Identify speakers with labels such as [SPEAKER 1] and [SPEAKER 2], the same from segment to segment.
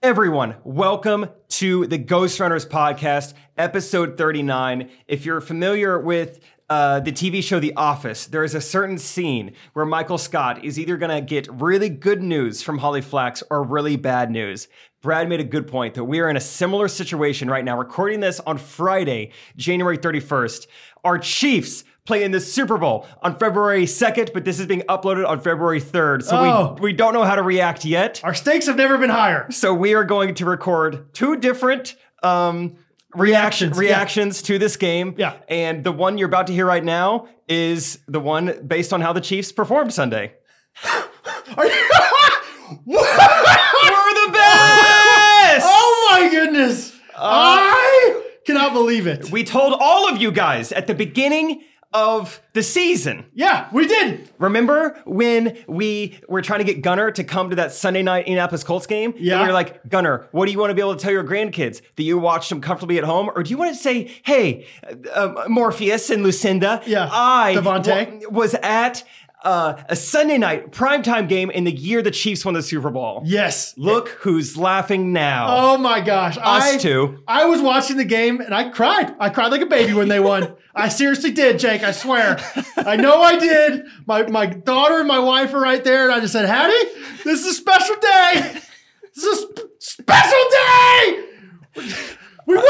[SPEAKER 1] Everyone, welcome to the Ghost Runners podcast, episode 39. If you're familiar with uh, the TV show The Office, there is a certain scene where Michael Scott is either going to get really good news from Holly Flax or really bad news. Brad made a good point that we are in a similar situation right now, recording this on Friday, January 31st. Our Chiefs play in the Super Bowl on February 2nd, but this is being uploaded on February 3rd. So
[SPEAKER 2] Oh.
[SPEAKER 1] we, we don't know how to react yet.
[SPEAKER 2] Our stakes have never been higher.
[SPEAKER 1] So we are going to record two different um, reaction
[SPEAKER 2] Reactions,
[SPEAKER 1] reactions,
[SPEAKER 2] yeah.
[SPEAKER 1] to this game.
[SPEAKER 2] Yeah.
[SPEAKER 1] And the one you're about to hear right now is the one based on how the Chiefs performed Sunday.
[SPEAKER 2] Are you? What?
[SPEAKER 1] We're the best!
[SPEAKER 2] oh my goodness! I cannot believe it.
[SPEAKER 1] We told all of you guys at the beginning of the season.
[SPEAKER 2] yeah, we did.
[SPEAKER 1] Remember when we were trying to get Gunner to come to that Sunday night Indianapolis Colts game? And
[SPEAKER 2] Yeah.
[SPEAKER 1] we were like, Gunner, what do you want to be able to tell your grandkids? That you watched them comfortably at home? Or do you want to say, hey, uh, uh, Morpheus and Lucinda,
[SPEAKER 2] Yeah.
[SPEAKER 1] I
[SPEAKER 2] Devontae.
[SPEAKER 1] wa- was at uh, a Sunday night primetime game in the year the Chiefs won the Super Bowl.
[SPEAKER 2] Yes.
[SPEAKER 1] Look who's laughing now.
[SPEAKER 2] Oh my gosh.
[SPEAKER 1] Us
[SPEAKER 2] I,
[SPEAKER 1] two.
[SPEAKER 2] I was watching the game and I cried. I cried like a baby when they won. I seriously did, Jake. I swear. I know I did. My my daughter and my wife are right there, and I just said, Hattie, this is a special day. This is a sp- special day. We won.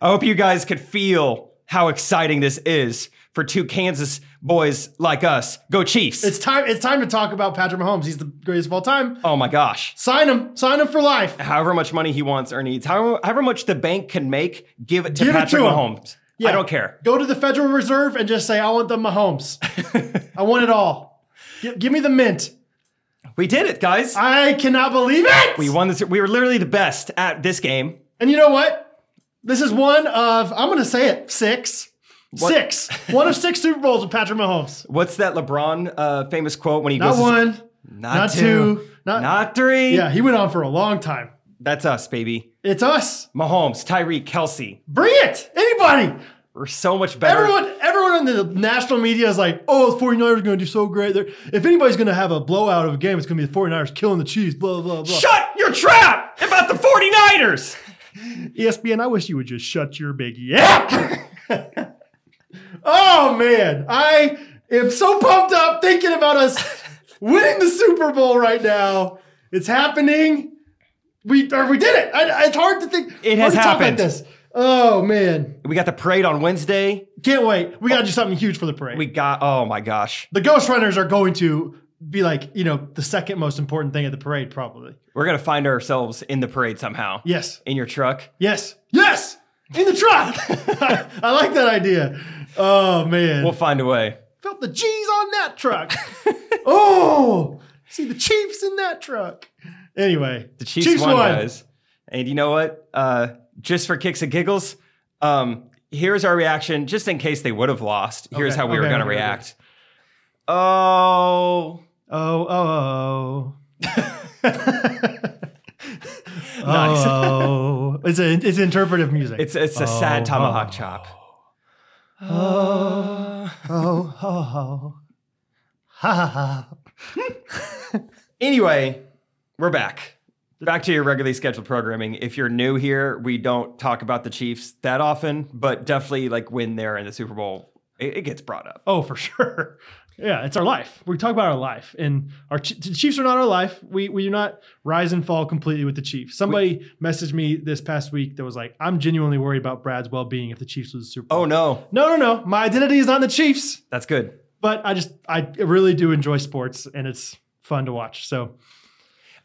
[SPEAKER 1] I hope you guys could feel how exciting this is for two Kansas boys like us. Go Chiefs.
[SPEAKER 2] It's time. It's time to talk about Patrick Mahomes. He's the greatest of all time.
[SPEAKER 1] oh my gosh.
[SPEAKER 2] Sign him. Sign him for life.
[SPEAKER 1] however much money he wants or needs, however, however much the bank can make, give it to
[SPEAKER 2] Give it to
[SPEAKER 1] Patrick
[SPEAKER 2] him.
[SPEAKER 1] Mahomes. I
[SPEAKER 2] Yeah.
[SPEAKER 1] don't care.
[SPEAKER 2] Go to the Federal Reserve and just say, "I want the Mahomes. I want it all. Gi- give me the mint."
[SPEAKER 1] We did it, guys.
[SPEAKER 2] I cannot believe it.
[SPEAKER 1] we won this. We were literally the best at this game.
[SPEAKER 2] And you know what? This is one of I'm going to say it six, six, one of six Super Bowls with Patrick Mahomes.
[SPEAKER 1] What's that LeBron uh, famous quote when he
[SPEAKER 2] Not
[SPEAKER 1] goes?
[SPEAKER 2] one,
[SPEAKER 1] not,
[SPEAKER 2] not
[SPEAKER 1] two,
[SPEAKER 2] two, not,
[SPEAKER 1] not three.
[SPEAKER 2] yeah. He went on for a long time.
[SPEAKER 1] That's us, baby.
[SPEAKER 2] It's us.
[SPEAKER 1] Mahomes, Tyreek, Kelsey.
[SPEAKER 2] Bring it. Anybody.
[SPEAKER 1] We're so much better.
[SPEAKER 2] Everyone, everyone in the national media is like, oh, the 49ers are going to do so great. They're, if anybody's going to have a blowout of a game, it's going to be the 49ers killing the Chiefs, blah, blah, blah.
[SPEAKER 1] Shut your trap about the 49ers.
[SPEAKER 2] ESPN, I wish you would just shut your big yeah. oh man, I am so pumped up thinking about us winning the Super Bowl right now. It's happening. We or we did it. I, it's hard to think.
[SPEAKER 1] It
[SPEAKER 2] hard
[SPEAKER 1] has
[SPEAKER 2] to talk
[SPEAKER 1] happened.
[SPEAKER 2] Like this. Oh man,
[SPEAKER 1] We got the parade on Wednesday.
[SPEAKER 2] can't wait. We got to do something huge for the parade.
[SPEAKER 1] We got, oh my gosh.
[SPEAKER 2] the Ghost Runners are going to be like you know the second most important thing at the parade probably.
[SPEAKER 1] We're going to find ourselves in the parade somehow.
[SPEAKER 2] Yes.
[SPEAKER 1] In your truck.
[SPEAKER 2] Yes. Yes. In the truck. I like that idea. Oh man.
[SPEAKER 1] We'll find a way.
[SPEAKER 2] felt the G's on that truck. oh, see the Chiefs in that truck. Anyway,
[SPEAKER 1] The Chiefs, won, guys. And you know what? Uh, just for kicks and giggles, um, here's our reaction, just in case they would have lost. Here's
[SPEAKER 2] Okay,
[SPEAKER 1] how we were
[SPEAKER 2] okay,
[SPEAKER 1] going to
[SPEAKER 2] okay, okay.
[SPEAKER 1] react. Oh,
[SPEAKER 2] Oh, oh, oh.
[SPEAKER 1] Nice.
[SPEAKER 2] Oh, it's a, it's interpretive music.
[SPEAKER 1] it's it's a sad
[SPEAKER 2] Oh,
[SPEAKER 1] tomahawk
[SPEAKER 2] oh.
[SPEAKER 1] chop.
[SPEAKER 2] oh, oh, oh. Ha ha ha.
[SPEAKER 1] Anyway, we're back. Back to your regularly scheduled programming. If you're new here, we don't talk about the Chiefs that often, but definitely like when they're in the Super Bowl, it, it gets brought up.
[SPEAKER 2] Oh, for sure. Yeah, it's our life. We talk about our life, and our Ch- the Chiefs are not our life. We we do not rise and fall completely with the Chiefs. Somebody messaged me this past week that was like, "I'm genuinely worried about Brad's well being if the Chiefs lose the Super." Bowl."
[SPEAKER 1] Oh no,
[SPEAKER 2] no, no, no! My identity is not in the Chiefs,
[SPEAKER 1] that's good.
[SPEAKER 2] but I just I really do enjoy sports, and it's fun to watch. So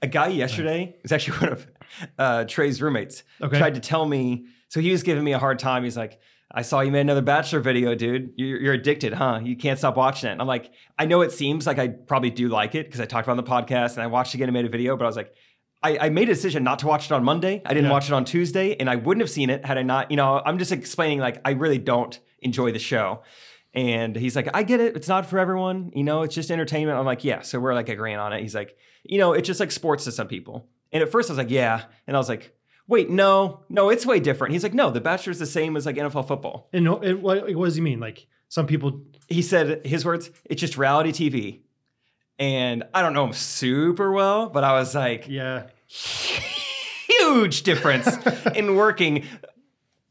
[SPEAKER 1] a guy yesterday was actually one of uh, Trey's roommates
[SPEAKER 2] Okay.
[SPEAKER 1] tried to tell me. So he was giving me a hard time. He's like, "I saw you made another Bachelor video, dude. You're, you're addicted, huh? You can't stop watching it." And I'm like, "I know it seems like I probably do like it because I talked about it on the podcast and I watched it again and made a video, but I was like." I, I made a decision not to watch it on Monday. I didn't
[SPEAKER 2] Yeah.
[SPEAKER 1] watch it on Tuesday, and I wouldn't have seen it had I not. You know, I'm just explaining like I really don't enjoy the show, and he's like, "I get it. It's not for everyone. You know, it's just entertainment." I'm like, "Yeah." So we're like agreeing on it. He's like, you know, it's just like sports to some people. And at first I was like, yeah. And I was like, wait, no, no, it's way different. He's like, no, The Bachelor's the same as like NFL football.
[SPEAKER 2] and, no- and what, what does he mean? Like some people,
[SPEAKER 1] He said, his words, it's just reality TV. And I don't know him super well, but I was like,
[SPEAKER 2] yeah.
[SPEAKER 1] huge difference in working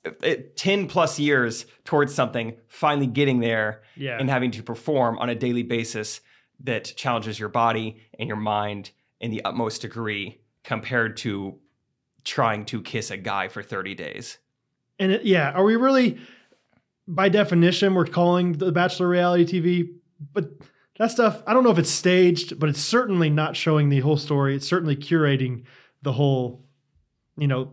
[SPEAKER 1] uh, 10 plus years towards something, finally getting there,
[SPEAKER 3] Yeah.
[SPEAKER 1] and having to perform on a daily basis that challenges your body and your mind in the utmost degree compared to trying to kiss a guy for 30 days.
[SPEAKER 2] And it, yeah, are we really, by definition, we're calling the Bachelor reality TV, but that stuff, I don't know if it's staged, but it's certainly not showing the whole story. It's certainly curating the whole, you know,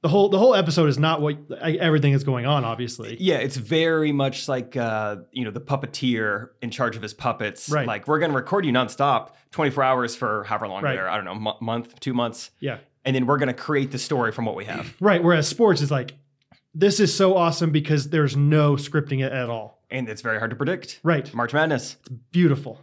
[SPEAKER 2] the whole the whole episode is not what I, everything is going on, obviously.
[SPEAKER 1] Yeah, it's very much like uh, you know the puppeteer in charge of his puppets.
[SPEAKER 2] Right.
[SPEAKER 1] Like we're going to record you nonstop, 24 hours for however long
[SPEAKER 2] Right.
[SPEAKER 1] there. I don't know, mo- month, two months,
[SPEAKER 2] Yeah.
[SPEAKER 1] and then we're going to create the story from what we have.
[SPEAKER 2] Right. Whereas sports is like, this is so awesome because there's no scripting it at all.
[SPEAKER 1] and it's very hard to predict.
[SPEAKER 2] Right.
[SPEAKER 1] March Madness,
[SPEAKER 2] Beautiful.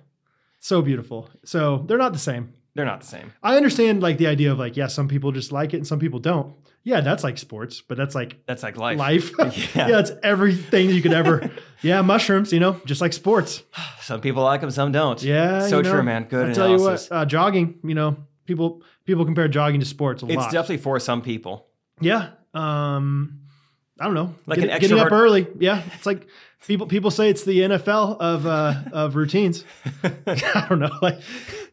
[SPEAKER 2] So beautiful. So they're not the same.
[SPEAKER 1] they're not the same.
[SPEAKER 2] I understand like the idea of like, yeah, some people just like it and some people don't. Yeah, that's like sports, but that's like
[SPEAKER 1] That's like life.
[SPEAKER 2] life.
[SPEAKER 1] Yeah.
[SPEAKER 2] yeah. it's everything you could ever. yeah, mushrooms, you know, just like sports.
[SPEAKER 1] Some people like them, some don't.
[SPEAKER 2] Yeah,
[SPEAKER 1] so
[SPEAKER 2] you know,
[SPEAKER 1] true, man. Good
[SPEAKER 2] I tell you
[SPEAKER 1] analysis.
[SPEAKER 2] what, uh, jogging, you know, people people compare jogging to sports a
[SPEAKER 1] it's
[SPEAKER 2] lot.
[SPEAKER 1] definitely for some people.
[SPEAKER 2] yeah. Um, I don't know,
[SPEAKER 1] Like
[SPEAKER 2] Get-
[SPEAKER 1] an
[SPEAKER 2] getting up
[SPEAKER 1] extrovert-
[SPEAKER 2] early. Yeah, it's like people people say it's the NFL of uh, of routines. I don't know, like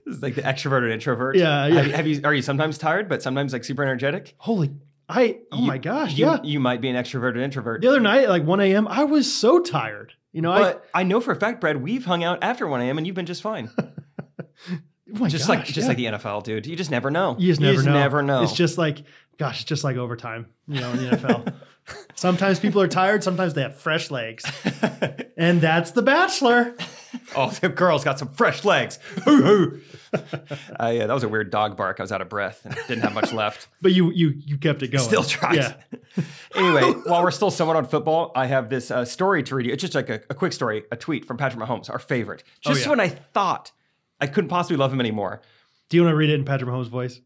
[SPEAKER 1] It's like the extrovert and introvert.
[SPEAKER 2] Yeah, yeah.
[SPEAKER 1] Have, have you are you sometimes tired, but sometimes like super energetic?
[SPEAKER 2] holy, I oh
[SPEAKER 1] You-
[SPEAKER 2] my gosh,
[SPEAKER 1] you,
[SPEAKER 2] yeah.
[SPEAKER 1] You might be an extrovert or introvert.
[SPEAKER 2] The other night at like 1 a.m., I was so tired. You know, I,
[SPEAKER 1] But I know for a fact, Brad, we've hung out after 1 a.m. and you've been just fine.
[SPEAKER 2] Oh my
[SPEAKER 1] Just like
[SPEAKER 2] gosh,
[SPEAKER 1] just
[SPEAKER 2] yeah.
[SPEAKER 1] like the NFL, dude. You just never know.
[SPEAKER 2] you just never know.
[SPEAKER 1] never know.
[SPEAKER 2] It's just like, gosh, it's just like overtime, you know, in the NFL. sometimes people are tired, sometimes they have fresh legs. and that's the bachelor.
[SPEAKER 1] oh, the girl's got some fresh legs. Hoo hoo. uh, yeah, that was a weird dog bark. I was out of breath and didn't have much left.
[SPEAKER 2] But you you you kept it going.
[SPEAKER 1] Still tries.
[SPEAKER 2] Yeah.
[SPEAKER 1] anyway, while we're still somewhat on football, I have this uh, story to read you. It's just like a, a quick story, a tweet from Patrick Mahomes, our favorite. Just
[SPEAKER 2] Oh, yeah.
[SPEAKER 1] when I thought I couldn't possibly love him anymore.
[SPEAKER 2] Do you want to read it in Patrick Mahomes' voice?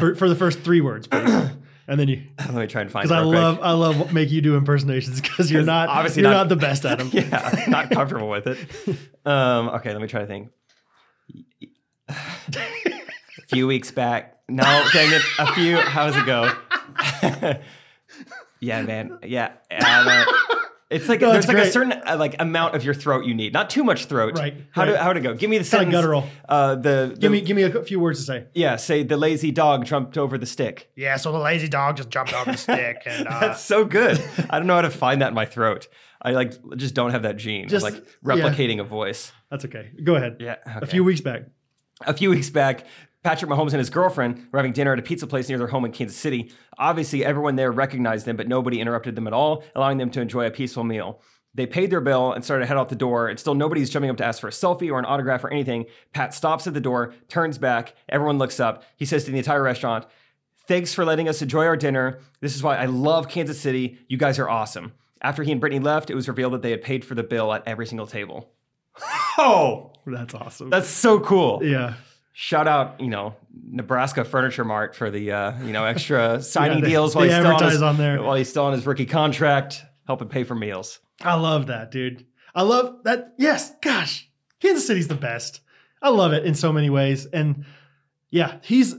[SPEAKER 2] For, for the first three words, please. And then you
[SPEAKER 1] Let me try and find
[SPEAKER 2] because
[SPEAKER 1] it.
[SPEAKER 2] I
[SPEAKER 1] real quick.
[SPEAKER 2] love I love make you do impersonations because you're
[SPEAKER 1] 'Cause
[SPEAKER 2] not
[SPEAKER 1] obviously
[SPEAKER 2] you're
[SPEAKER 1] not-
[SPEAKER 2] not, the best at them.
[SPEAKER 1] yeah, I'm not comfortable with it. Um, okay, let me try to think. a few weeks back. No, dang it. A few how's it go? yeah, man. Yeah. uh, it's like
[SPEAKER 2] No,
[SPEAKER 1] there's
[SPEAKER 2] it's
[SPEAKER 1] like a
[SPEAKER 2] great.
[SPEAKER 1] certain uh, like amount of your throat you need, not too much throat.
[SPEAKER 2] Right,
[SPEAKER 1] How do
[SPEAKER 2] right.
[SPEAKER 1] how to go? Give me the
[SPEAKER 2] Kinda
[SPEAKER 1] sentence.
[SPEAKER 2] guttural.
[SPEAKER 1] Uh, the, the
[SPEAKER 2] Give me give me a few words to say.
[SPEAKER 1] yeah. Say the lazy dog jumped over the stick.
[SPEAKER 3] Yeah, so the lazy dog just jumped off the stick and uh,
[SPEAKER 1] That's so good. I don't know how to find that in my throat. I like just don't have that gene. of,
[SPEAKER 2] Just-
[SPEAKER 1] like
[SPEAKER 2] yeah.
[SPEAKER 1] replicating a voice.
[SPEAKER 2] That's okay. Go ahead.
[SPEAKER 1] Yeah.
[SPEAKER 2] A
[SPEAKER 1] okay.
[SPEAKER 2] few weeks back.
[SPEAKER 1] a few weeks back, Patrick Mahomes and his girlfriend were having dinner at a pizza place near their home in Kansas City. Obviously, everyone there recognized them, but nobody interrupted them at all, allowing them to enjoy a peaceful meal. They paid their bill and started to head out the door, and still nobody's jumping up to ask for a selfie or an autograph or anything. Pat stops at the door, turns back, everyone looks up. He says to the entire restaurant, Thanks for letting us enjoy our dinner. This is why I love Kansas City. You guys are awesome. After he and Brittany left, it was revealed that they had paid for the bill at every single table. Oh,
[SPEAKER 2] That's awesome.
[SPEAKER 1] that's so cool
[SPEAKER 2] yeah.
[SPEAKER 1] shout out, you know, Nebraska Furniture Mart for the uh, you know extra signing
[SPEAKER 2] Yeah, they-
[SPEAKER 1] deals while
[SPEAKER 2] they
[SPEAKER 1] he's still on his,
[SPEAKER 2] advertise on there.
[SPEAKER 1] while he's still on his rookie contract, helping pay for meals.
[SPEAKER 2] I love that, dude. I love that. Yes, gosh, Kansas City's the best. I love it in so many ways, and yeah, he's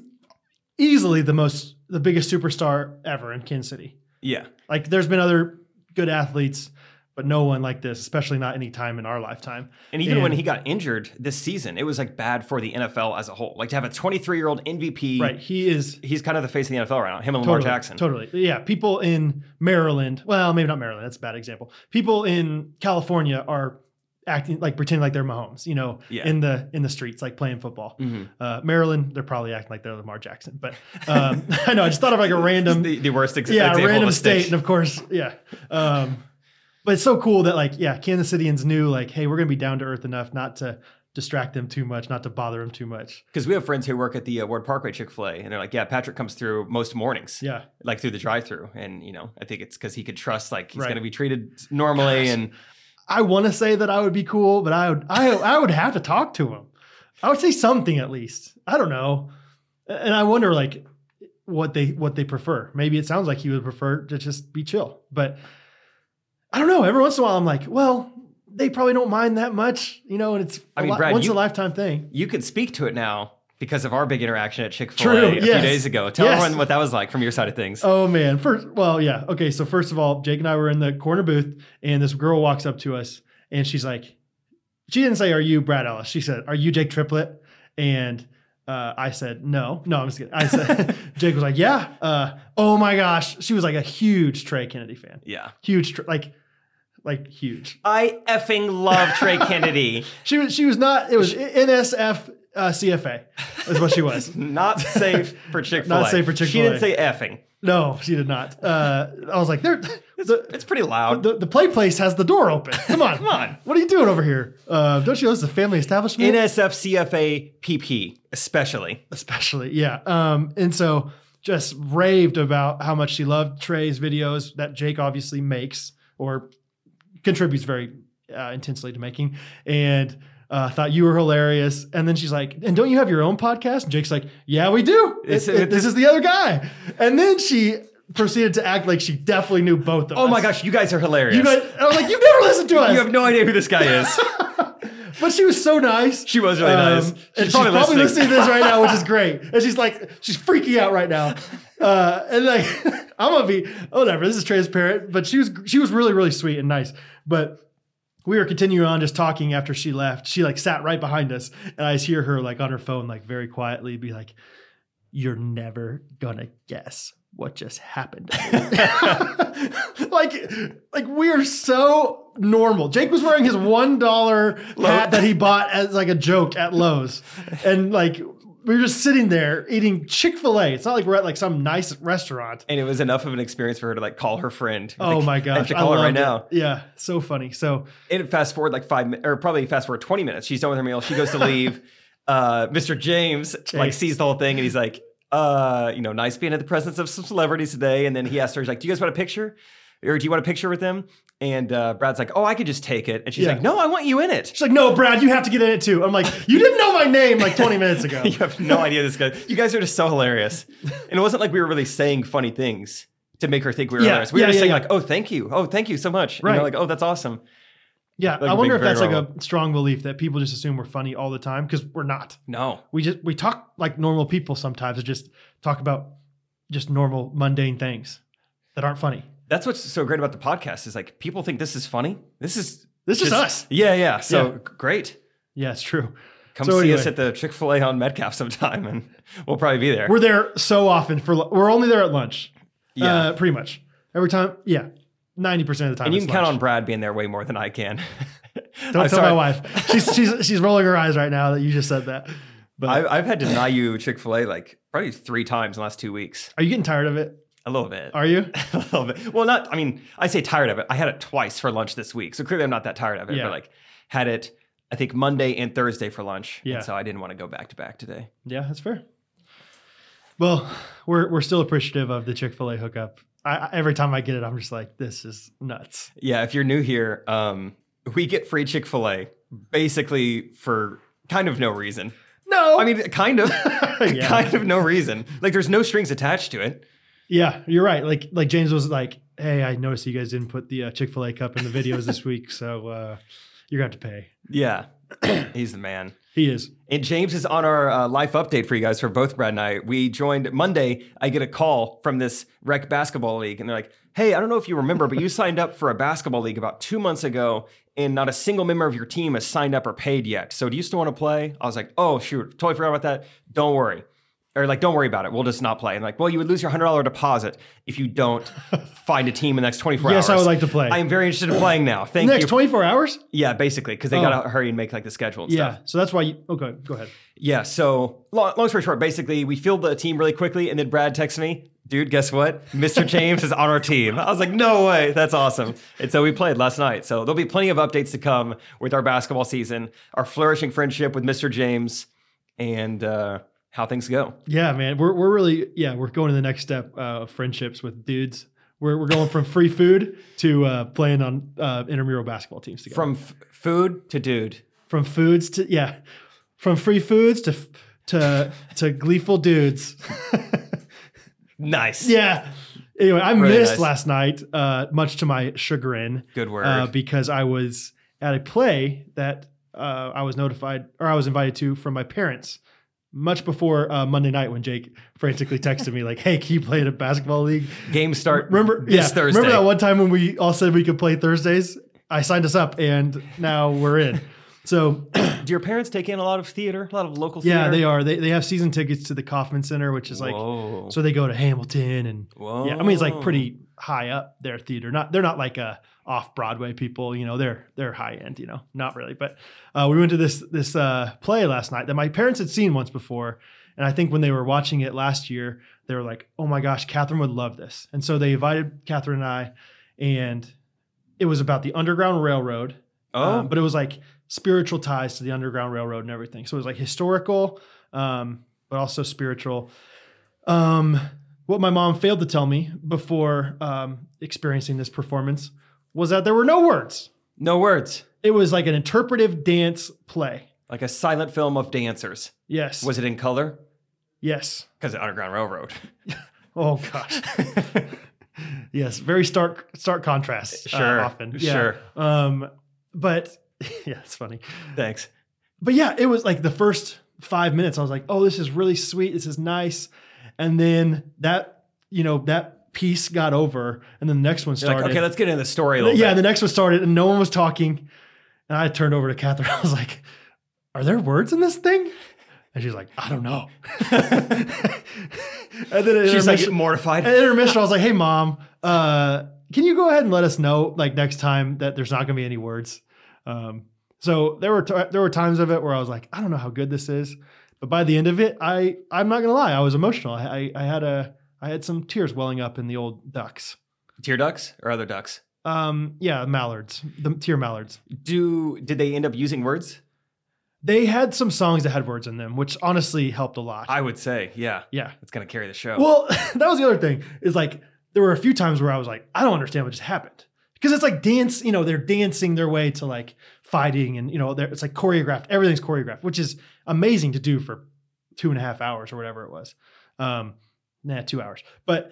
[SPEAKER 2] easily the most, the biggest superstar ever in Kansas City.
[SPEAKER 1] Yeah,
[SPEAKER 2] Like, there's been other good athletes, but no one like this, especially not any time in our lifetime.
[SPEAKER 1] and even
[SPEAKER 2] And-
[SPEAKER 1] when he got injured this season, it was like bad for the NFL as a whole. Like to have a 23 year old MVP,
[SPEAKER 2] Right? He is
[SPEAKER 1] He's kind of the face of the NFL right now. Him and Lamar
[SPEAKER 2] totally,
[SPEAKER 1] Jackson.
[SPEAKER 2] Totally. Yeah. People in Maryland, well, maybe not Maryland. That's a bad example. People in California are acting like pretending like they're Mahomes, you know,
[SPEAKER 1] Yeah.
[SPEAKER 2] in the in the streets, like playing football.
[SPEAKER 1] Mhm.
[SPEAKER 2] Uh, Maryland, they're probably acting like they're Lamar Jackson. But um, I know I just thought of like a random,
[SPEAKER 1] The, the worst ex-
[SPEAKER 2] yeah,
[SPEAKER 1] example of
[SPEAKER 2] random
[SPEAKER 1] a
[SPEAKER 2] state,
[SPEAKER 1] stick.
[SPEAKER 2] and of course, yeah. Um, but it's so cool that like yeah, Kansas Cityans knew like, hey, we're gonna be down to earth enough not to distract them too much, not to bother them too much.
[SPEAKER 1] Because we have friends who work at the uh, Ward Parkway Chick Fil A, and they're like, "Yeah, Patrick comes through most mornings,
[SPEAKER 2] Yeah,
[SPEAKER 1] like through the drive-through." And you know, I think it's because he could trust, like, he's
[SPEAKER 2] Right.
[SPEAKER 1] going to be treated normally,
[SPEAKER 2] Gosh.
[SPEAKER 1] and
[SPEAKER 2] I want to say that I would be cool, but I would I I would have to talk to him. I would say something at least. I don't know, and I wonder like what they what they prefer. Maybe it sounds like he would prefer to just be chill, but I don't know. Every once in a while, I'm like, well, they probably don't mind that much, you know. And it's
[SPEAKER 1] I
[SPEAKER 2] I
[SPEAKER 1] mean, Brad,
[SPEAKER 2] once
[SPEAKER 1] you-
[SPEAKER 2] a lifetime thing.
[SPEAKER 1] you can speak to it now because of our big interaction at Chick Fil A
[SPEAKER 2] True,
[SPEAKER 1] a few
[SPEAKER 2] yes.
[SPEAKER 1] days ago. Tell
[SPEAKER 2] Yes.
[SPEAKER 1] everyone what that was like from your side of things.
[SPEAKER 2] Oh man. First, well, yeah. Okay. So first of all, Jake and I were in the corner booth, and this girl walks up to us, and she's like, she didn't say, "Are you Brad Ellis?" She said, "Are you Jake Triplett?" And uh, I said, "No, no, I'm just kidding." I said, Jake was like, "Yeah." Uh, oh my gosh, she was like a huge Trey Kennedy fan.
[SPEAKER 1] Yeah,
[SPEAKER 2] Huge, Tr- like, like huge.
[SPEAKER 1] I effing love Trey Kennedy.
[SPEAKER 2] She was. She was not. It was NSF uh, CFA is what she was.
[SPEAKER 1] Not safe for Chick Fil A.
[SPEAKER 2] safe for
[SPEAKER 1] She didn't
[SPEAKER 2] Chick-fil-A.
[SPEAKER 1] say effing.
[SPEAKER 2] No, she did not. Uh, I was like, there. the-
[SPEAKER 1] It's pretty loud.
[SPEAKER 2] The, the play place has the door open. Come on.
[SPEAKER 1] Come on.
[SPEAKER 2] What are you doing over here? Uh, don't you know this is a family establishment?
[SPEAKER 1] NSF CFA PP especially.
[SPEAKER 2] Especially, yeah. Um, and so just raved about how much she loved Trey's videos that Jake obviously makes or contributes very uh, intensely to making. And uh, thought you were hilarious. And then she's like, and don't you have your own podcast? And Jake's like, yeah, we do. It-
[SPEAKER 1] It's-
[SPEAKER 2] it- this is the other guy. And then she proceeded to act like she definitely knew both of us.
[SPEAKER 1] Oh my gosh, you guys are hilarious.
[SPEAKER 2] You guys, I was like, you never listened to us.
[SPEAKER 1] You have no idea who this guy is.
[SPEAKER 2] But she was so nice.
[SPEAKER 1] She was really nice.
[SPEAKER 2] Um,
[SPEAKER 1] She's
[SPEAKER 2] and she's
[SPEAKER 1] probably
[SPEAKER 2] probably,
[SPEAKER 1] listening.
[SPEAKER 2] listening. to this right now, which is great. And she's like, she's freaking out right now. Uh, and like, I'm gonna be whatever. This is transparent, but she was she was really really sweet and nice. But we were continuing on just talking after she left. She like sat right behind us, and I just hear her like on her phone, like very quietly, be like, "You're never gonna guess." What just happened? like, like we are so normal. Jake was wearing his one dollar hat that he bought as like a joke at Lowe's, and like we were just sitting there eating Chick Fil A. It's not like we're at like some nice restaurant.
[SPEAKER 1] and it was enough of an experience for her to like call her friend.
[SPEAKER 2] Oh
[SPEAKER 1] Like,
[SPEAKER 2] my gosh!
[SPEAKER 1] I have to call her right
[SPEAKER 2] loved it.
[SPEAKER 1] now.
[SPEAKER 2] Yeah, so funny. So
[SPEAKER 1] And fast forward like five minutes, or probably fast forward 20 minutes. She's done with her meal. She goes to leave. uh, Mr. James, like
[SPEAKER 2] James.
[SPEAKER 1] sees the whole thing and he's like, uh, you know, nice being in the presence of some celebrities today. And then he asked her, he's like, do you guys want a picture? Or do you want a picture with them? And uh, Brad's like, oh, I could just take it. And she's
[SPEAKER 2] Yeah.
[SPEAKER 1] like, no, I want you in it.
[SPEAKER 2] She's like, no, Brad, you have to get in it too. I'm like, you didn't know my name like 20 minutes ago.
[SPEAKER 1] You have no idea this guy. You guys are just so hilarious. And it wasn't like we were really saying funny things to make her think we were
[SPEAKER 2] Yeah,
[SPEAKER 1] hilarious. We
[SPEAKER 2] yeah,
[SPEAKER 1] were just
[SPEAKER 2] yeah,
[SPEAKER 1] saying
[SPEAKER 2] yeah.
[SPEAKER 1] like, oh, thank you. Oh, thank you so much. And
[SPEAKER 2] Right.
[SPEAKER 1] they're like, oh, that's awesome.
[SPEAKER 2] Yeah,
[SPEAKER 1] Like
[SPEAKER 2] I wonder
[SPEAKER 1] being
[SPEAKER 2] if that's
[SPEAKER 1] very
[SPEAKER 2] like a strong belief that people just assume we're funny all the time because we're not.
[SPEAKER 1] No.
[SPEAKER 2] We just we talk like normal people sometimes and just talk about just normal mundane things that aren't funny.
[SPEAKER 1] That's what's so great about the podcast is like people think this is funny. This is
[SPEAKER 2] This is
[SPEAKER 1] just-
[SPEAKER 2] us.
[SPEAKER 1] Yeah, yeah. So
[SPEAKER 2] Yeah.
[SPEAKER 1] g- great.
[SPEAKER 2] Yeah, it's true.
[SPEAKER 1] Come
[SPEAKER 2] So
[SPEAKER 1] see us
[SPEAKER 2] anyway.
[SPEAKER 1] at the Chick Fil A on Metcalf sometime, and we'll probably be there.
[SPEAKER 2] We're there so often for lu- we're only there at lunch.
[SPEAKER 1] yeah,
[SPEAKER 2] Uh, pretty much. Every time, yeah. 90% of the time.
[SPEAKER 1] and you
[SPEAKER 2] it's
[SPEAKER 1] can count
[SPEAKER 2] lunch.
[SPEAKER 1] on Brad being there way more than I can.
[SPEAKER 2] Don't
[SPEAKER 1] I'm
[SPEAKER 2] tell
[SPEAKER 1] sorry.
[SPEAKER 2] my wife. She's she's she's rolling her eyes right now that you just said that. But
[SPEAKER 1] I, I've had to deny you Chick Fil A like probably three times in the last two weeks.
[SPEAKER 2] are you getting tired of it?
[SPEAKER 1] A little bit.
[SPEAKER 2] Are you?
[SPEAKER 1] a little bit. Well, not. I mean, I say tired of it. I had it twice for lunch this week, so clearly I'm not that tired of it.
[SPEAKER 2] Yeah.
[SPEAKER 1] But like, had it. I think Monday and Thursday for lunch.
[SPEAKER 2] Yeah.
[SPEAKER 1] And so I didn't want to go back to back today.
[SPEAKER 2] Yeah, that's fair. Well, we're we're still appreciative of the Chick Fil A hookup. I, I, every time I get it, I'm just like, this is nuts.
[SPEAKER 1] Yeah, if you're new here, um, we get free Chick fil A basically for kind of no reason.
[SPEAKER 2] No,
[SPEAKER 1] I mean, kind of,
[SPEAKER 2] Yeah.
[SPEAKER 1] kind of no reason. Like, there's no strings attached to it.
[SPEAKER 2] yeah, you're right. Like like James was like, hey, I noticed you guys didn't put the uh, Chick Fil A cup in the videos this week, so uh, you're gonna have to pay.
[SPEAKER 1] Yeah, he's the man.
[SPEAKER 2] He is.
[SPEAKER 1] And James is on our uh, life update for you guys for both Brad and I. We joined Monday. I get a call from this rec basketball league, and they're like, "Hey, I don't know if you remember, but you signed up for a basketball league about two months ago, and not a single member of your team has signed up or paid yet. So do you still want to play?" I was like, "Oh shoot, totally forgot about that. Don't worry." Or like, don't worry about it. We'll just not play. And like, well, you would lose your hundred dollar deposit if you don't find a team in the next twenty four hours.
[SPEAKER 2] Yes, I would like to play.
[SPEAKER 1] I am very interested in playing now. Thank
[SPEAKER 2] Next
[SPEAKER 1] you.
[SPEAKER 2] 24 hours.
[SPEAKER 1] yeah, basically, because they
[SPEAKER 2] Oh.
[SPEAKER 1] gotta hurry and make like the schedule and stuff.
[SPEAKER 2] Yeah, so that's why. you Okay, go ahead.
[SPEAKER 1] Yeah. So long, long story short, basically we filled the team really quickly, and then Brad texts me, "Dude, guess what? Mr. James is on our team." I was like, "No way! That's awesome!" And so we played last night. So there'll be plenty of updates to come with our basketball season, our flourishing friendship with Mr. James, and uh, how things go.
[SPEAKER 2] Yeah, man, we're we're really yeah we're going to the next step uh, of friendships with dudes. We're we're going from free food to uh, playing on uh, intramural basketball teams together.
[SPEAKER 1] From f- food to dude.
[SPEAKER 2] from foods to yeah, from free foods to to to gleeful dudes.
[SPEAKER 1] Nice.
[SPEAKER 2] yeah. Anyway, I
[SPEAKER 1] Really
[SPEAKER 2] missed
[SPEAKER 1] nice.
[SPEAKER 2] last night, uh, much to my chagrin,
[SPEAKER 1] Good word.
[SPEAKER 2] uh, because I was at a play that uh, I was notified or I was invited to from my parents much before uh, Monday night when Jake frantically texted me like, "Hey, can you play in a basketball league?"
[SPEAKER 1] Game start.
[SPEAKER 2] Remember?
[SPEAKER 1] this
[SPEAKER 2] yeah,
[SPEAKER 1] Thursday.
[SPEAKER 2] Remember that one time when we all said we could play Thursdays? I signed us up, and now we're in. So
[SPEAKER 1] Do your parents take in a lot of theater, a lot of local theater?
[SPEAKER 2] yeah, they are. They they have season tickets to the Kaufman Center, which is like
[SPEAKER 1] Whoa.
[SPEAKER 2] so they go to Hamilton and
[SPEAKER 1] Whoa.
[SPEAKER 2] yeah, I mean it's like pretty high up their theater. Not they're not like a off Broadway people, you know. They're they're high end, you know. Not really, but uh, we went to this this uh, play last night that my parents had seen once before, and I think when they were watching it last year, they were like, "Oh my gosh, Catherine would love this," and so they invited Catherine and I, and it was about the Underground Railroad
[SPEAKER 1] Oh,
[SPEAKER 2] um, but it was like spiritual ties to the Underground Railroad and everything. So it was like historical, um, but also spiritual. Um, what my mom failed to tell me before um, experiencing this performance was that there were no words.
[SPEAKER 1] no words.
[SPEAKER 2] It was like an interpretive dance play.
[SPEAKER 1] Like a silent film of dancers.
[SPEAKER 2] Yes.
[SPEAKER 1] Was it in color?
[SPEAKER 2] yes.
[SPEAKER 1] Because of Underground Railroad.
[SPEAKER 2] Oh gosh. yes. Very stark stark contrast. uh,
[SPEAKER 1] Sure.
[SPEAKER 2] often. Yeah.
[SPEAKER 1] Sure.
[SPEAKER 2] Um, but yeah, it's funny.
[SPEAKER 1] Thanks.
[SPEAKER 2] but yeah, it was like the first five minutes, I was like, oh, this is really sweet. This is nice. And then that, you know, that piece got over and then the next one
[SPEAKER 1] You're
[SPEAKER 2] started.
[SPEAKER 1] like, okay, let's get into the story a
[SPEAKER 2] yeah,
[SPEAKER 1] little
[SPEAKER 2] and
[SPEAKER 1] bit.
[SPEAKER 2] the next one started and no one was talking. And I turned over to Catherine. I was like, are there words in this thing? And she's like, I don't know. and then at
[SPEAKER 1] She's like
[SPEAKER 2] intermission-
[SPEAKER 1] mortified.
[SPEAKER 2] at intermission, I was like, hey, mom, uh, can you go ahead and let us know like next time that there's not going to be any words? Um, so there were t- there were times of it where I was like, I don't know how good this is, but by the end of it, I I'm not gonna lie, I was emotional. I I, I had a I had some tears welling up in the old ducks.
[SPEAKER 1] Tear ducks or other ducks?
[SPEAKER 2] Um, yeah, mallards, the tear mallards.
[SPEAKER 1] Do did they end up using words?
[SPEAKER 2] They had some songs that had words in them, which honestly helped a lot.
[SPEAKER 1] I would say, yeah.
[SPEAKER 2] yeah.
[SPEAKER 1] It's gonna carry the show.
[SPEAKER 2] Well, that was the other thing. Is like there were a few times where I was like, I don't understand what just happened because it's like dance. You know, they're dancing their way to like fighting, and you know, they're- it's like choreographed. Everything's choreographed, which is amazing to do for two and a half hours or whatever it was. Um, nah, two hours. But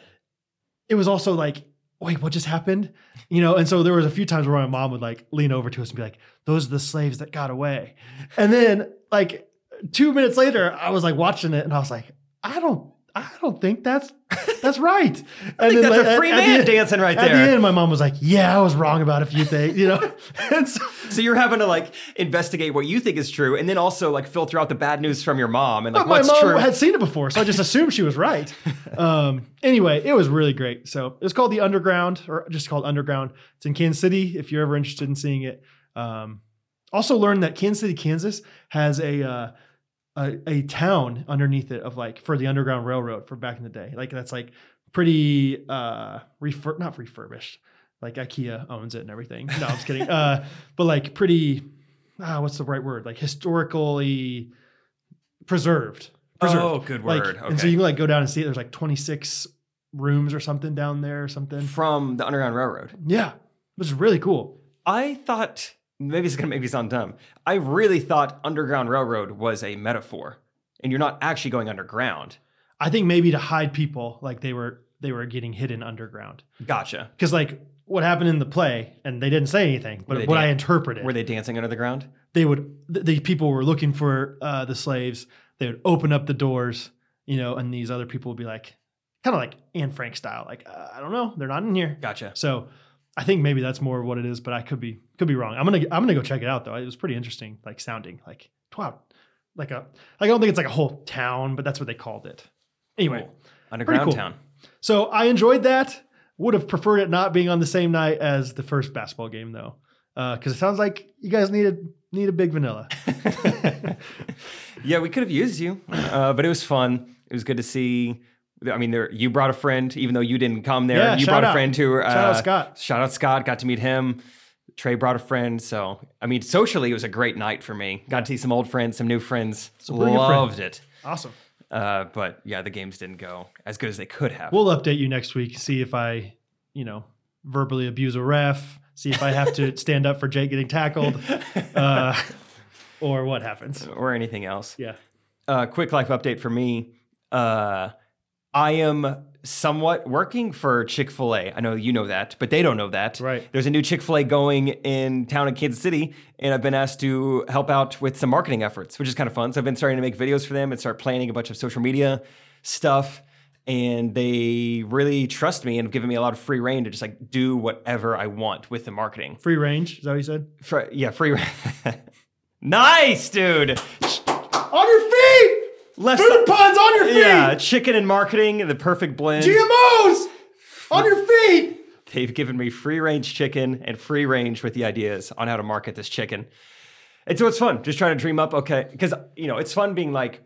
[SPEAKER 2] it was also like, wait, what just happened? You know, and so there was a few times where my mom would like lean over to us and be like, "Those are the slaves that got away," and then like two minutes later, I was like watching it and I was like, I don't. I don't think that's that's right. And
[SPEAKER 1] I think that's
[SPEAKER 2] like,
[SPEAKER 1] a free
[SPEAKER 2] at- at the
[SPEAKER 1] man
[SPEAKER 2] end-
[SPEAKER 1] dancing right
[SPEAKER 2] At the
[SPEAKER 1] there.
[SPEAKER 2] end, my mom was like, "Yeah, I was wrong about a few things," you know. and so,
[SPEAKER 1] So you're having to like investigate what you think is true, and then also like filter out the bad news from your mom and like
[SPEAKER 2] but Oh, my
[SPEAKER 1] what's
[SPEAKER 2] mom
[SPEAKER 1] true.
[SPEAKER 2] had seen it before, so I just assumed she was right. Um, anyway, it was really great. So it was called the Underground, or just called Underground. It's in Kansas City. If you're ever interested in seeing it, um, also learned that Kansas City, Kansas, has a, uh, a a town underneath it of like for the Underground Railroad for back in the day. Like that's like pretty uh, refur- not refurbished. Like IKEA owns it and everything. No, I'm just kidding. Uh, but like pretty, ah, what's the right word? Like historically preserved. Preserved.
[SPEAKER 1] Oh, good
[SPEAKER 2] Like,
[SPEAKER 1] word. okay.
[SPEAKER 2] And so you can like go down and see it. There's like 26 rooms or something down there or something.
[SPEAKER 1] from the Underground Railroad.
[SPEAKER 2] Yeah, which is really cool.
[SPEAKER 1] I thought maybe it's gonna make me sound dumb. I really thought Underground Railroad was a metaphor, and you're not actually going underground.
[SPEAKER 2] I think maybe to hide people, like they were they were getting hidden underground.
[SPEAKER 1] Gotcha.
[SPEAKER 2] Because like what happened in the play, and they didn't say anything,
[SPEAKER 1] Were
[SPEAKER 2] but
[SPEAKER 1] they
[SPEAKER 2] what I
[SPEAKER 1] dan-
[SPEAKER 2] interpreted,
[SPEAKER 1] Were they dancing under the ground?
[SPEAKER 2] they would th- the people were looking for uh, the slaves. They would open up the doors, you know, and these other people would be like, kind of like Anne Frank style, like uh, I don't know, they're not in here.
[SPEAKER 1] Gotcha.
[SPEAKER 2] So I think maybe that's more of what it is, but I could be could be wrong. I'm gonna I'm gonna go check it out though. It was pretty interesting, like sounding like wow, like a I don't think it's like a whole town, but that's what they called it. Anyway,
[SPEAKER 1] Cool. Underground
[SPEAKER 2] cool.
[SPEAKER 1] town.
[SPEAKER 2] so I enjoyed that. Would have preferred it not being on the same night as the first basketball game though, because it sounds like you guys needed need a big vanilla.
[SPEAKER 1] yeah, we could have used you, uh, but it was fun. It was good to see. I mean, there you brought a friend, even though you didn't come there.
[SPEAKER 2] Yeah,
[SPEAKER 1] you
[SPEAKER 2] shout
[SPEAKER 1] brought a
[SPEAKER 2] out.
[SPEAKER 1] friend to uh,
[SPEAKER 2] Shout out Scott.
[SPEAKER 1] Shout out Scott. Got to meet him. Trey brought a friend. So I mean, socially, it was a great night for me. Got to see some old friends, some new friends.
[SPEAKER 2] bring a friend.
[SPEAKER 1] Loved it.
[SPEAKER 2] Awesome.
[SPEAKER 1] Uh, but yeah, the games didn't go as good as they could have.
[SPEAKER 2] We'll update you next week. See if I, you know, verbally abuse a ref. See if I have to stand up for Jake getting tackled, uh, or what happens.
[SPEAKER 1] or anything else.
[SPEAKER 2] Yeah.
[SPEAKER 1] uh, quick life update for me. Uh, I am somewhat working for Chick fil A. I know you know that, but they don't know that.
[SPEAKER 2] Right.
[SPEAKER 1] There's a new Chick fil A going in town in Kansas City, and I've been asked to help out with some marketing efforts, which is kind of fun. So I've been starting to make videos for them and start planning a bunch of social media stuff. And they really trust me and have given me a lot of free reign to just like do whatever I want with the marketing.
[SPEAKER 2] Free range. Is that what you said?
[SPEAKER 1] For, yeah, free reign. nice, dude.
[SPEAKER 2] On your feet.
[SPEAKER 1] Left
[SPEAKER 2] Food
[SPEAKER 1] side.
[SPEAKER 2] puns on your feet.
[SPEAKER 1] Yeah, chicken and marketing, the perfect blend.
[SPEAKER 2] GMOs on your feet.
[SPEAKER 1] They've given me free range chicken and free range with the ideas on how to market this chicken. And so it's fun just trying to dream up, okay, because, you know, it's fun being like,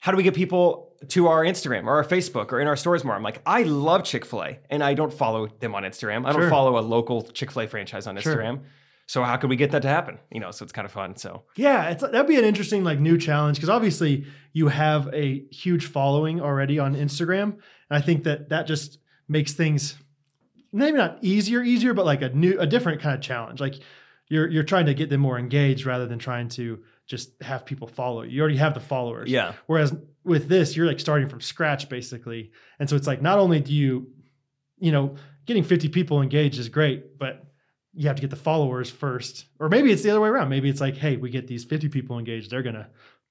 [SPEAKER 1] how do we get people to our Instagram or our Facebook or in our stores more? I'm like, I love Chick fil A and I don't follow them on Instagram. I don't
[SPEAKER 2] Sure.
[SPEAKER 1] follow a local Chick fil A franchise on
[SPEAKER 2] Sure.
[SPEAKER 1] Instagram. So how could we get that to happen? You know, so it's kind of fun. So
[SPEAKER 2] Yeah, it's, that'd be an interesting like new challenge because obviously you have a huge following already on Instagram, and I think that that just makes things maybe not easier, easier, but like a new, a different kind of challenge. Like you're you're trying to get them more engaged rather than trying to just have people follow you. You already have the followers.
[SPEAKER 1] Yeah.
[SPEAKER 2] Whereas with this, you're like starting from scratch basically, and so it's like not only do you, you know, getting 50 people engaged is great, but you have to get the followers first. Or maybe it's the other way around. Maybe it's like, hey, we get these 50 people engaged, they're gonna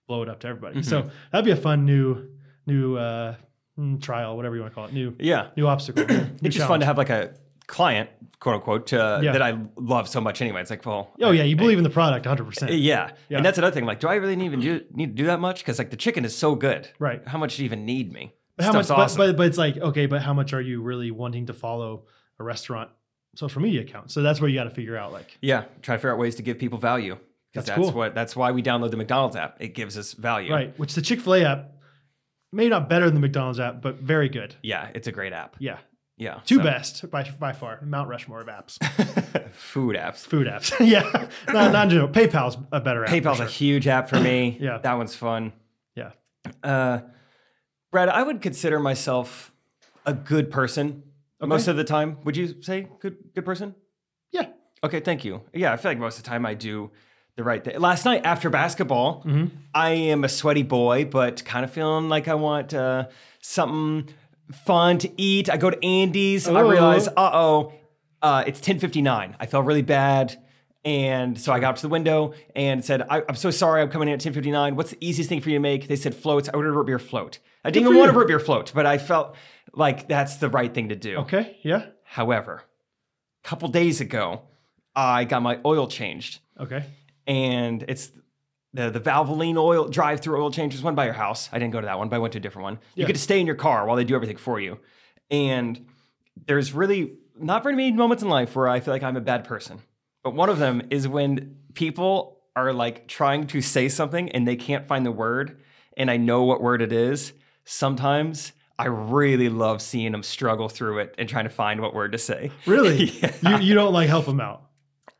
[SPEAKER 2] blow it up to everybody.
[SPEAKER 1] Mm-hmm.
[SPEAKER 2] So that'd be a fun new new uh, mm, trial, whatever you want to call it, new
[SPEAKER 1] yeah.
[SPEAKER 2] new obstacle. new
[SPEAKER 1] It's just fun to have like a client, quote unquote, to,
[SPEAKER 2] Yeah.
[SPEAKER 1] that I love so much anyway. It's like, well,
[SPEAKER 2] Oh yeah, you believe in the product 100. percent
[SPEAKER 1] Eh, Yeah.
[SPEAKER 2] Yeah.
[SPEAKER 1] and that's another thing. Like, do I really need even do, need to do that much? Because like the chicken is so good.
[SPEAKER 2] Right.
[SPEAKER 1] How much do you even need me?
[SPEAKER 2] But how much?
[SPEAKER 1] Stuff's awesome.
[SPEAKER 2] But, but but it's like okay, but how much are you really wanting to follow a restaurant social media account? So that's where you got to figure out like
[SPEAKER 1] yeah, try to figure out ways to give people value. 'Cause
[SPEAKER 2] That's
[SPEAKER 1] that's
[SPEAKER 2] cool.
[SPEAKER 1] what that's why we download the McDonald's app. It gives us value.
[SPEAKER 2] right, which the Chick Fil A app maybe not better than the McDonald's app, but very good.
[SPEAKER 1] Yeah, it's a great app.
[SPEAKER 2] Yeah,
[SPEAKER 1] Yeah.
[SPEAKER 2] two
[SPEAKER 1] so-
[SPEAKER 2] best by by far Mount Rushmore of apps,
[SPEAKER 1] Food apps.
[SPEAKER 2] food apps. yeah, not not in general. PayPal's a better app. for
[SPEAKER 1] PayPal's a
[SPEAKER 2] sure.
[SPEAKER 1] huge app for me.
[SPEAKER 2] Yeah.
[SPEAKER 1] That one's fun.
[SPEAKER 2] yeah.
[SPEAKER 1] Uh, Brad, I would consider myself a good person most of the time. Would you say good good person?
[SPEAKER 2] Yeah.
[SPEAKER 1] Okay, thank you. Yeah, I feel like most of the time I do the right thing. Last night after basketball,
[SPEAKER 2] Mm-hmm.
[SPEAKER 1] I am a sweaty boy, but kind of feeling like I want uh, something fun to eat. I go to Andy's. I
[SPEAKER 2] Oh.
[SPEAKER 1] realize, uh-oh, uh, it's 10.59. I felt really bad. And so I got up to the window and said, I, I'm so sorry, I'm coming in at 10.59. What's the easiest thing for you to make? They said floats. I ordered a root beer float. I didn't even
[SPEAKER 2] for
[SPEAKER 1] want a
[SPEAKER 2] you.
[SPEAKER 1] root beer float, but I felt like that's the right thing to do.
[SPEAKER 2] Okay. Yeah.
[SPEAKER 1] However, a couple days ago, I got my oil changed,
[SPEAKER 2] Okay.
[SPEAKER 1] and it's the the Valvoline oil drive-through oil change. There's one by your house. I didn't go to that one, but I went to a different one. You
[SPEAKER 2] Yeah.
[SPEAKER 1] get to stay in your car while they do everything for you, and there's really not very many moments in life where I feel like I'm a bad person. But one of them is when people are like trying to say something and they can't find the word, and I know what word it is. Sometimes I really love seeing them struggle through it and trying to find what word to say.
[SPEAKER 2] Really?
[SPEAKER 1] Yeah.
[SPEAKER 2] You you don't like help them out.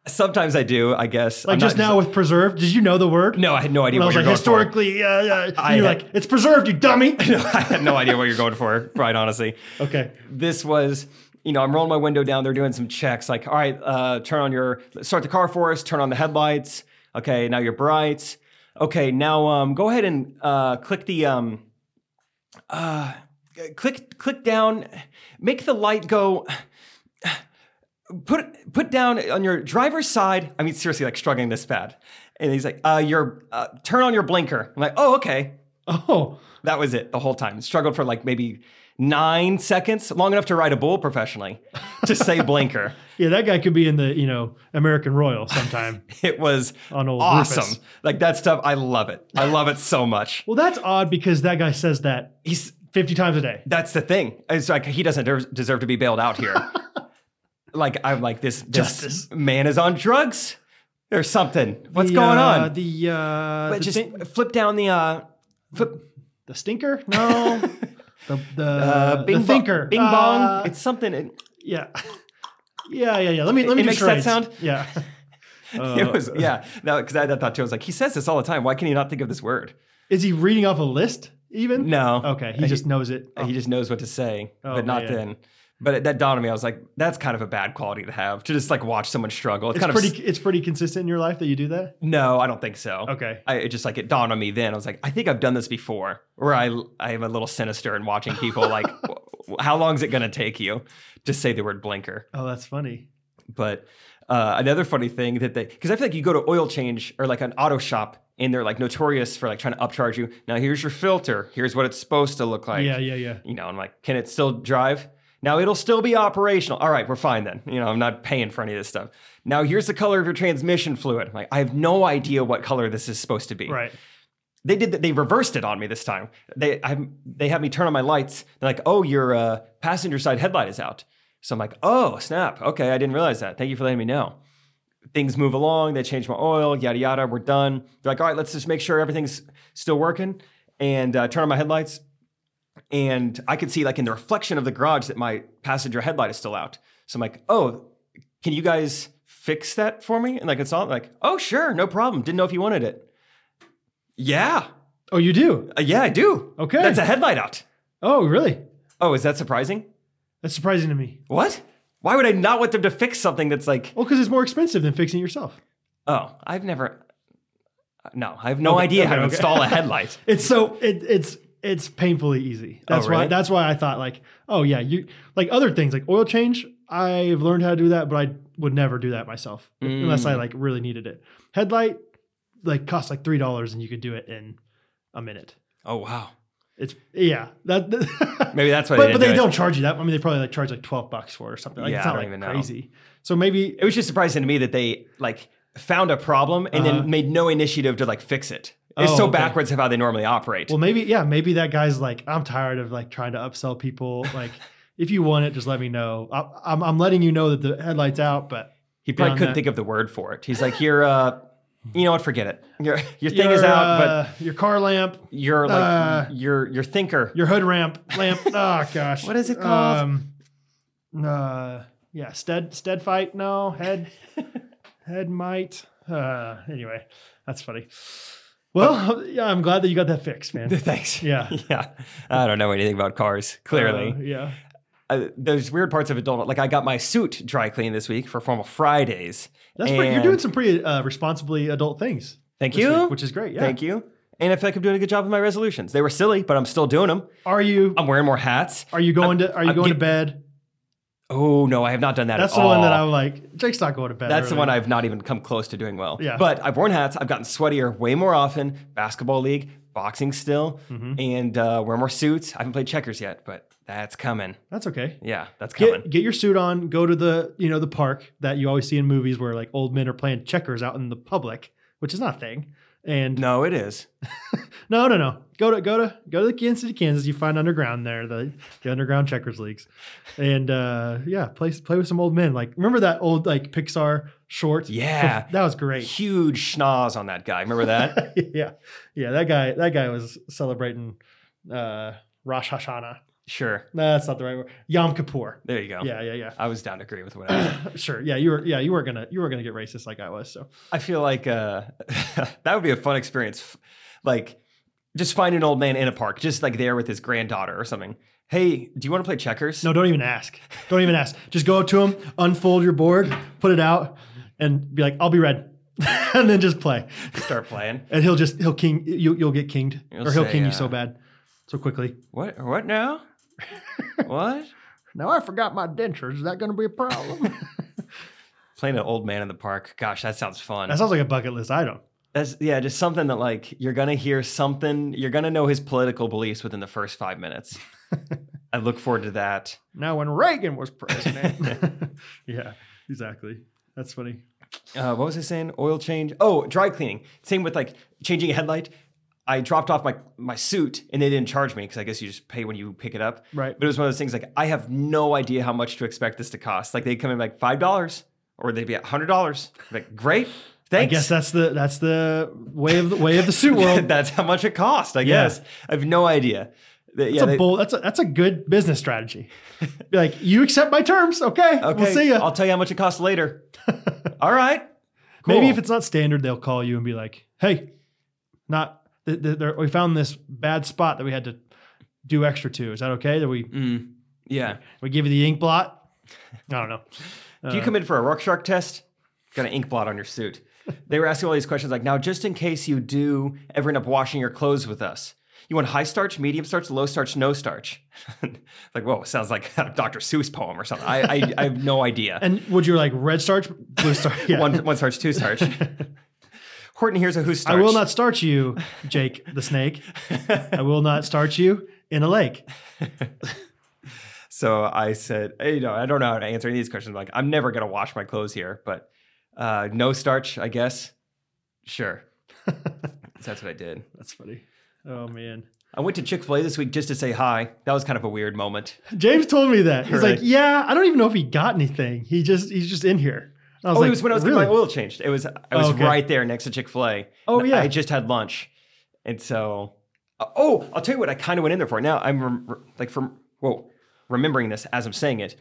[SPEAKER 1] Sometimes I do, I guess.
[SPEAKER 2] Like
[SPEAKER 1] I'm
[SPEAKER 2] just
[SPEAKER 1] not-
[SPEAKER 2] now with preserved, did you know the word?
[SPEAKER 1] No, I had no idea.
[SPEAKER 2] And I
[SPEAKER 1] what
[SPEAKER 2] was
[SPEAKER 1] you were
[SPEAKER 2] like,
[SPEAKER 1] going for.
[SPEAKER 2] historically, uh, uh,
[SPEAKER 1] I
[SPEAKER 2] you're
[SPEAKER 1] had-
[SPEAKER 2] like, it's preserved, you dummy.
[SPEAKER 1] I had no idea what you're going for, right? Honestly,
[SPEAKER 2] okay.
[SPEAKER 1] this was, you know, I'm rolling my window down. They're doing some checks, like, all right, uh, turn on your, start the car for us, turn on the headlights. Okay, now your brights. Okay, now um, go ahead and uh, click the, um, uh, click, click down, make the light go. Put put down on your driver's side. I mean, seriously, like struggling this bad. And he's like, uh, your uh, turn on your blinker. I'm like, oh, okay.
[SPEAKER 2] Oh,
[SPEAKER 1] That was it the whole time. Struggled for like maybe nine seconds, long enough to ride a bull professionally to say blinker.
[SPEAKER 2] yeah, that guy could be in the, you know, American Royal sometime.
[SPEAKER 1] It was
[SPEAKER 2] On old
[SPEAKER 1] awesome.
[SPEAKER 2] Oh, Rufus.
[SPEAKER 1] Like that stuff, I love it. I love it so much.
[SPEAKER 2] well, that's odd because that guy says that
[SPEAKER 1] He's
[SPEAKER 2] 50 times a day.
[SPEAKER 1] that's the thing. It's like he doesn't der- deserve to be bailed out here. like I'm like this, this
[SPEAKER 2] Justice.
[SPEAKER 1] man is on drugs or something. What's
[SPEAKER 2] The,
[SPEAKER 1] going
[SPEAKER 2] uh,
[SPEAKER 1] on?
[SPEAKER 2] The, uh,
[SPEAKER 1] but
[SPEAKER 2] the,
[SPEAKER 1] just
[SPEAKER 2] thing-
[SPEAKER 1] flip down the uh, flip
[SPEAKER 2] the stinker? No. the, the,
[SPEAKER 1] uh, bing
[SPEAKER 2] the
[SPEAKER 1] bo-
[SPEAKER 2] thinker.
[SPEAKER 1] bing
[SPEAKER 2] Uh,
[SPEAKER 1] bong. It's something. It,
[SPEAKER 2] yeah. Yeah, yeah, yeah. Let me, let me
[SPEAKER 1] It
[SPEAKER 2] do
[SPEAKER 1] makes that
[SPEAKER 2] charades.
[SPEAKER 1] sound?
[SPEAKER 2] Yeah. Uh,
[SPEAKER 1] it was yeah. No, because I had that thought too. I was like, he says this all the time. Why can he not think of this word?
[SPEAKER 2] Is he reading off a list even?
[SPEAKER 1] No.
[SPEAKER 2] Okay. He just knows it.
[SPEAKER 1] Uh, He just knows what to say,
[SPEAKER 2] Oh,
[SPEAKER 1] but not
[SPEAKER 2] man.
[SPEAKER 1] then. But it- that dawned on me. I was like, that's kind of a bad quality to have to just like watch someone struggle. It's,
[SPEAKER 2] It's
[SPEAKER 1] kind of
[SPEAKER 2] pretty,
[SPEAKER 1] s-
[SPEAKER 2] it's pretty consistent in your life that you do that?
[SPEAKER 1] no, I don't think so.
[SPEAKER 2] Okay.
[SPEAKER 1] I, it just like it dawned on me then. I was like, I think I've done this before, where I I am a little sinister in watching people like w- How long is it going to take you to say the word blinker?
[SPEAKER 2] Oh, that's funny.
[SPEAKER 1] But uh, another funny thing that they, because I feel like you go to oil change or like an auto shop and they're like notorious for like trying to upcharge you. Now here's your filter. Here's what it's supposed to look like.
[SPEAKER 2] yeah, yeah, yeah.
[SPEAKER 1] You know, I'm like, can it still drive? Now it'll still be operational. All right, we're fine then. You know, I'm not paying for any of this stuff. Now here's the color of your transmission fluid. I'm like, I have no idea what color this is supposed to be.
[SPEAKER 3] Right.
[SPEAKER 1] They did. th- They reversed it on me this time. They I, they had me turn on my lights. They're like, oh, your uh, passenger side headlight is out. So I'm like, oh, snap. Okay, I didn't realize that. Thank you for letting me know. Things move along. They change my oil. Yada yada. We're done. They're like, all right, let's just make sure everything's still working and uh, turn on my headlights. And I could see like in the reflection of the garage that my passenger headlight is still out. So I'm like, oh, can you guys fix that for me? And like it's all like, oh, sure, no problem. Didn't know if you wanted it. Yeah.
[SPEAKER 2] Oh, you do?
[SPEAKER 1] Uh, yeah, I do.
[SPEAKER 2] Okay.
[SPEAKER 1] That's a headlight out.
[SPEAKER 2] Oh, really?
[SPEAKER 1] Oh, is that surprising?
[SPEAKER 2] That's surprising to me.
[SPEAKER 1] What? Why would I not want them to fix something that's like,
[SPEAKER 2] Well, because it's more expensive than fixing it yourself.
[SPEAKER 1] oh, I've never. No, I have no idea how to
[SPEAKER 2] okay, okay.
[SPEAKER 1] install a headlight.
[SPEAKER 2] It's so it, it's it's painfully easy. That's why
[SPEAKER 1] Oh, really?
[SPEAKER 2] that's why I thought like, oh yeah, you like other things like oil change. I've learned how to do that, but I would never do that myself unless
[SPEAKER 1] Mm.
[SPEAKER 2] I like really needed it. Headlight like costs like three dollars, and you could do it in a minute.
[SPEAKER 1] Oh, wow.
[SPEAKER 2] It's yeah, that.
[SPEAKER 1] Maybe that's why
[SPEAKER 2] but
[SPEAKER 1] they
[SPEAKER 2] but
[SPEAKER 1] didn't
[SPEAKER 2] they
[SPEAKER 1] do
[SPEAKER 2] don't
[SPEAKER 1] It.
[SPEAKER 2] charge you that. I mean, they probably like charge like twelve bucks for it or something. Like,
[SPEAKER 1] Yeah,
[SPEAKER 2] it's
[SPEAKER 1] I
[SPEAKER 2] not
[SPEAKER 1] don't
[SPEAKER 2] like
[SPEAKER 1] even know.
[SPEAKER 2] crazy. So maybe
[SPEAKER 1] It was just surprising to me that they like found a problem and
[SPEAKER 2] Uh-huh.
[SPEAKER 1] then made no initiative to like fix it. It's
[SPEAKER 2] Oh,
[SPEAKER 1] so
[SPEAKER 2] okay.
[SPEAKER 1] backwards of how they normally operate.
[SPEAKER 2] Well, maybe yeah, maybe that guy's like, I'm tired of like trying to upsell people. Like, if you want it, just let me know. I, I'm I'm letting you know that the headlights out, but
[SPEAKER 1] he probably
[SPEAKER 2] beyond
[SPEAKER 1] couldn't
[SPEAKER 2] that-
[SPEAKER 1] think of the word for it. He's like, you're, uh, you know what? Forget it. Your, your thing is out, but
[SPEAKER 2] but your car lamp,
[SPEAKER 1] you're like,
[SPEAKER 2] uh,
[SPEAKER 1] your, your thinker.
[SPEAKER 2] your hood ramp, lamp. oh gosh,
[SPEAKER 1] What is it called?
[SPEAKER 2] Um, uh, yeah, stead stead fight. No head head might. Uh, anyway, that's funny. Well, yeah, I'm glad that you got that fixed, man.
[SPEAKER 1] Thanks.
[SPEAKER 2] Yeah.
[SPEAKER 1] yeah. I don't know anything about cars, clearly.
[SPEAKER 2] Uh, yeah.
[SPEAKER 1] uh, there's weird parts of adult. Like I got my suit dry cleaned this week for formal Fridays.
[SPEAKER 2] That's pretty, you're
[SPEAKER 1] And-
[SPEAKER 2] doing some pretty uh, responsibly adult things.
[SPEAKER 1] Thank
[SPEAKER 2] this
[SPEAKER 1] you.
[SPEAKER 2] week, which is great. Yeah.
[SPEAKER 1] Thank you. And I feel like I'm doing a good job with my resolutions. They were silly, but I'm still doing them.
[SPEAKER 2] Are you
[SPEAKER 1] I'm wearing more hats.
[SPEAKER 2] are you going to are you
[SPEAKER 1] I'm
[SPEAKER 2] going to
[SPEAKER 1] get-
[SPEAKER 2] bed?
[SPEAKER 1] Oh no, I have not done that.
[SPEAKER 2] That's
[SPEAKER 1] at
[SPEAKER 2] the one that
[SPEAKER 1] all.
[SPEAKER 2] I'm like. Jake's not going to bed.
[SPEAKER 1] That's the
[SPEAKER 2] early.
[SPEAKER 1] one I've not even come close to doing well.
[SPEAKER 2] Yeah.
[SPEAKER 1] But I've worn hats. I've gotten sweatier way more often. Basketball league, boxing still, and uh, wear more suits. I haven't played checkers yet, but that's coming.
[SPEAKER 2] That's okay.
[SPEAKER 1] Yeah, that's coming.
[SPEAKER 2] Get, get your suit on. Go to the you know the park that you always see in movies where like old men are playing checkers out in the public, which is not a thing. And no,
[SPEAKER 1] no, it is.
[SPEAKER 2] no, no, Go to go to go to the Kansas City, Kansas. You find underground there the the underground checkers leagues, and uh yeah, play play with some old men. Like remember that old like Pixar short?
[SPEAKER 1] Yeah.
[SPEAKER 2] that was great.
[SPEAKER 1] Huge schnoz on that guy. Remember that?
[SPEAKER 2] yeah, yeah. That guy, that guy was celebrating uh, Rosh Hashanah.
[SPEAKER 1] sure.
[SPEAKER 2] No, that's not the right word. Yom Kippur.
[SPEAKER 1] There you go.
[SPEAKER 2] Yeah, yeah, yeah.
[SPEAKER 1] I was down to agree with whatever.
[SPEAKER 2] sure. Yeah, you were. Yeah, you weren't gonna. You were gonna get racist like I was. So
[SPEAKER 1] I feel like uh, that would be a fun experience. F- Like, just find an old man in a park, just like there with his granddaughter or something. Hey, do you want to play checkers?
[SPEAKER 2] no, don't even ask. Don't even ask. Just go up to him, unfold your board, put it out, and be like, "I'll be red," and then just play.
[SPEAKER 1] Start playing.
[SPEAKER 2] And he'll just he'll king you. You'll get kinged,
[SPEAKER 1] He'll
[SPEAKER 2] or he'll
[SPEAKER 1] say,
[SPEAKER 2] king
[SPEAKER 1] uh,
[SPEAKER 2] you so bad, so quickly.
[SPEAKER 1] What? What now? what?
[SPEAKER 2] Now I forgot my dentures. Is that going to be a problem?
[SPEAKER 1] Playing an old man in the park. Gosh, that sounds fun.
[SPEAKER 2] that sounds like a bucket list item.
[SPEAKER 1] That's yeah, just something that like you're gonna hear something. You're gonna know his political beliefs within the first five minutes. I look forward to that.
[SPEAKER 2] Now, when Reagan was president. yeah, exactly. That's funny.
[SPEAKER 1] uh, what was I saying? Oil change. Oh, dry cleaning. Same with like changing a headlight. I dropped off my my suit and they didn't charge me because I guess you just pay when you pick it up.
[SPEAKER 2] Right.
[SPEAKER 1] But it was one of those things like I have no idea how much to expect this to cost. Like they come in like five dollars or they'd be at hundred dollars. Like great,
[SPEAKER 2] I
[SPEAKER 1] thanks.
[SPEAKER 2] guess that's the that's the way of the way of the suit world.
[SPEAKER 1] that's how much it cost. I
[SPEAKER 2] Yeah.
[SPEAKER 1] guess I have no idea. Th-
[SPEAKER 2] That's
[SPEAKER 1] yeah, they-
[SPEAKER 2] a bold, that's a that's a good business strategy. Be like, you accept my terms, okay?
[SPEAKER 1] okay,
[SPEAKER 2] we'll see you.
[SPEAKER 1] I'll tell you how much it costs later. All right.
[SPEAKER 2] Maybe
[SPEAKER 1] cool.
[SPEAKER 2] if it's not standard, they'll call you and be like, "Hey, not th- th- there- we found this bad spot that we had to do extra to. Is that okay? That we
[SPEAKER 1] Mm, yeah.
[SPEAKER 2] we give you the ink blot? I don't know.
[SPEAKER 1] Do you come in for a Rock Shark test? Got an ink blot on your suit. They were asking all these questions like, now, just in case you do ever end up washing your clothes with us, You want high starch, medium starch, low starch, no starch. like, whoa, sounds like a Dr. Seuss poem or something. I, I, I have no idea.
[SPEAKER 2] And would you like red starch, blue starch? Yeah.
[SPEAKER 1] one, one starch, two starch. Horton here's a who starch.
[SPEAKER 2] I will not starch you, Jake the snake. I will not starch you in a lake.
[SPEAKER 1] So I said, hey, you know, I don't know how to answer any of these questions. like, I'm never gonna wash my clothes here, but uh, no starch, I guess. Sure. So that's what I did.
[SPEAKER 2] That's funny. Oh man.
[SPEAKER 1] I went to Chick Fil A this week just to say hi. That was kind of a weird moment.
[SPEAKER 2] James told me that. He's
[SPEAKER 1] Really?
[SPEAKER 2] like, "Yeah, I don't even know if he got anything. He just he's just in here." And I was
[SPEAKER 1] oh,
[SPEAKER 2] like,
[SPEAKER 1] it was when I was
[SPEAKER 2] really?
[SPEAKER 1] getting my oil changed. It was I
[SPEAKER 2] Oh,
[SPEAKER 1] was
[SPEAKER 2] okay.
[SPEAKER 1] right there next to Chick Fil A.
[SPEAKER 2] Oh, yeah.
[SPEAKER 1] I just had lunch, and so oh, I'll tell you what I kind of went in there for. Now I'm rem- re- like from whoa, remembering this as I'm saying it,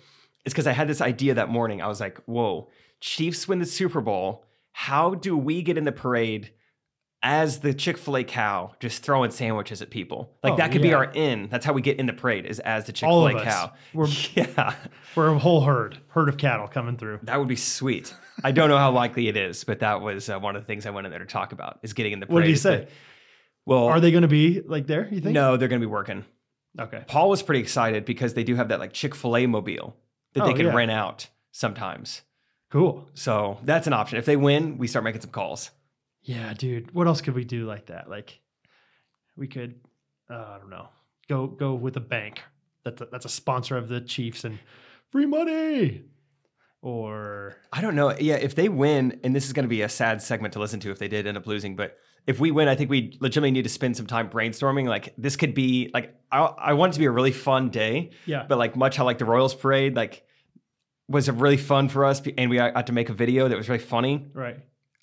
[SPEAKER 1] it's because I had this idea that morning. I was like, whoa, Chiefs win the Super Bowl. How do we get in the parade? As the Chick Fil A cow just throwing sandwiches at people, like
[SPEAKER 2] Oh,
[SPEAKER 1] that could be
[SPEAKER 2] yeah.
[SPEAKER 1] our in. That's how we get in the parade is as the Chick
[SPEAKER 2] All
[SPEAKER 1] Fil
[SPEAKER 2] of
[SPEAKER 1] A
[SPEAKER 2] us.
[SPEAKER 1] cow.
[SPEAKER 2] We're-
[SPEAKER 1] yeah,
[SPEAKER 2] We're a whole herd, herd of cattle coming through.
[SPEAKER 1] that would be sweet. I don't know how likely it is, but that was uh, one of the things I went in there to talk about is getting in the parade.
[SPEAKER 2] What did he
[SPEAKER 1] It's like,
[SPEAKER 2] say?
[SPEAKER 1] Well,
[SPEAKER 2] Are they going to be like there? You think?
[SPEAKER 1] no, they're going to be working.
[SPEAKER 2] Okay.
[SPEAKER 1] Paul was pretty excited because they do have that like Chick Fil A mobile that they
[SPEAKER 2] Oh,
[SPEAKER 1] can
[SPEAKER 2] yeah.
[SPEAKER 1] rent out sometimes.
[SPEAKER 2] Cool.
[SPEAKER 1] So that's an option. If they win, we start making some calls.
[SPEAKER 2] Yeah, dude. What else could we do like that? Like, we could, uh, I don't know, go go with a bank that's a, that's a sponsor of the Chiefs and free money, or
[SPEAKER 1] I don't know. Yeah, if they win, and this is going to be a sad segment to listen to if they did end up losing, but if we win, I think we legitimately need to spend some time brainstorming. Like this could be like I, I want it to be a really fun day.
[SPEAKER 2] yeah,
[SPEAKER 1] but like much how like the Royals parade like was really fun for us, and we got to make a video that was really funny.
[SPEAKER 2] right,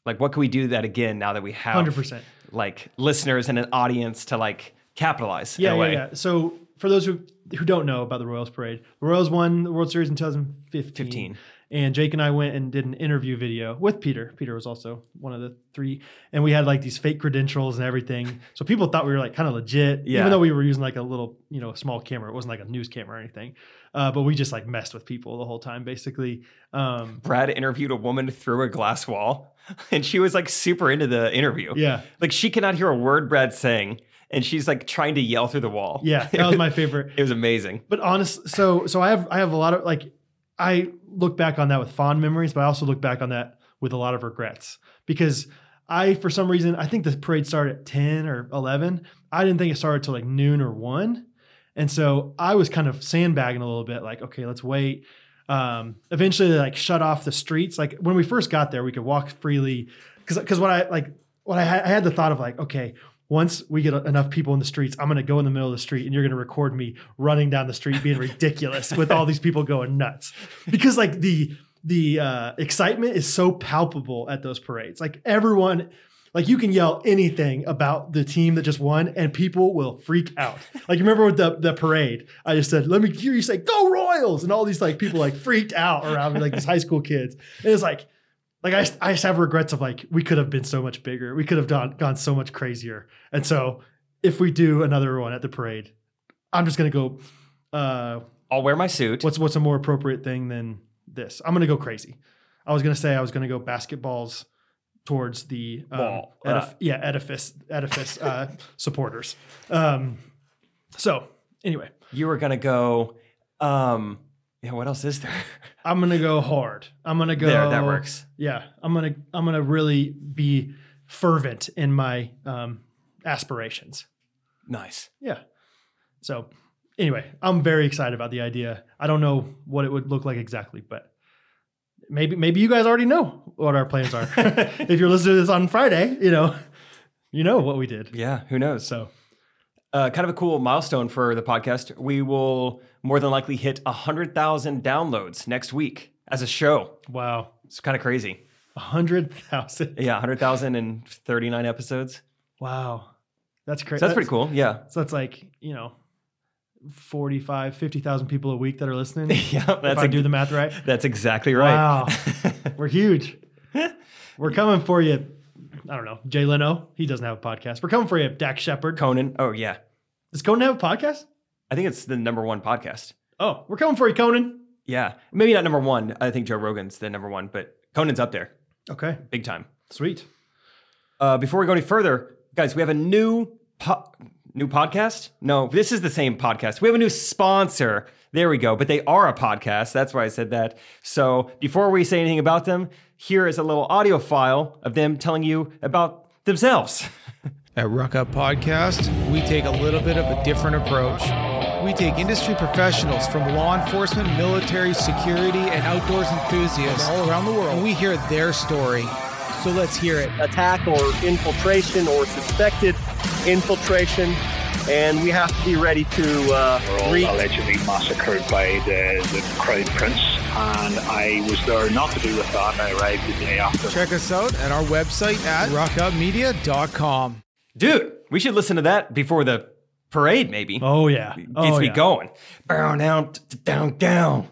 [SPEAKER 1] Like, what can we do that again now that we have
[SPEAKER 2] hundred percent.
[SPEAKER 1] like listeners and an audience to like capitalize? in
[SPEAKER 2] Yeah,
[SPEAKER 1] a
[SPEAKER 2] yeah,
[SPEAKER 1] way.
[SPEAKER 2] yeah. So for those who who don't know about the Royals parade, the Royals won the World Series in 2015.
[SPEAKER 1] 15.
[SPEAKER 2] And Jake and I went and did an interview video with Peter. Peter was also one of the three, and we had like these fake credentials and everything. So people thought we were like kind of legit,
[SPEAKER 1] Yeah.
[SPEAKER 2] even though we were using like a little, you know, small camera. It wasn't like a news camera or anything. Uh, but we just like messed with people the whole time, basically. Um,
[SPEAKER 1] Brad interviewed a woman through a glass wall, and she was like super into the interview.
[SPEAKER 2] yeah,
[SPEAKER 1] Like she cannot hear a word Brad's saying, and she's like trying to yell through the wall.
[SPEAKER 2] yeah, that was my favorite.
[SPEAKER 1] it was amazing.
[SPEAKER 2] But honest, so so I have I have a lot of like I look back on that with fond memories, but I also look back on that with a lot of regrets because I for some reason I think the parade started at ten or eleven. I didn't think it started till like noon or one, and so I was kind of sandbagging a little bit, like okay, let's wait. Um, eventually, they like shut off the streets. Like when we first got there, we could walk freely because because what I like what I had, I had the thought of like okay. Once we get enough people in the streets, I'm gonna go in the middle of the street and you're gonna record me running down the street being ridiculous with all these people going nuts. Because like the the uh, excitement is so palpable at those parades. Like everyone, like you can yell anything about the team that just won, and people will freak out. Like you remember with the the parade, I just said, "Let me hear you say Go Royals," and all these like people like freaked out around me, like these high school kids. And it's like. Like I, I just have regrets of like we could have been so much bigger, we could have done gone so much crazier, and so if we do another one at the parade, I'm just gonna go. Uh,
[SPEAKER 1] I'll wear my suit.
[SPEAKER 2] what's what's a more appropriate thing than this? I'm gonna go crazy. I was gonna say I was gonna go basketballs towards the um,
[SPEAKER 1] Wall,
[SPEAKER 2] edif-
[SPEAKER 1] uh.
[SPEAKER 2] yeah edifice edifice uh, supporters. Um, so anyway,
[SPEAKER 1] You were gonna go. um Yeah, what else is there?
[SPEAKER 2] I'm gonna go hard. I'm gonna go.
[SPEAKER 1] There, that works.
[SPEAKER 2] Yeah, I'm gonna I'm gonna really be fervent in my um, aspirations.
[SPEAKER 1] Nice.
[SPEAKER 2] Yeah. So anyway, I'm very excited about the idea. I don't know what it would look like exactly, but maybe maybe you guys already know what our plans are. if you're listening to this on Friday, you know, you know what we did.
[SPEAKER 1] Yeah, who knows?
[SPEAKER 2] So
[SPEAKER 1] uh, kind of a cool milestone for the podcast. We will more than likely hit 100,000 downloads next week as a show.
[SPEAKER 2] wow.
[SPEAKER 1] It's kind of crazy.
[SPEAKER 2] A hundred thousand.
[SPEAKER 1] Yeah, 100,039 episodes.
[SPEAKER 2] Wow. That's crazy.
[SPEAKER 1] So that's pretty cool. Yeah.
[SPEAKER 2] So that's like, you know, 45, 50,000 people a week that are listening.
[SPEAKER 1] Yeah,
[SPEAKER 2] if
[SPEAKER 1] that's
[SPEAKER 2] I
[SPEAKER 1] ex-
[SPEAKER 2] do the math right.
[SPEAKER 1] that's exactly right.
[SPEAKER 2] Wow. We're huge. We're coming for you. I don't know. Jay Leno, he doesn't have a podcast. We're coming for you, Dak Shepard.
[SPEAKER 1] Conan. Oh yeah.
[SPEAKER 2] Does Conan have a podcast?
[SPEAKER 1] I think it's the number 1 podcast.
[SPEAKER 2] Oh, we're coming for you, Conan.
[SPEAKER 1] Yeah. Maybe not number 1. I think Joe Rogan's the number 1, but Conan's up there
[SPEAKER 2] Okay.
[SPEAKER 1] big time.
[SPEAKER 2] Sweet.
[SPEAKER 1] Uh, before we go any further, guys, we have a new po- New podcast? No, this is the same podcast. We have a new sponsor. There we go. But they are a podcast. That's why I said that. So before we say anything about them, here is a little audio file of them telling you about themselves.
[SPEAKER 4] At Ruck Up Podcast, we take a little bit of a different approach. We take industry professionals from law enforcement, military, security, and outdoors enthusiasts all around the world, and we hear their story. So let's hear it.
[SPEAKER 5] attack or infiltration or suspected infiltration, and we have to be ready to uh,
[SPEAKER 6] were all
[SPEAKER 5] re-
[SPEAKER 6] allegedly massacred by the, the crown prince, and I was there not to do with that. I arrived the day after.
[SPEAKER 4] Check us out at our website at ruckupmedia.com.
[SPEAKER 1] Dude, we should listen to that before the parade, maybe.
[SPEAKER 2] Oh yeah.
[SPEAKER 1] It gets
[SPEAKER 2] Oh,
[SPEAKER 1] me
[SPEAKER 2] yeah.
[SPEAKER 1] going. Bow down, t- down, down.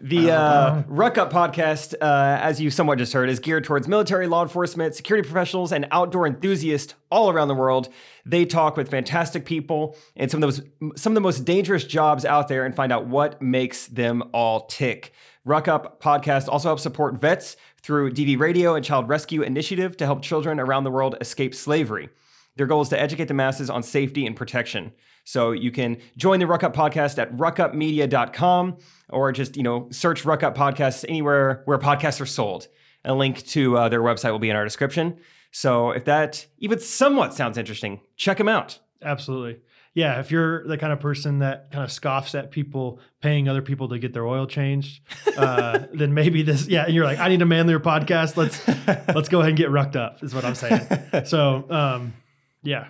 [SPEAKER 1] The uh, Ruck Up podcast, uh, as you somewhat just heard, is geared towards military, law enforcement, security professionals, and outdoor enthusiasts all around the world. They talk with fantastic people and some of those some of the most dangerous jobs out there, and find out what makes them all tick. Ruck Up podcast also helps support vets through DV Radio and Child Rescue Initiative to help children around the world escape slavery. Their goal is to educate the masses on safety and protection. So you can join the Ruck Up Podcast at ruckupmedia.com or just, you know, search Ruck Up Podcasts anywhere where podcasts are sold. A link to uh, their website will be in our description. So if that even somewhat sounds interesting, check them out.
[SPEAKER 2] Absolutely. Yeah, if you're the kind of person that kind of scoffs at people paying other people to get their oil changed, uh, then maybe this. Yeah, and you're like, I need a manlier podcast. Let's let's go ahead and get rucked up. Is what I'm saying. So, um, yeah,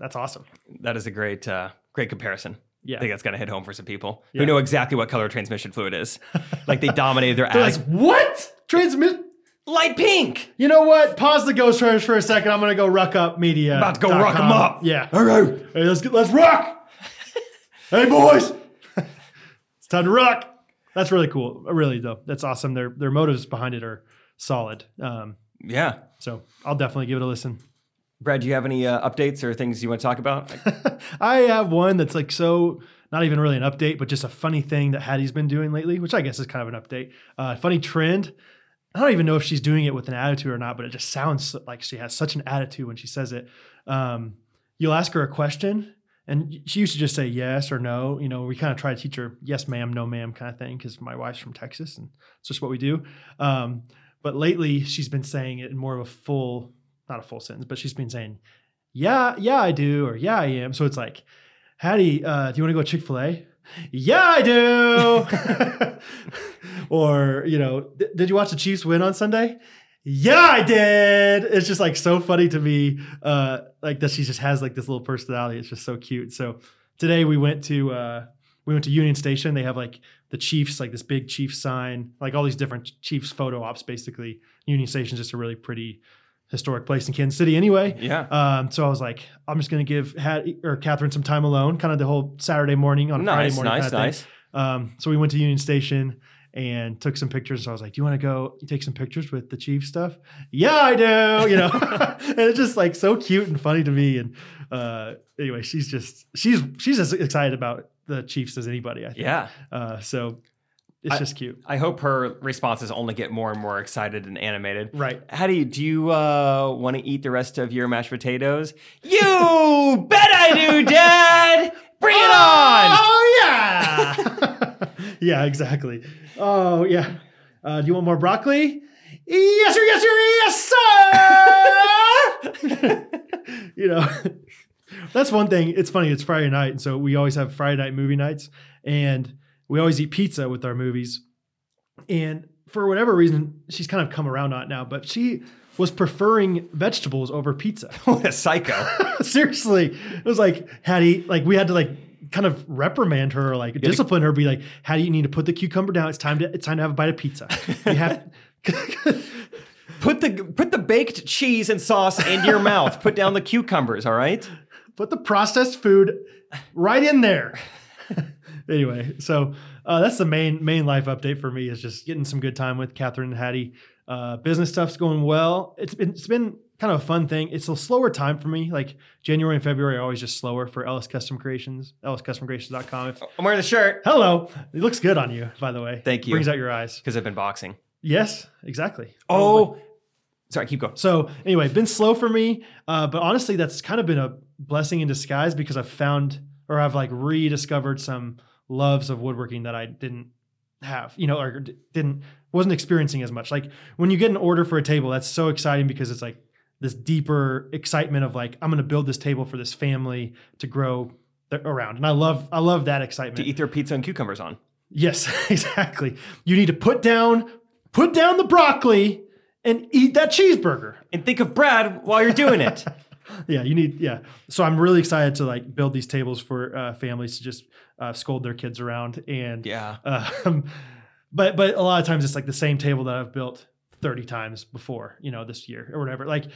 [SPEAKER 2] that's awesome.
[SPEAKER 1] That is a great, uh, great comparison.
[SPEAKER 2] Yeah.
[SPEAKER 1] I think that's going to hit home for some people
[SPEAKER 2] Yeah.
[SPEAKER 1] who know exactly what color transmission fluid is. like they dominated their
[SPEAKER 2] They're like,
[SPEAKER 1] ads.
[SPEAKER 2] what transmit?
[SPEAKER 1] Light pink.
[SPEAKER 2] You know what? Pause the Ghost Runners for a second. I'm gonna go ruck up media.
[SPEAKER 1] About to go ruck 'em up.
[SPEAKER 2] Yeah.
[SPEAKER 1] All right.
[SPEAKER 2] Hey, let's get, let's rock. hey, boys, it's time to rock. That's really cool. Really though, that's awesome. Their their motives behind it are solid. Um,
[SPEAKER 1] Yeah.
[SPEAKER 2] so I'll definitely give it a listen.
[SPEAKER 1] Brad, do you have any uh, updates or things you want to talk about?
[SPEAKER 2] I have one that's like so not even really an update, but just a funny thing that Hattie's been doing lately, which I guess is kind of an update. Uh, funny trend. I don't even know if she's doing it with an attitude or not, but it just sounds like she has such an attitude when she says it. Um, you'll ask her a question, and she used to just say yes or no. You know, we kind of try to teach her yes, ma'am, no, ma'am kind of thing because my wife's from Texas and it's just what we do. Um, but lately, she's been saying it in more of a full, not a full sentence, but she's been saying yeah, yeah, I do, or yeah, I am. So it's like, Hattie, uh, do you want to go Chick fil A? Yeah, I do. or, you know, "D- did you watch the Chiefs win on Sunday? Yeah, I did. It's just like so funny to me, uh, like that she just has like this little personality. It's just so cute. So today we went to, uh, we went to Union Station. They have like the Chiefs, like this big Chiefs sign, like all these different Chiefs photo ops, basically. Union Station's just a really pretty historic place in Kansas City anyway.
[SPEAKER 1] yeah.
[SPEAKER 2] Um, so I was like, I'm just gonna give Hat or Catherine some time alone, kind of the whole Saturday morning on Friday
[SPEAKER 1] nice,
[SPEAKER 2] morning.
[SPEAKER 1] nice,
[SPEAKER 2] kinda thing.
[SPEAKER 1] nice.
[SPEAKER 2] Um, so we went to Union Station and took some pictures. So I was like, "Do you want to go take some pictures with the chief stuff?" Yeah, I do. You know, and it's just like so cute and funny to me. And uh, anyway, she's just she's she's as excited about the Chiefs as anybody. I think.
[SPEAKER 1] Yeah.
[SPEAKER 2] Uh, so it's
[SPEAKER 1] I-
[SPEAKER 2] just cute,
[SPEAKER 1] I hope her responses only get more and more excited and animated.
[SPEAKER 2] right?
[SPEAKER 1] Hattie, do you uh, want to eat the rest of your mashed potatoes? You bet I do, Dad! Bring it on!
[SPEAKER 2] Oh yeah. yeah, exactly. Oh yeah. Uh, do you want more broccoli? Yes, sir. Yes, sir. Yes, sir. you know, that's one thing. It's funny. It's Friday night, and so we always have Friday night movie nights, and we always eat pizza with our movies. And for whatever reason, she's kind of come around on it now, but she was preferring vegetables over pizza.
[SPEAKER 1] What a psycho.
[SPEAKER 2] Seriously, it was like Hattie. Like we had to like kind of reprimand her, or like discipline her, be like, Hattie, you need to put the cucumber down. It's time to it's time to have a bite of pizza. You have.
[SPEAKER 1] Put the put the baked cheese and sauce in your mouth. Put down the cucumbers, all right?
[SPEAKER 2] put the processed food right in there. anyway, so uh, that's the main main life update for me is just getting some good time with Catherine and Hattie. Uh, business stuff's going well. It's been it's been kind of a fun thing. It's a slower time for me. Like January and February are always just slower for Ellis Custom Creations, elliscustomcreations.com. If,
[SPEAKER 1] I'm wearing the shirt.
[SPEAKER 2] hello, it looks good on you, by the way.
[SPEAKER 1] Thank you.
[SPEAKER 2] Brings out your eyes.
[SPEAKER 1] Because I've been boxing.
[SPEAKER 2] Yes, exactly.
[SPEAKER 1] Oh, sorry, keep going.
[SPEAKER 2] So anyway, been slow for me, uh, but honestly, that's kind of been a blessing in disguise because I've found or I've like rediscovered some loves of woodworking that I didn't have, you know, or d- didn't wasn't experiencing as much. Like when you get an order for a table, that's so exciting because it's like this deeper excitement of like I'm going to build this table for this family to grow th- around, and I love I love that excitement.
[SPEAKER 1] to eat their pizza and cucumbers on.
[SPEAKER 2] Yes, exactly. You need to put down put down the broccoli and eat that cheeseburger.
[SPEAKER 1] And think of Brad while you're doing it.
[SPEAKER 2] Yeah, you need yeah. So I'm really excited to like build these tables for uh, families to just uh, scold their kids around and
[SPEAKER 1] yeah.
[SPEAKER 2] Um, but but a lot of times it's like the same table that I've built 30 times before, you know, this year or whatever. Like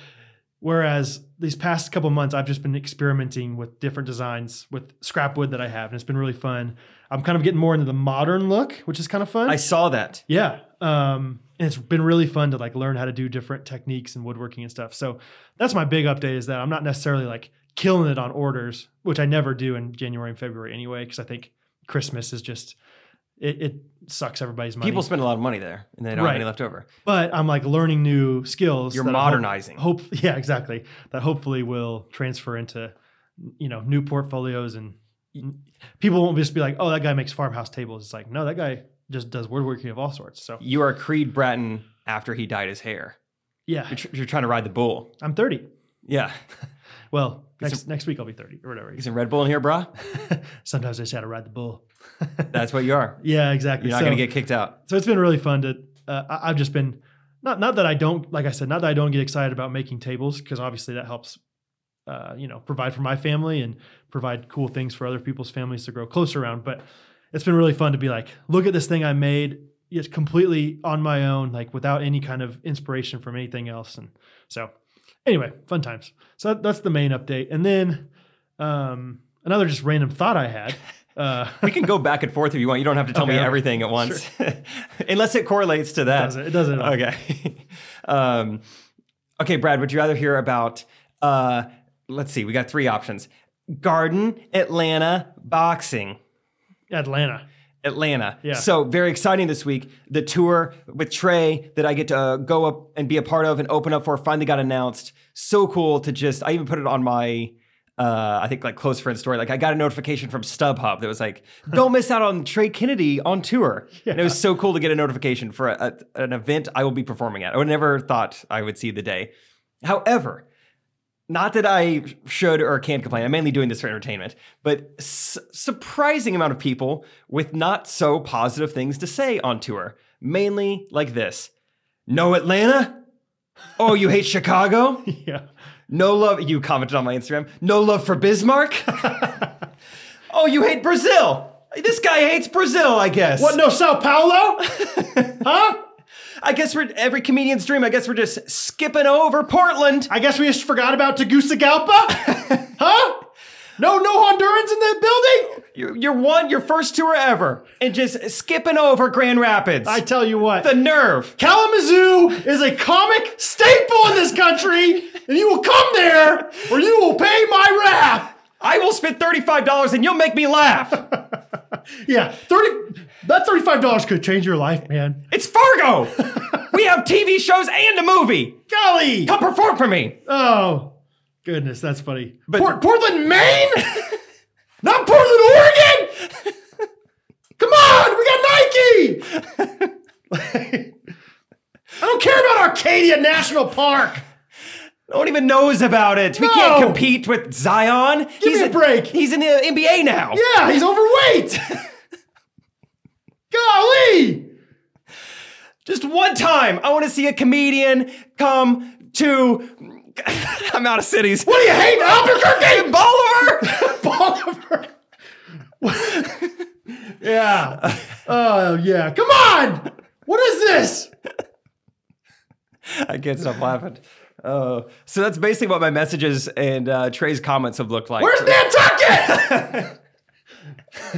[SPEAKER 2] whereas these past couple months I've just been experimenting with different designs with scrap wood that I have and it's been really fun. I'm kind of getting more into the modern look, which is kind of fun.
[SPEAKER 1] I saw that.
[SPEAKER 2] Yeah. Um, and it's been really fun to like learn how to do different techniques and woodworking and stuff. So that's my big update is that I'm not necessarily like killing it on orders, which I never do in January and February anyway, because I think Christmas is just it, it sucks everybody's money.
[SPEAKER 1] People spend a lot of money there and they don't have
[SPEAKER 2] Right.
[SPEAKER 1] any left over.
[SPEAKER 2] but I'm like learning new skills.
[SPEAKER 1] You're
[SPEAKER 2] that I hope-
[SPEAKER 1] modernizing.
[SPEAKER 2] Hope, yeah, exactly. That hopefully will transfer into you know new portfolios and people won't just be like, oh, that guy makes farmhouse tables. It's like no, that guy just does woodworking of all sorts. So
[SPEAKER 1] You are Creed Bratton after he dyed his hair.
[SPEAKER 2] yeah,
[SPEAKER 1] You're, tr- you're trying to ride the bull.
[SPEAKER 2] I'm 30.
[SPEAKER 1] Yeah.
[SPEAKER 2] Well,
[SPEAKER 1] Get
[SPEAKER 2] next next week I'll be 30 or whatever.
[SPEAKER 1] You some Red Bull in here, brah?
[SPEAKER 2] Sometimes I just had to ride the bull.
[SPEAKER 1] That's what you are.
[SPEAKER 2] yeah, exactly.
[SPEAKER 1] You're not
[SPEAKER 2] so,
[SPEAKER 1] going to get kicked out.
[SPEAKER 2] so it's been really fun to. Uh, I, I've just been not not that I don't like I said not that I don't get excited about making tables because obviously that helps. Uh, you know, provide for my family and provide cool things for other people's families to grow closer around. But it's been really fun to be like, look at this thing I made. It's completely on my own, like without any kind of inspiration from anything else. And so, anyway, fun times. So that- that's the main update. And then um, another just random thought I had. Uh,
[SPEAKER 1] We can go back and forth if you want. You don't have to tell me
[SPEAKER 2] Okay.
[SPEAKER 1] everything at once, unless it correlates to that.
[SPEAKER 2] doesn't- it doesn't at all.
[SPEAKER 1] Okay. um, okay, Brad. Would you rather hear about? Uh, let's see. We got three options: garden, Atlanta, boxing.
[SPEAKER 2] Atlanta.
[SPEAKER 1] Atlanta.
[SPEAKER 2] Yeah.
[SPEAKER 1] So very exciting this week. The tour with Trey that I get to uh, go up and be a part of and open up for finally got announced. So cool to just. I even put it on my. Uh, I think like close friend story. Like I got a notification from StubHub that was like, "Don't miss out on Trey Kennedy on tour." And it was so cool to get a notification for a, a- an event I will be performing at. I would never thought I would see the day. However, not that I should or can complain. I'm mainly doing this for entertainment, but s- surprising amount of people with not so positive things to say on tour, mainly like this: No Atlanta. Oh, you hate Chicago?
[SPEAKER 2] Yeah.
[SPEAKER 1] No love. You commented on my Instagram. No love for Bismarck. oh, you hate Brazil. This guy hates Brazil, I guess.
[SPEAKER 2] What? No, Sao Paulo? huh?
[SPEAKER 1] I guess we're every comedian's dream. I guess we're just skipping over Portland.
[SPEAKER 2] I guess we just forgot about Tegucigalpa? huh? No, no Hondurans in that building?
[SPEAKER 1] You're, you're one, your first tour ever, and just skipping over Grand Rapids.
[SPEAKER 2] I tell you what.
[SPEAKER 1] the nerve.
[SPEAKER 2] Kalamazoo is a comic staple in this country, and you will come there or you will pay my wrath.
[SPEAKER 1] I will spend $35 and you'll make me laugh.
[SPEAKER 2] Yeah, 30 that $35 could change your life, man.
[SPEAKER 1] it's Fargo. we have TV shows and a movie.
[SPEAKER 2] Golly!
[SPEAKER 1] Come perform for me.
[SPEAKER 2] Oh, goodness, that's funny.
[SPEAKER 1] But-
[SPEAKER 2] Port- Portland, Maine? Not Portland, Oregon? Come on, we got Nike! I don't care about Arcadia National Park.
[SPEAKER 1] No one even knows about it. We can't
[SPEAKER 2] No.
[SPEAKER 1] compete with Zion.
[SPEAKER 2] Give
[SPEAKER 1] he's
[SPEAKER 2] me a break.
[SPEAKER 1] He's in the NBA now.
[SPEAKER 2] Yeah, he's overweight. Golly!
[SPEAKER 1] Just one time, I want to see a comedian come to. I'm out of cities.
[SPEAKER 2] What do you hate, Albuquerque?
[SPEAKER 1] Bolivar?
[SPEAKER 2] Bolivar. yeah. Oh, yeah. Come on! What is this?
[SPEAKER 1] I can't stop laughing. Oh, so that's basically what my messages and uh, Trey's comments have looked like.
[SPEAKER 2] Where's Nantucket?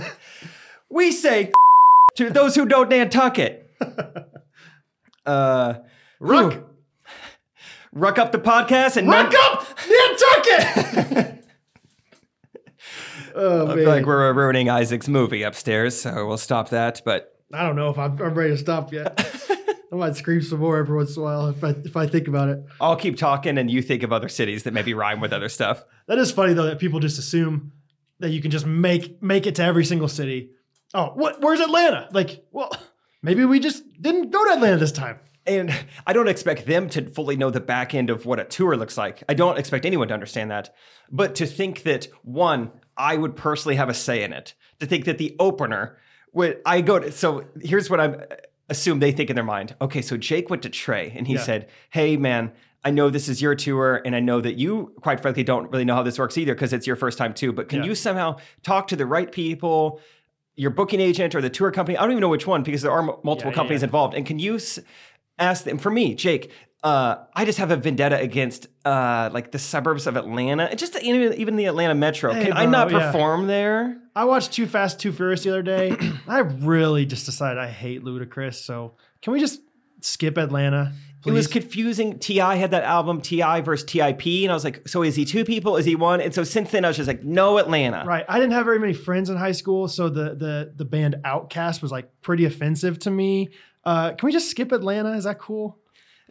[SPEAKER 1] we say to those who don't Nantucket. Uh,
[SPEAKER 2] Ruck.
[SPEAKER 1] whew. ruck up the podcast and
[SPEAKER 2] Back up, Nantucket. oh
[SPEAKER 1] I
[SPEAKER 2] man,
[SPEAKER 1] feel like we're ruining Isaac's movie upstairs, so we'll stop that. But
[SPEAKER 2] I don't know if I'm, I'm ready to stop yet. I might scream some more every once in a while if I if I think about it.
[SPEAKER 1] I'll keep talking and you think of other cities that maybe rhyme with other stuff.
[SPEAKER 2] That is funny though that people just assume that you can just make make it to every single city. Oh, what? Where's Atlanta? Like, well, maybe we just didn't go to Atlanta this time.
[SPEAKER 1] And I don't expect them to fully know the back end of what a tour looks like. I don't expect anyone to understand that. But to think that, one, I would personally have a say in it, to think that the opener would, I go to, so here's what I am assume they think in their mind. Okay, so Jake went to Trey and he
[SPEAKER 2] Yeah.
[SPEAKER 1] said, Hey, man, I know this is your tour, and I know that you, quite frankly, don't really know how this works either because it's your first time too. But can
[SPEAKER 2] Yeah.
[SPEAKER 1] you somehow talk to the right people? your booking agent or the tour company. I don't even know which one because there are m- multiple
[SPEAKER 2] Yeah,
[SPEAKER 1] companies
[SPEAKER 2] yeah.
[SPEAKER 1] involved. And can you s- ask them? For me, Jake, uh, I just have a vendetta against uh, like the suburbs of Atlanta, just even even the Atlanta metro.
[SPEAKER 2] Hey,
[SPEAKER 1] can I not
[SPEAKER 2] bro, yeah.
[SPEAKER 1] perform there?
[SPEAKER 2] I watched Too Fast, Too Furious the other day. I really just decided I hate Ludacris. So can we just skip Atlanta?
[SPEAKER 1] It was
[SPEAKER 2] please?
[SPEAKER 1] confusing. Ti had that album Ti versus Tip, and I was like, so is he two people? Is he one? And so since then, I was just like, no Atlanta.
[SPEAKER 2] Right. I didn't have very many friends in high school, so the the the band Outcast was like pretty offensive to me. Uh, can we just skip Atlanta? Is that cool?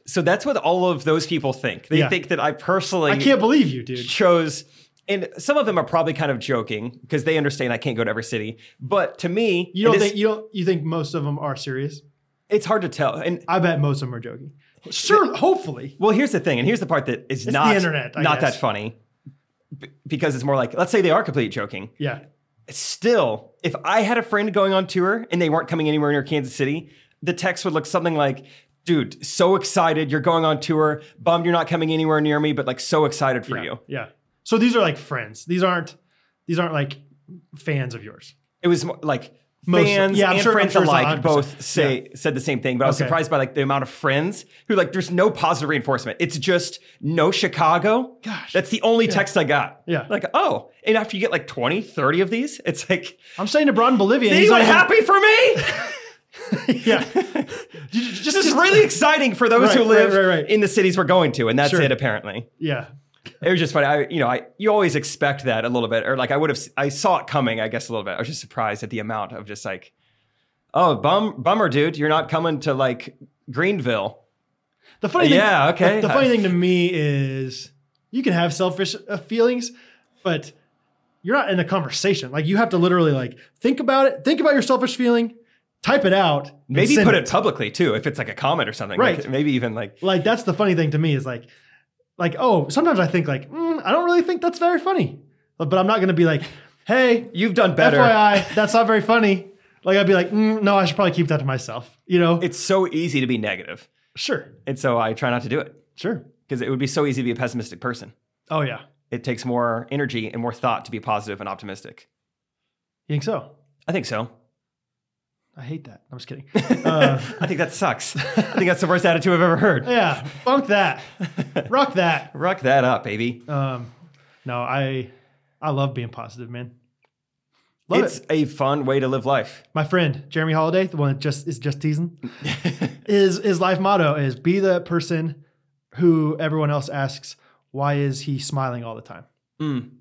[SPEAKER 1] So that's what all of those people think. They
[SPEAKER 2] Yeah.
[SPEAKER 1] think that I personally
[SPEAKER 2] I can't believe you, dude.
[SPEAKER 1] chose and some of them are probably kind of joking because they understand I can't go to every city. But to me,
[SPEAKER 2] You don't
[SPEAKER 1] it is-
[SPEAKER 2] think you don't you think most of them are serious?
[SPEAKER 1] it's hard to tell. And
[SPEAKER 2] I bet most of them are joking. Sure, hopefully.
[SPEAKER 1] well, here's the thing, and here's the part that is
[SPEAKER 2] the
[SPEAKER 1] not
[SPEAKER 2] internet, I
[SPEAKER 1] not
[SPEAKER 2] guess.
[SPEAKER 1] that funny b- because it's more like let's say they are complete joking.
[SPEAKER 2] Yeah.
[SPEAKER 1] Still, if I had a friend going on tour and they weren't coming anywhere near Kansas City, the text would look something like. Dude, so excited. You're going on tour. Bummed you're not coming anywhere near me, but like so excited for
[SPEAKER 2] yeah,
[SPEAKER 1] you.
[SPEAKER 2] Yeah. So these are like friends. These aren't these aren't like fans of yours.
[SPEAKER 1] it was more, like
[SPEAKER 2] Mostly.
[SPEAKER 1] fans
[SPEAKER 2] Yeah, I'm
[SPEAKER 1] and
[SPEAKER 2] sure- I'm
[SPEAKER 1] friends
[SPEAKER 2] sure it's
[SPEAKER 1] alike
[SPEAKER 2] 100%.
[SPEAKER 1] both say said the same thing. But I was
[SPEAKER 2] Okay.
[SPEAKER 1] surprised by like the amount of friends who like there's no positive reinforcement. It's just no Chicago.
[SPEAKER 2] Gosh.
[SPEAKER 1] That's the only text I got.
[SPEAKER 2] Yeah.
[SPEAKER 1] Like, oh, and after you get like 20, 30 of these, it's like,
[SPEAKER 2] I'm saying to Braun Bolivia.
[SPEAKER 1] is
[SPEAKER 2] and he's
[SPEAKER 1] anyone
[SPEAKER 2] not even-
[SPEAKER 1] happy for me?
[SPEAKER 2] Yeah.
[SPEAKER 1] this is really exciting for those
[SPEAKER 2] Right,
[SPEAKER 1] who
[SPEAKER 2] right,
[SPEAKER 1] live
[SPEAKER 2] right, right.
[SPEAKER 1] in the cities we're going to. And that's
[SPEAKER 2] Sure.
[SPEAKER 1] it, apparently.
[SPEAKER 2] yeah.
[SPEAKER 1] It was just funny. I, you know, I you always expect that a little bit, or like I would have, s- I saw it coming, I guess, a little bit. I was just surprised at the amount of just like, oh, bum, bummer, dude, you're not coming to like Greenville.
[SPEAKER 2] The funny thing,
[SPEAKER 1] Yeah, okay.
[SPEAKER 2] The, the funny thing to me is you can have selfish uh, feelings, but you're not in a conversation. Like you have to literally like think about it, think about your selfish feeling, type it out, and
[SPEAKER 1] Maybe
[SPEAKER 2] send
[SPEAKER 1] put it publicly too, if it's like a comment or something. Like,
[SPEAKER 2] Right.
[SPEAKER 1] maybe even like,
[SPEAKER 2] Like that's the funny thing to me is like, like oh, sometimes I think like mm, I don't really think that's very funny, but, but I'm not gonna be like, hey,
[SPEAKER 1] you've done better.
[SPEAKER 2] FYI, that's not very funny. Like I'd be like, mm, no, I should probably keep that to myself. You know?
[SPEAKER 1] It's so easy to be negative,
[SPEAKER 2] sure,
[SPEAKER 1] and so I try not to do it
[SPEAKER 2] sure.
[SPEAKER 1] because it would be so easy to be a pessimistic person.
[SPEAKER 2] Oh yeah,
[SPEAKER 1] It takes more energy and more thought to be positive and optimistic.
[SPEAKER 2] you think so?
[SPEAKER 1] I think so.
[SPEAKER 2] I hate that. I'm just kidding. Uh,
[SPEAKER 1] I think that sucks. I think that's the worst attitude I've ever heard.
[SPEAKER 2] Yeah, bunk that, rock that.
[SPEAKER 1] Rock that up, baby.
[SPEAKER 2] Um, no, I I love being positive, man. Love
[SPEAKER 1] it's
[SPEAKER 2] it.
[SPEAKER 1] a fun way to live life.
[SPEAKER 2] My friend Jeremy Holiday, the one that just is just teasing, is his life motto is be the person who everyone else asks why is he smiling all the time.
[SPEAKER 1] Mm.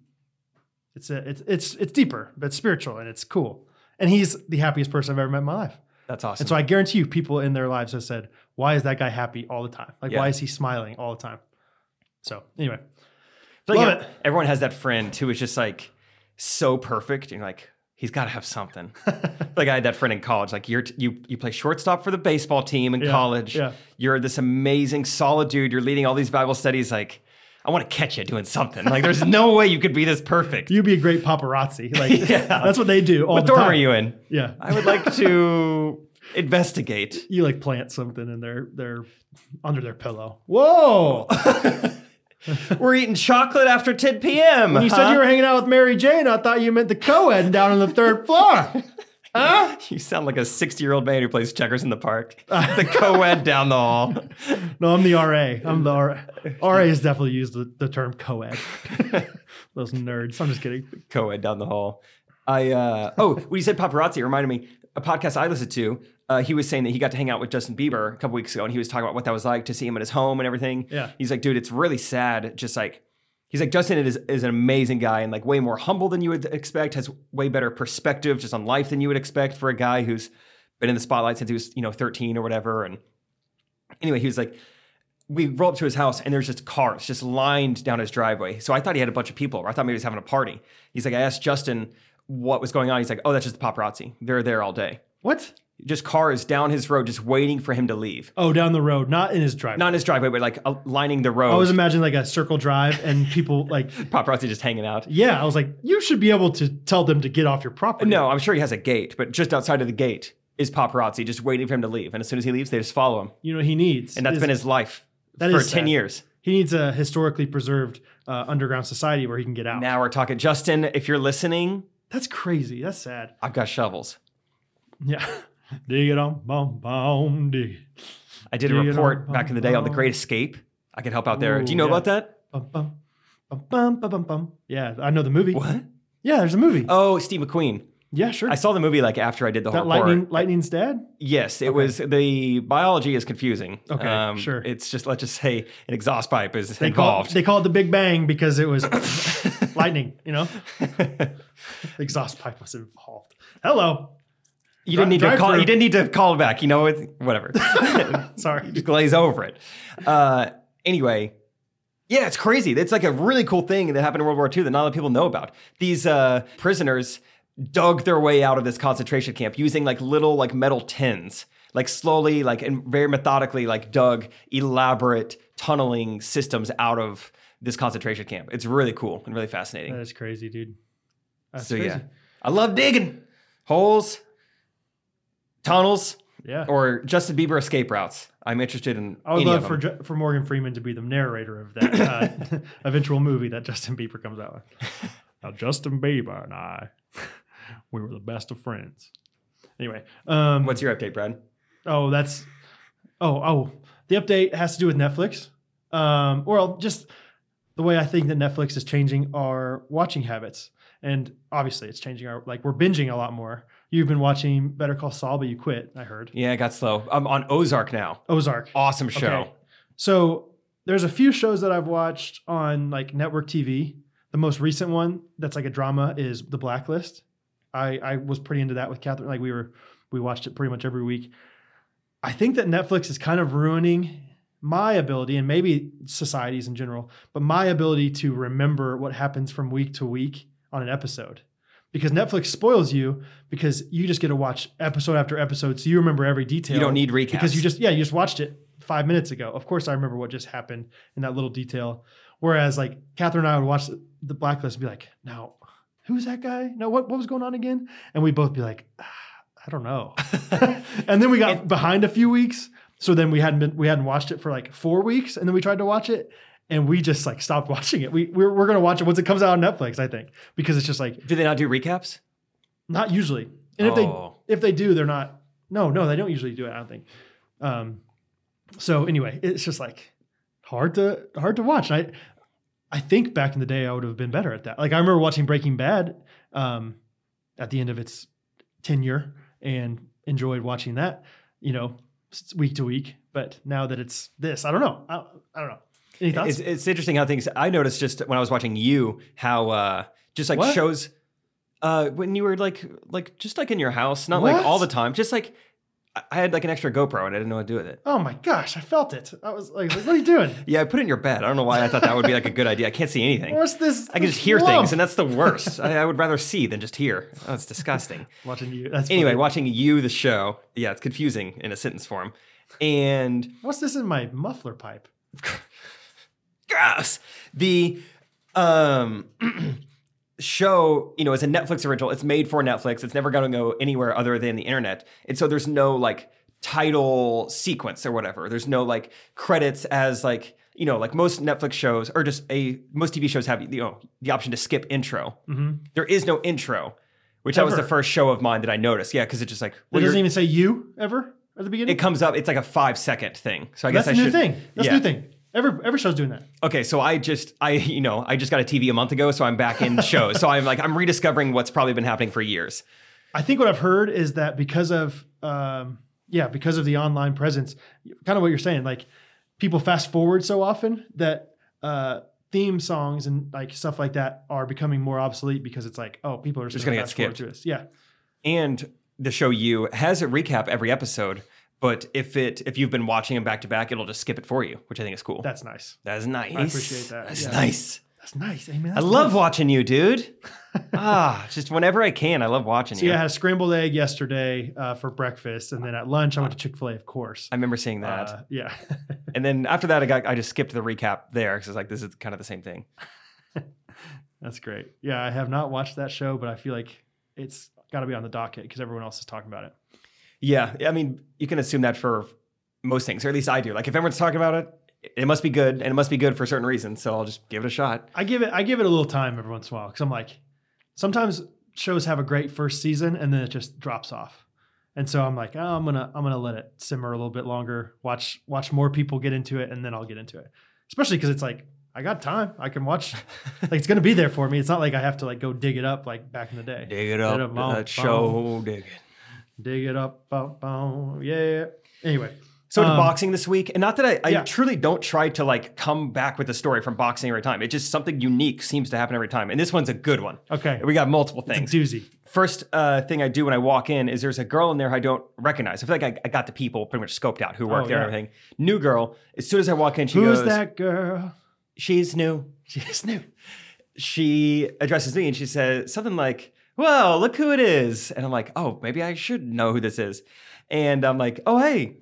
[SPEAKER 2] It's a, it's it's it's deeper, but it's spiritual and it's cool. And he's the happiest person I've ever met in my life.
[SPEAKER 1] That's awesome.
[SPEAKER 2] And so I guarantee you, people in their lives have said, "Why is that guy happy all the time? Like,
[SPEAKER 1] Yeah.
[SPEAKER 2] why is he smiling all the time?" So anyway,
[SPEAKER 1] But,
[SPEAKER 2] love
[SPEAKER 1] you know, Everyone has that friend who is just like so perfect. And you're like, he's got to have something. like I had that friend in college. Like you're t- you you play shortstop for the baseball team in
[SPEAKER 2] Yeah,
[SPEAKER 1] college.
[SPEAKER 2] yeah.
[SPEAKER 1] You're this amazing solid dude. You're leading all these Bible studies. Like I want to catch you doing something. Like there's no way you could be this perfect.
[SPEAKER 2] You'd be a great paparazzi. Like
[SPEAKER 1] Yeah.
[SPEAKER 2] that's what they do. All
[SPEAKER 1] what
[SPEAKER 2] the
[SPEAKER 1] dorm
[SPEAKER 2] time.
[SPEAKER 1] are you in?
[SPEAKER 2] Yeah,
[SPEAKER 1] I would like to investigate.
[SPEAKER 2] you like plant something in their their under their pillow. Whoa!
[SPEAKER 1] We're eating chocolate after 10 p.m.
[SPEAKER 2] you said you were hanging out with Mary Jane. I thought you meant the co-ed down on the third floor.
[SPEAKER 1] You sound like a 60 year old man who plays checkers in the park. The co ed down the hall.
[SPEAKER 2] No, I'm the RA. I'm the RA. RA has definitely used the, the term co-ed. Those nerds. I'm just kidding.
[SPEAKER 1] Co ed down the hall. I, uh, oh, when you said paparazzi, it reminded me a podcast I listened to. Uh, he was saying that he got to hang out with Justin Bieber a couple weeks ago and he was talking about what that was like to see him at his home and everything.
[SPEAKER 2] Yeah.
[SPEAKER 1] He's like, dude, it's really sad. Just like, he's like, Justin is, is an amazing guy and like way more humble than you would expect, has way better perspective just on life than you would expect for a guy who's been in the spotlight since he was, you know, 13 or whatever. And Anyway, he was like, we roll up to his house and there's just cars just lined down his driveway. So I thought he had a bunch of people. Or I thought maybe he was having a party. He's like, I asked Justin what was going on. He's like, oh, that's just the paparazzi. They're there all day.
[SPEAKER 2] What?
[SPEAKER 1] Just cars down his road, just waiting for him to leave.
[SPEAKER 2] Oh, down the road, not in his driveway.
[SPEAKER 1] Not in his driveway, but like uh, lining the road.
[SPEAKER 2] I Oh, was imagining like a circle drive and people like,
[SPEAKER 1] paparazzi just hanging out.
[SPEAKER 2] yeah, I was like, you should be able to tell them to get off your property.
[SPEAKER 1] No, I'm sure he has a gate, but just outside of the gate is paparazzi just waiting for him to leave. And as soon as he leaves, they just follow him.
[SPEAKER 2] You know, what he needs.
[SPEAKER 1] And that's
[SPEAKER 2] is-
[SPEAKER 1] been his life
[SPEAKER 2] That
[SPEAKER 1] for
[SPEAKER 2] is
[SPEAKER 1] 10
[SPEAKER 2] sad.
[SPEAKER 1] years.
[SPEAKER 2] He needs a historically preserved uh, underground society where he can get out.
[SPEAKER 1] Now we're talking. Justin, if you're listening,
[SPEAKER 2] That's crazy. That's sad.
[SPEAKER 1] I've got shovels.
[SPEAKER 2] Yeah. Dig it on, bum, bum, dig.
[SPEAKER 1] I did a
[SPEAKER 2] You know,
[SPEAKER 1] report back in the day on the
[SPEAKER 2] um,
[SPEAKER 1] Great Escape. I could help out there.
[SPEAKER 2] Ooh,
[SPEAKER 1] Do you know
[SPEAKER 2] yeah.
[SPEAKER 1] about that?
[SPEAKER 2] Bum, bum, bum, bum, bum, bum, bum. Yeah, I know the movie.
[SPEAKER 1] What?
[SPEAKER 2] Yeah, there's a movie.
[SPEAKER 1] Oh, Steve McQueen.
[SPEAKER 2] yeah, sure.
[SPEAKER 1] I saw the movie like after I did the whole
[SPEAKER 2] that
[SPEAKER 1] report.
[SPEAKER 2] lightning, lightning's dad.
[SPEAKER 1] Yes, it was the biology is confusing. Um,
[SPEAKER 2] Okay, sure.
[SPEAKER 1] It's just let's just say an exhaust pipe is
[SPEAKER 2] They call,
[SPEAKER 1] involved.
[SPEAKER 2] they call it the Big Bang because it was lightning. You know, exhaust pipe was involved. Hello.
[SPEAKER 1] you didn't need to
[SPEAKER 2] drive
[SPEAKER 1] call.
[SPEAKER 2] through.
[SPEAKER 1] You didn't need to call back. You know, it's, whatever.
[SPEAKER 2] Sorry.
[SPEAKER 1] just glaze over it. Uh, anyway, yeah, it's crazy. It's like a really cool thing that happened in World War II that not a lot of people know about. These uh, prisoners dug their way out of this concentration camp using like little like metal tins, like slowly, like and very methodically, like dug elaborate tunneling systems out of this concentration camp. It's really cool and really fascinating.
[SPEAKER 2] That is crazy, dude. Uh, That's
[SPEAKER 1] so
[SPEAKER 2] crazy.
[SPEAKER 1] yeah, I love digging holes, tunnels,
[SPEAKER 2] Yeah.
[SPEAKER 1] or Justin Bieber escape routes. I'm interested in.
[SPEAKER 2] I would
[SPEAKER 1] any
[SPEAKER 2] love
[SPEAKER 1] of
[SPEAKER 2] for
[SPEAKER 1] them.
[SPEAKER 2] Ju- for Morgan Freeman to be the narrator of that uh, eventual movie that Justin Bieber comes out with. now, Justin Bieber and I, we were the best of friends. Anyway, um,
[SPEAKER 1] What's your update, Brad?
[SPEAKER 2] oh, that's oh oh, the update has to do with Netflix, um, or I'll just the way I think that Netflix is changing our watching habits, and obviously it's changing our like we're binging a lot more. You've been watching Better Call Saul, but you quit. I heard
[SPEAKER 1] Yeah, it got slow. I'm on Ozark now.
[SPEAKER 2] Ozark.
[SPEAKER 1] Awesome show.
[SPEAKER 2] Okay. So there's a few shows that I've watched on like network TV. The most recent one that's like a drama is The Blacklist. I I was pretty into that with Catherine. Like we were we watched it pretty much every week. I think that Netflix is kind of ruining my ability and maybe societies in general, but my ability to remember what happens from week to week on an episode. Because Netflix spoils you because you just get to watch episode after episode, so you remember every detail
[SPEAKER 1] You don't need recaps
[SPEAKER 2] because you just yeah you just watched it five minutes ago of course i remember what just happened in that little detail whereas like catherine and i would watch the blacklist and be like now who's that guy no what, what was going on again and we'd both be like "Ah, i don't know and then we got behind a few weeks so then we hadn't been we hadn't watched it for like four weeks and then we tried to watch it and we just like stopped watching it we we're, we're gonna watch it once it comes out on netflix i think because it's just like
[SPEAKER 1] do they not do recaps?
[SPEAKER 2] not usually.
[SPEAKER 1] Oh.
[SPEAKER 2] And if they if they do, they're not. No, no, they don't usually do it. I don't think. Um, so anyway, it's just like hard to hard to watch. And I I think back in the day I would have been better at that. Like I remember watching Breaking Bad um, at the end of its tenure and enjoyed watching that. You know, s- week to week. But now that it's this, I don't know. I, I don't know. Any thoughts?
[SPEAKER 1] It's, it's interesting how things. I noticed just when I was watching you how uh, just like
[SPEAKER 2] What?
[SPEAKER 1] shows uh, when you were like like just like in your house, not like
[SPEAKER 2] What?
[SPEAKER 1] all the time. Just like I- I had like an extra GoPro and I didn't know what to do with it.
[SPEAKER 2] oh my gosh, I felt it. I was like, what are you doing?
[SPEAKER 1] Yeah, I put it in your bed. I don't know why I thought that would be like a good idea. I can't see anything.
[SPEAKER 2] What's this?
[SPEAKER 1] I can just hear
[SPEAKER 2] lump?
[SPEAKER 1] things, and that's the worst. I, I would rather see than just hear. Oh, it's disgusting.
[SPEAKER 2] watching you. That's
[SPEAKER 1] anyway,
[SPEAKER 2] funny.
[SPEAKER 1] watching you the show. Yeah, it's confusing in a sentence form. And
[SPEAKER 2] What's this in my muffler pipe?
[SPEAKER 1] gross. The um show, you know, is a Netflix original. It's made for Netflix. It's never going to go anywhere other than the internet. And so there's no like title sequence or whatever. There's no like credits as like you know, like most Netflix shows or just a most TV shows have you know the option to skip intro.
[SPEAKER 2] Mm-hmm.
[SPEAKER 1] There is no intro, which that was the
[SPEAKER 2] Ever.
[SPEAKER 1] first show of mine that I noticed. Yeah, because it just like
[SPEAKER 2] It
[SPEAKER 1] well,
[SPEAKER 2] doesn't
[SPEAKER 1] you're-
[SPEAKER 2] even say you ever at the beginning.
[SPEAKER 1] it comes up. It's like a five second thing. So I
[SPEAKER 2] That's a
[SPEAKER 1] guess I
[SPEAKER 2] new
[SPEAKER 1] should
[SPEAKER 2] thing. That's a
[SPEAKER 1] Yeah.
[SPEAKER 2] new thing. Every every show's doing that.
[SPEAKER 1] Okay, so I just I you know I just got a TV a month ago, so I'm back in shows. so I'm like I'm rediscovering what's probably been happening for years.
[SPEAKER 2] I think what I've heard is that because of um, yeah, because of the online presence, kind of what you're saying, like people fast forward so often that uh, theme songs and like stuff like that are becoming more obsolete because it's like, oh, people are
[SPEAKER 1] Just
[SPEAKER 2] just
[SPEAKER 1] gonna get
[SPEAKER 2] fast forward
[SPEAKER 1] skipped.
[SPEAKER 2] to this. Yeah.
[SPEAKER 1] And the show you has a recap every episode, But if it if you've been watching them back to back, it'll just skip it for you, which I think is cool.
[SPEAKER 2] That's nice.
[SPEAKER 1] That's nice.
[SPEAKER 2] I appreciate that.
[SPEAKER 1] That's
[SPEAKER 2] Yeah.
[SPEAKER 1] nice.
[SPEAKER 2] That's nice. Hey, man,
[SPEAKER 1] I
[SPEAKER 2] that's
[SPEAKER 1] love
[SPEAKER 2] nice.
[SPEAKER 1] watching you, dude. ah, just whenever I can, I love watching
[SPEAKER 2] So
[SPEAKER 1] you.
[SPEAKER 2] yeah, I had a scrambled egg yesterday uh, for breakfast, and then at lunch I went to Chick Fil A, of course.
[SPEAKER 1] I remember seeing that,
[SPEAKER 2] Uh, yeah,
[SPEAKER 1] and then after that, I got I just skipped the recap there because it's like this is kind of the same thing.
[SPEAKER 2] that's great. Yeah, I have not watched that show, but I feel like it's got to be on the docket because everyone else is talking about it.
[SPEAKER 1] Yeah, I mean, you can assume that for most things, or at least I do. Like if everyone's talking about it, it must be good, and it must be good for certain reasons. So I'll just give it a shot.
[SPEAKER 2] I give it I give it a little time every once in a while because I'm like, sometimes shows have a great first season and then it just drops off, and so I'm like, oh, I'm gonna I'm gonna let it simmer a little bit longer, watch watch more people get into it, and then I'll get into it. Especially because it's like I got time, I can watch, like it's gonna be there for me. It's not like I have to like go dig it up like back in the day.
[SPEAKER 1] Dig it
[SPEAKER 2] up, bum,
[SPEAKER 1] that show. Dig it.
[SPEAKER 2] Dig it up, bum, bum, yeah. Anyway,
[SPEAKER 1] So to
[SPEAKER 2] Um,
[SPEAKER 1] boxing this week, and not that I, I
[SPEAKER 2] yeah.
[SPEAKER 1] truly don't try to like come back with a story from boxing every time. It's just something unique seems to happen every time, and this one's a good one.
[SPEAKER 2] okay,
[SPEAKER 1] We got multiple things.
[SPEAKER 2] it's a doozy.
[SPEAKER 1] First uh, thing I do when I walk in is there's a girl in there I don't recognize. I feel like I, I got the people pretty much scoped out who worked
[SPEAKER 2] Oh,
[SPEAKER 1] there and
[SPEAKER 2] yeah.
[SPEAKER 1] everything. New girl. As soon as I walk in, she
[SPEAKER 2] Who's
[SPEAKER 1] goes,
[SPEAKER 2] that girl?
[SPEAKER 1] "She's new."
[SPEAKER 2] She's new.
[SPEAKER 1] she addresses me and she says something like, Well, look who it is. And I'm like, Oh, maybe I should know who this is. And I'm like, Oh, hey,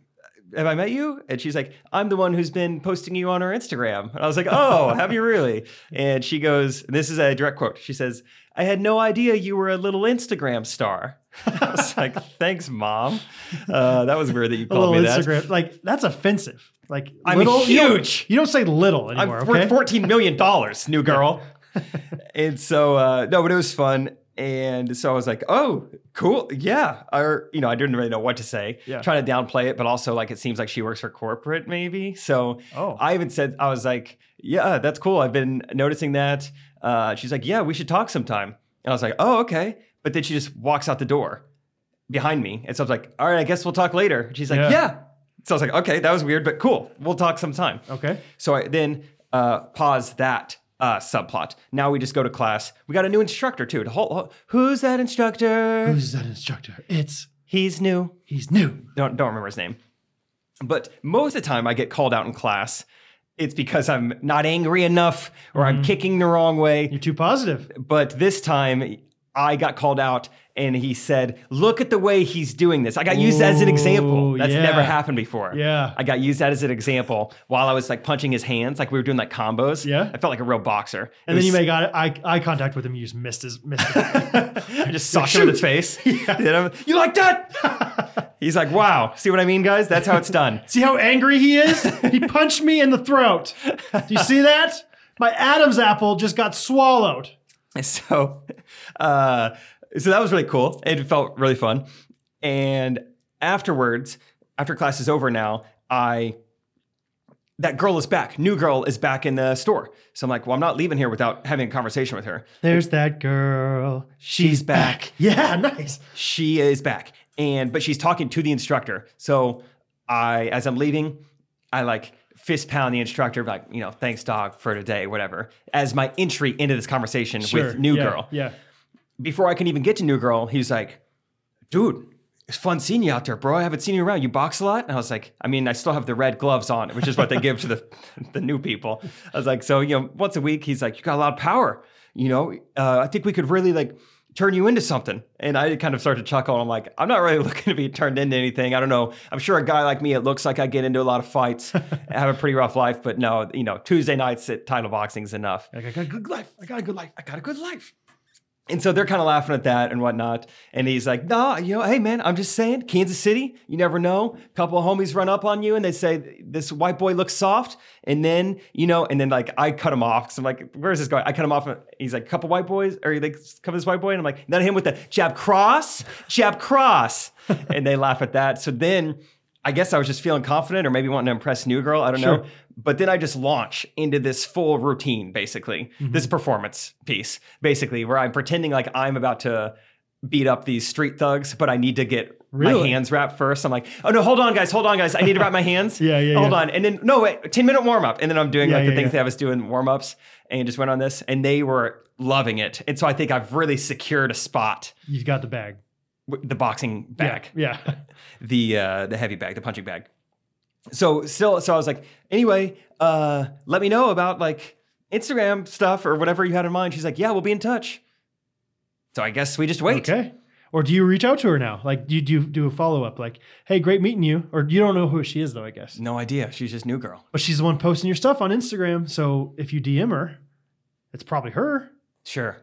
[SPEAKER 1] have I met you? And she's like, I'm the one who's been posting you on her Instagram. And I was like, Oh, have you really? And she goes, and This is a direct quote. She says, I had no idea you were a little Instagram star. I was like, Thanks, mom. Uh, that was weird that you
[SPEAKER 2] A
[SPEAKER 1] called
[SPEAKER 2] little
[SPEAKER 1] me that.
[SPEAKER 2] Instagram, like that's offensive. Like
[SPEAKER 1] I'm
[SPEAKER 2] you don't-
[SPEAKER 1] huge.
[SPEAKER 2] You don't say little
[SPEAKER 1] I'm
[SPEAKER 2] anymore.
[SPEAKER 1] worth
[SPEAKER 2] okay?
[SPEAKER 1] fourteen million dollars, new girl. and so uh, no, but it was fun. And so I was like, oh, cool, yeah. Or you know, I didn't really know what to say.
[SPEAKER 2] Yeah.
[SPEAKER 1] Trying to downplay it, but also like it seems like she works for corporate, maybe. So
[SPEAKER 2] Oh,
[SPEAKER 1] I even said I was like, yeah, that's cool. I've been noticing that. Uh, she's like, yeah, we should talk sometime. And I was like, oh, okay. But then she just walks out the door behind me, and so I was like, all right, I guess we'll talk later. And she's like,
[SPEAKER 2] Yeah.
[SPEAKER 1] yeah. So I was like, okay, that was weird, but cool. We'll talk sometime.
[SPEAKER 2] okay.
[SPEAKER 1] So I then uh, pause that uh, subplot. Now we just go to class. We got a new instructor too. To hol- hol- Who's that instructor?
[SPEAKER 2] Who's that instructor? It's
[SPEAKER 1] He's new.
[SPEAKER 2] he's new.
[SPEAKER 1] Don't don't remember his name. But most of the time, I get called out in class. It's because I'm not angry enough, or I'm kicking the wrong way.
[SPEAKER 2] You're too positive.
[SPEAKER 1] But this time, I got called out, and he said, "Look at the way he's doing this." I got used as an example.
[SPEAKER 2] Ooh,
[SPEAKER 1] That's
[SPEAKER 2] yeah.
[SPEAKER 1] never happened before.
[SPEAKER 2] Yeah.
[SPEAKER 1] I got used that as an example while I was like punching his hands, like we were doing like combos.
[SPEAKER 2] Yeah.
[SPEAKER 1] I felt like a real boxer. It
[SPEAKER 2] And then you
[SPEAKER 1] was-
[SPEAKER 2] make eye, eye contact with him. You just missed his missed.
[SPEAKER 1] I
[SPEAKER 2] his-
[SPEAKER 1] just socked him in the face. And I'm, you like that? He's like, wow. See what I mean, guys? That's how it's done.
[SPEAKER 2] see how angry he is? he punched me in the throat. Do you see that? My Adam's apple just got swallowed.
[SPEAKER 1] So, uh, so that was really cool. It felt really fun. And afterwards, after class is over now, I that girl is back. New girl is back in the store. So I'm like, well, I'm not leaving here without having a conversation with her.
[SPEAKER 2] There's that girl.
[SPEAKER 1] She's back.
[SPEAKER 2] Yeah, nice.
[SPEAKER 1] she is back and but she's talking to the instructor so i as i'm leaving i like fist pound the instructor like you know thanks dog for today whatever as my entry into this conversation
[SPEAKER 2] Sure,
[SPEAKER 1] with new
[SPEAKER 2] yeah,
[SPEAKER 1] girl
[SPEAKER 2] Yeah.
[SPEAKER 1] before i can even get to new girl he's like dude it's fun seeing you out there bro i haven't seen you around you box a lot and i was like i mean i still have the red gloves on which is what they give to the the new people i was like so you know once a week he's like you got a lot of power you know uh, i think we could really like turn you into something. And I kind of started to chuckle. And I'm like, I'm not really looking to be turned into anything. I don't know. I'm sure a guy like me, it looks like I get into a lot of fights, I have a pretty rough life, but no, you know, Tuesday nights at title boxing's enough.
[SPEAKER 2] Like, I got a good life. I got a good life.
[SPEAKER 1] I got a good life. And so they're kind of laughing at that and whatnot. And he's like, no, you know, hey man, I'm just saying, Kansas City, you never know. A couple of homies run up on you and they say, this white boy looks soft. And then, you know, and then like I cut him off. Cause I'm like, where is this going? I cut him off. He's like, couple white boys, or he like, come this white boy. And I'm like, not him with the jab cross, jab cross. and they laugh at that. So then I guess I was just feeling confident or maybe wanting to impress New Girl. I don't know. But then I just launch into this full routine, basically,
[SPEAKER 2] Mm-hmm.
[SPEAKER 1] this performance piece, basically, where I'm pretending like I'm about to beat up these street thugs, but I need to get my
[SPEAKER 2] Really?
[SPEAKER 1] hands wrapped first. I'm like, oh no, hold on, guys, hold on, guys. I need to wrap my hands.
[SPEAKER 2] Yeah, yeah,
[SPEAKER 1] Hold
[SPEAKER 2] yeah.
[SPEAKER 1] on. And then, no, wait, 10 minute warm up. And then I'm doing
[SPEAKER 2] Yeah,
[SPEAKER 1] like the
[SPEAKER 2] yeah,
[SPEAKER 1] things
[SPEAKER 2] yeah.
[SPEAKER 1] they have us doing warm ups and just went on this. And they were loving it. And so I think I've really secured a spot,
[SPEAKER 2] You've got the bag.
[SPEAKER 1] with the boxing
[SPEAKER 2] Yeah,
[SPEAKER 1] back.
[SPEAKER 2] Yeah.
[SPEAKER 1] the uh, the heavy bag, the punching bag. So still, so I was like, anyway, uh, let me know about like Instagram stuff or whatever you had in mind. She's like, yeah, we'll be in touch. So I guess we just wait.
[SPEAKER 2] Okay. Or do you reach out to her now? Like, do you do, you do a follow up? Like, hey, great meeting you. Or you don't know who she is though, I guess.
[SPEAKER 1] No idea. She's just new girl.
[SPEAKER 2] But she's the one posting your stuff on Instagram. So if you DM her, it's probably her.
[SPEAKER 1] Sure.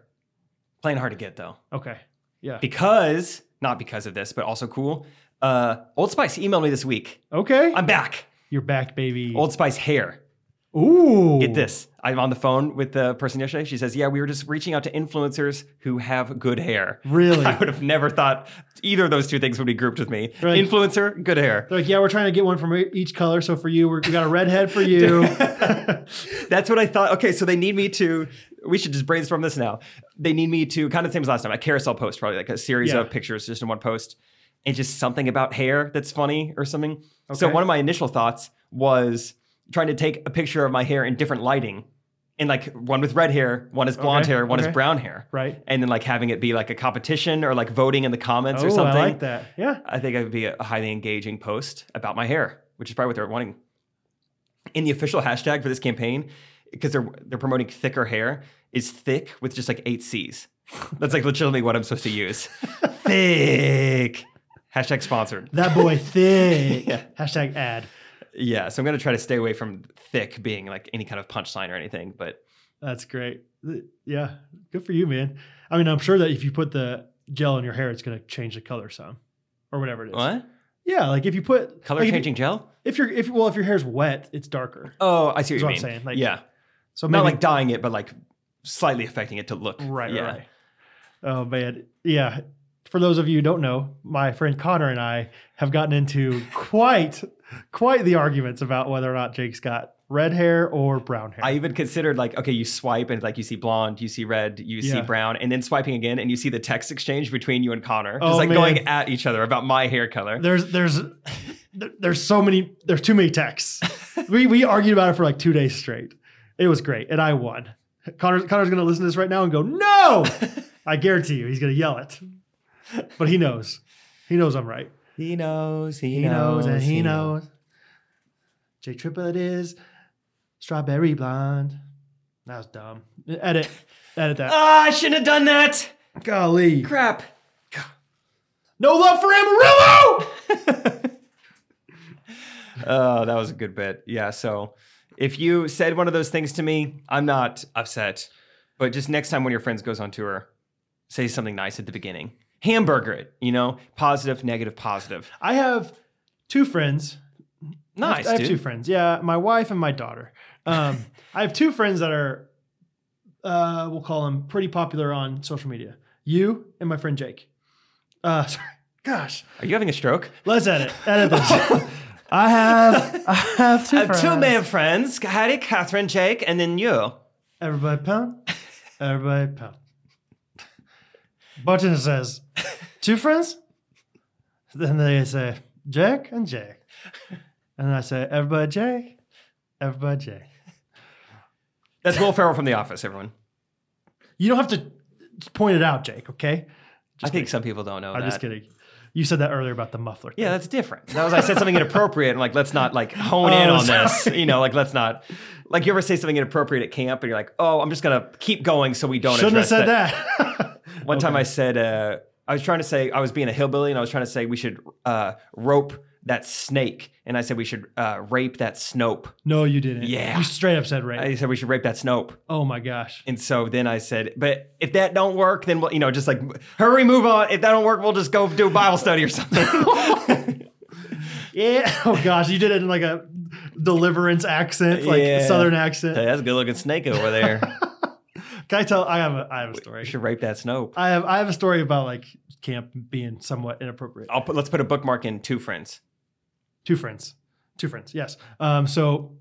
[SPEAKER 1] Plain hard to get though.
[SPEAKER 2] Okay. Yeah.
[SPEAKER 1] Because, not because of this, but also cool. Uh, Old Spice emailed me this week.
[SPEAKER 2] Okay.
[SPEAKER 1] I'm back.
[SPEAKER 2] You're back, baby.
[SPEAKER 1] Old Spice hair.
[SPEAKER 2] Ooh.
[SPEAKER 1] Get this. I'm on the phone with the person yesterday. She says, Yeah, we were just reaching out to influencers who have good hair.
[SPEAKER 2] Really?
[SPEAKER 1] I would have never thought either of those two things would be grouped with me.
[SPEAKER 2] Right.
[SPEAKER 1] Influencer, good hair.
[SPEAKER 2] They're like, yeah, we're trying to get one from each color. So for you, we're, we got a redhead for you.
[SPEAKER 1] That's what I thought. Okay, so they need me to. We should just brainstorm this now. They need me to kind of the same as last time, a carousel post, probably like a series
[SPEAKER 2] Yeah.
[SPEAKER 1] of pictures just in one post, and just something about hair that's funny or something. So
[SPEAKER 2] Okay.
[SPEAKER 1] one of my initial thoughts was trying to take a picture of my hair in different lighting, and like one with red hair, one is blonde
[SPEAKER 2] Okay,
[SPEAKER 1] hair, one
[SPEAKER 2] okay.
[SPEAKER 1] is brown hair,
[SPEAKER 2] right.
[SPEAKER 1] and then like having it be like a competition or like voting in the comments
[SPEAKER 2] Oh,
[SPEAKER 1] or something.
[SPEAKER 2] I like that. Yeah.
[SPEAKER 1] I think it would be a highly engaging post about my hair, which is probably what they're wanting. In the official hashtag for this campaign, because they're they're promoting thicker hair, is thick with just like eight C's. That's like legitimately what I'm supposed to use. thick. Hashtag sponsored.
[SPEAKER 2] That boy thick. Hashtag ad.
[SPEAKER 1] Yeah, so I'm gonna try to stay away from thick being like any kind of punchline or anything, but
[SPEAKER 2] That's great. Th- Yeah. Good for you, man. I mean, I'm sure that if you put the gel in your hair, it's going to change the color some or whatever it is.
[SPEAKER 1] what?
[SPEAKER 2] Yeah. Like if you put
[SPEAKER 1] Color
[SPEAKER 2] like if you-
[SPEAKER 1] changing gel?
[SPEAKER 2] If, you're, if, well, if your hair's wet, it's darker.
[SPEAKER 1] Oh, I see what
[SPEAKER 2] That's
[SPEAKER 1] you
[SPEAKER 2] what I'm
[SPEAKER 1] mean.
[SPEAKER 2] saying, like,
[SPEAKER 1] yeah.
[SPEAKER 2] So
[SPEAKER 1] Not
[SPEAKER 2] maybe-
[SPEAKER 1] like dyeing it, but like slightly affecting it to look.
[SPEAKER 2] Right,
[SPEAKER 1] Yeah.
[SPEAKER 2] right. Oh man, yeah. For those of you who don't know, my friend Connor and I have gotten into quite, quite the arguments about whether or not Jake's got red hair or brown hair.
[SPEAKER 1] I even considered like, okay, you swipe and like you see blonde, you see red, you see
[SPEAKER 2] Yeah.
[SPEAKER 1] brown, and then swiping again and you see the text exchange between you and Connor. Just
[SPEAKER 2] Oh,
[SPEAKER 1] like
[SPEAKER 2] man.
[SPEAKER 1] going at each other about my hair color.
[SPEAKER 2] there's, there's, there- there's so many. There's too many texts. we we argued about it for like two days straight. It was great, and I won. Connor, Connor's gonna listen to this right now and go, "No!" I guarantee you, he's gonna yell it. But he knows. He knows I'm right.
[SPEAKER 1] he knows,
[SPEAKER 2] He knows and he knows. Jake Triplett is strawberry blonde. That was dumb. Edit, edit that.
[SPEAKER 1] Ah, I shouldn't have done that.
[SPEAKER 2] Golly,
[SPEAKER 1] Crap.
[SPEAKER 2] no love for Amarillo.
[SPEAKER 1] Oh, that was a good bit. Yeah. So if you said one of those things to me, I'm not upset. But just next time one of your friends goes on tour, say something nice at the beginning. Hamburger it, you know? Positive, negative, positive.
[SPEAKER 2] I have two friends. I
[SPEAKER 1] Nice.
[SPEAKER 2] have, I have
[SPEAKER 1] dude.
[SPEAKER 2] two friends. Yeah, my wife and my daughter. Um, I have two friends that are, uh, we'll call them pretty popular on social media. You and my friend Jake. Uh, sorry. Gosh,
[SPEAKER 1] Are you having a stroke?
[SPEAKER 2] let's edit. Edit this. I have, I have two
[SPEAKER 1] I have Uh, two male friends, Hattie, Catherine, Jake, and then you.
[SPEAKER 2] Everybody pound. Everybody pound. Button says, two friends? Then they say, Jack and Jack. And I say, everybody Jack, everybody Jack.
[SPEAKER 1] That's Will Ferrell from The Office, everyone.
[SPEAKER 2] You don't have to point it out, Jake, okay?
[SPEAKER 1] I think some people don't know
[SPEAKER 2] I'm
[SPEAKER 1] that.
[SPEAKER 2] just kidding. You said that earlier about the muffler.
[SPEAKER 1] Yeah, that's different. That was I said something inappropriate and like let's not like hone in
[SPEAKER 2] Oh,
[SPEAKER 1] on this. You know, like let's not like you ever say something inappropriate at camp and you're like, oh, I'm just gonna keep going so we don't
[SPEAKER 2] Shouldn't have
[SPEAKER 1] address
[SPEAKER 2] said
[SPEAKER 1] that.
[SPEAKER 2] that.
[SPEAKER 1] One time I said uh, I was trying to say I was being a hillbilly and I was trying to say we should uh, rope that snake and I said we should uh, rape that snope.
[SPEAKER 2] no, you didn't.
[SPEAKER 1] Yeah.
[SPEAKER 2] You straight up said right.
[SPEAKER 1] I said we should rape that snope.
[SPEAKER 2] oh my gosh.
[SPEAKER 1] And so then I said, but if that don't work, then we'll, you know, just like hurry, move on. If that don't work, we'll just go do a Bible study or something.
[SPEAKER 2] Yeah. Oh gosh, you did it in like a deliverance accent, like
[SPEAKER 1] Yeah.
[SPEAKER 2] southern accent.
[SPEAKER 1] Hey, that's a good looking snake over there.
[SPEAKER 2] Can I tell? I have a I have a
[SPEAKER 1] We
[SPEAKER 2] story.
[SPEAKER 1] should rape that snow.
[SPEAKER 2] I have I have a story about like camp being somewhat inappropriate.
[SPEAKER 1] I'll put, let's put a bookmark in two friends.
[SPEAKER 2] Two friends, two friends. Yes. Um. So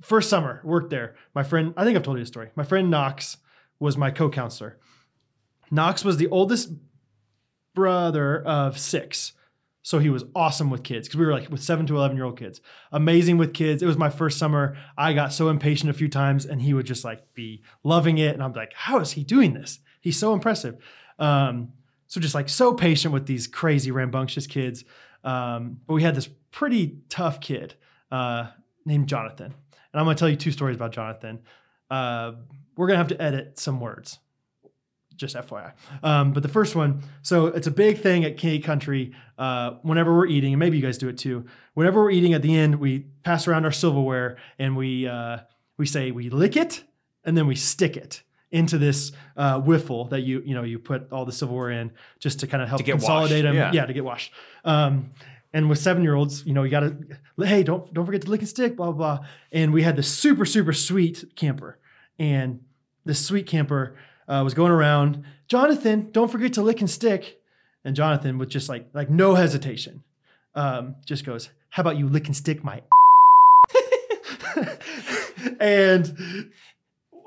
[SPEAKER 2] first summer worked there. My friend, I think I've told you the story. My friend Knox was my co-counselor. Knox was the oldest brother of six. So he was awesome with kids because we were like with seven to 11 year old kids, amazing with kids. It was my first summer. I got so impatient a few times and he would just like be loving it. And I'm like, how is he doing this? He's so impressive. Um, so just like so patient with these crazy rambunctious kids. Um, but we had this pretty tough kid uh, named Jonathan. And I'm going to tell you two stories about Jonathan. Uh, we're going to have to edit some words, just FYI. Um, but the first one so it's a big thing at K Country uh, whenever we're eating, and maybe you guys do it too. Whenever we're eating at the end, we pass around our silverware and we, uh, we say we lick it and then we stick it. Into this uh, wiffle that you you know you put all the silverware in just to kind of help
[SPEAKER 1] get
[SPEAKER 2] consolidate
[SPEAKER 1] washed,
[SPEAKER 2] them,
[SPEAKER 1] yeah.
[SPEAKER 2] yeah, to get washed. Um, and with seven year olds, you know, you gotta hey, don't don't forget to lick and stick, blah blah blah. And we had this super super sweet camper, and this sweet camper uh, was going around. Jonathan, don't forget to lick and stick. And Jonathan, with just like like no hesitation, um, just goes, "How about you lick and stick my?" and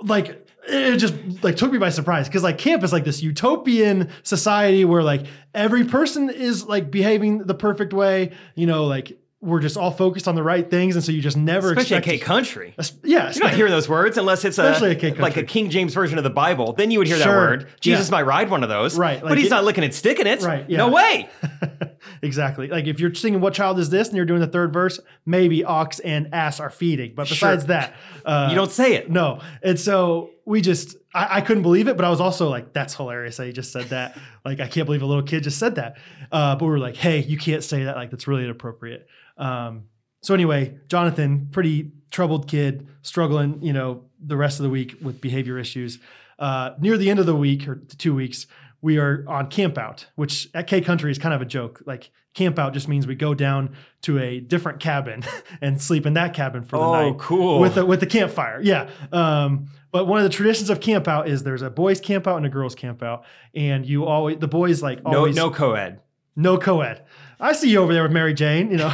[SPEAKER 2] like it just like took me by surprise because like camp is like this utopian society where like every person is like behaving the perfect way you know like we're just all focused on the right things and so you just never
[SPEAKER 1] Especially at
[SPEAKER 2] expect
[SPEAKER 1] K Country.
[SPEAKER 2] Es- yeah
[SPEAKER 1] You don't hear those words unless it's a,
[SPEAKER 2] Especially at K
[SPEAKER 1] like a
[SPEAKER 2] Country.
[SPEAKER 1] King James version of the Bible. Then you would hear that
[SPEAKER 2] Sure.
[SPEAKER 1] word. Jesus
[SPEAKER 2] Yeah.
[SPEAKER 1] might ride one of those.
[SPEAKER 2] Right,
[SPEAKER 1] but
[SPEAKER 2] like
[SPEAKER 1] he's
[SPEAKER 2] it-
[SPEAKER 1] not looking at sticking it.
[SPEAKER 2] Right,
[SPEAKER 1] No
[SPEAKER 2] yeah.
[SPEAKER 1] way.
[SPEAKER 2] exactly like if you're singing what child is this and you're doing the third verse maybe ox and ass are feeding but besides that uh,
[SPEAKER 1] You don't say it.
[SPEAKER 2] No. And so we just, I, I couldn't believe it, but I was also like, that's hilarious that you just said that. like, I can't believe a little kid just said that. Uh, but we were like, hey, you can't say that. Like, that's really inappropriate. Um, so anyway, Jonathan, pretty troubled kid, struggling, you know, the rest of the week with behavior issues. Uh, near the end of the week or t- two weeks, we are on camp out, which at K Country is kind of a joke. Like camp out just means we go down to a different cabin and sleep in that cabin for the
[SPEAKER 1] Oh,
[SPEAKER 2] night.
[SPEAKER 1] cool.
[SPEAKER 2] With a, with the campfire. Yeah. Um, but one of the traditions of camp out is there's a boys camp out and a girls camp out. And you always, the boys like
[SPEAKER 1] No,
[SPEAKER 2] always,
[SPEAKER 1] no co-ed.
[SPEAKER 2] no co-ed. I see you over there with Mary Jane, you know.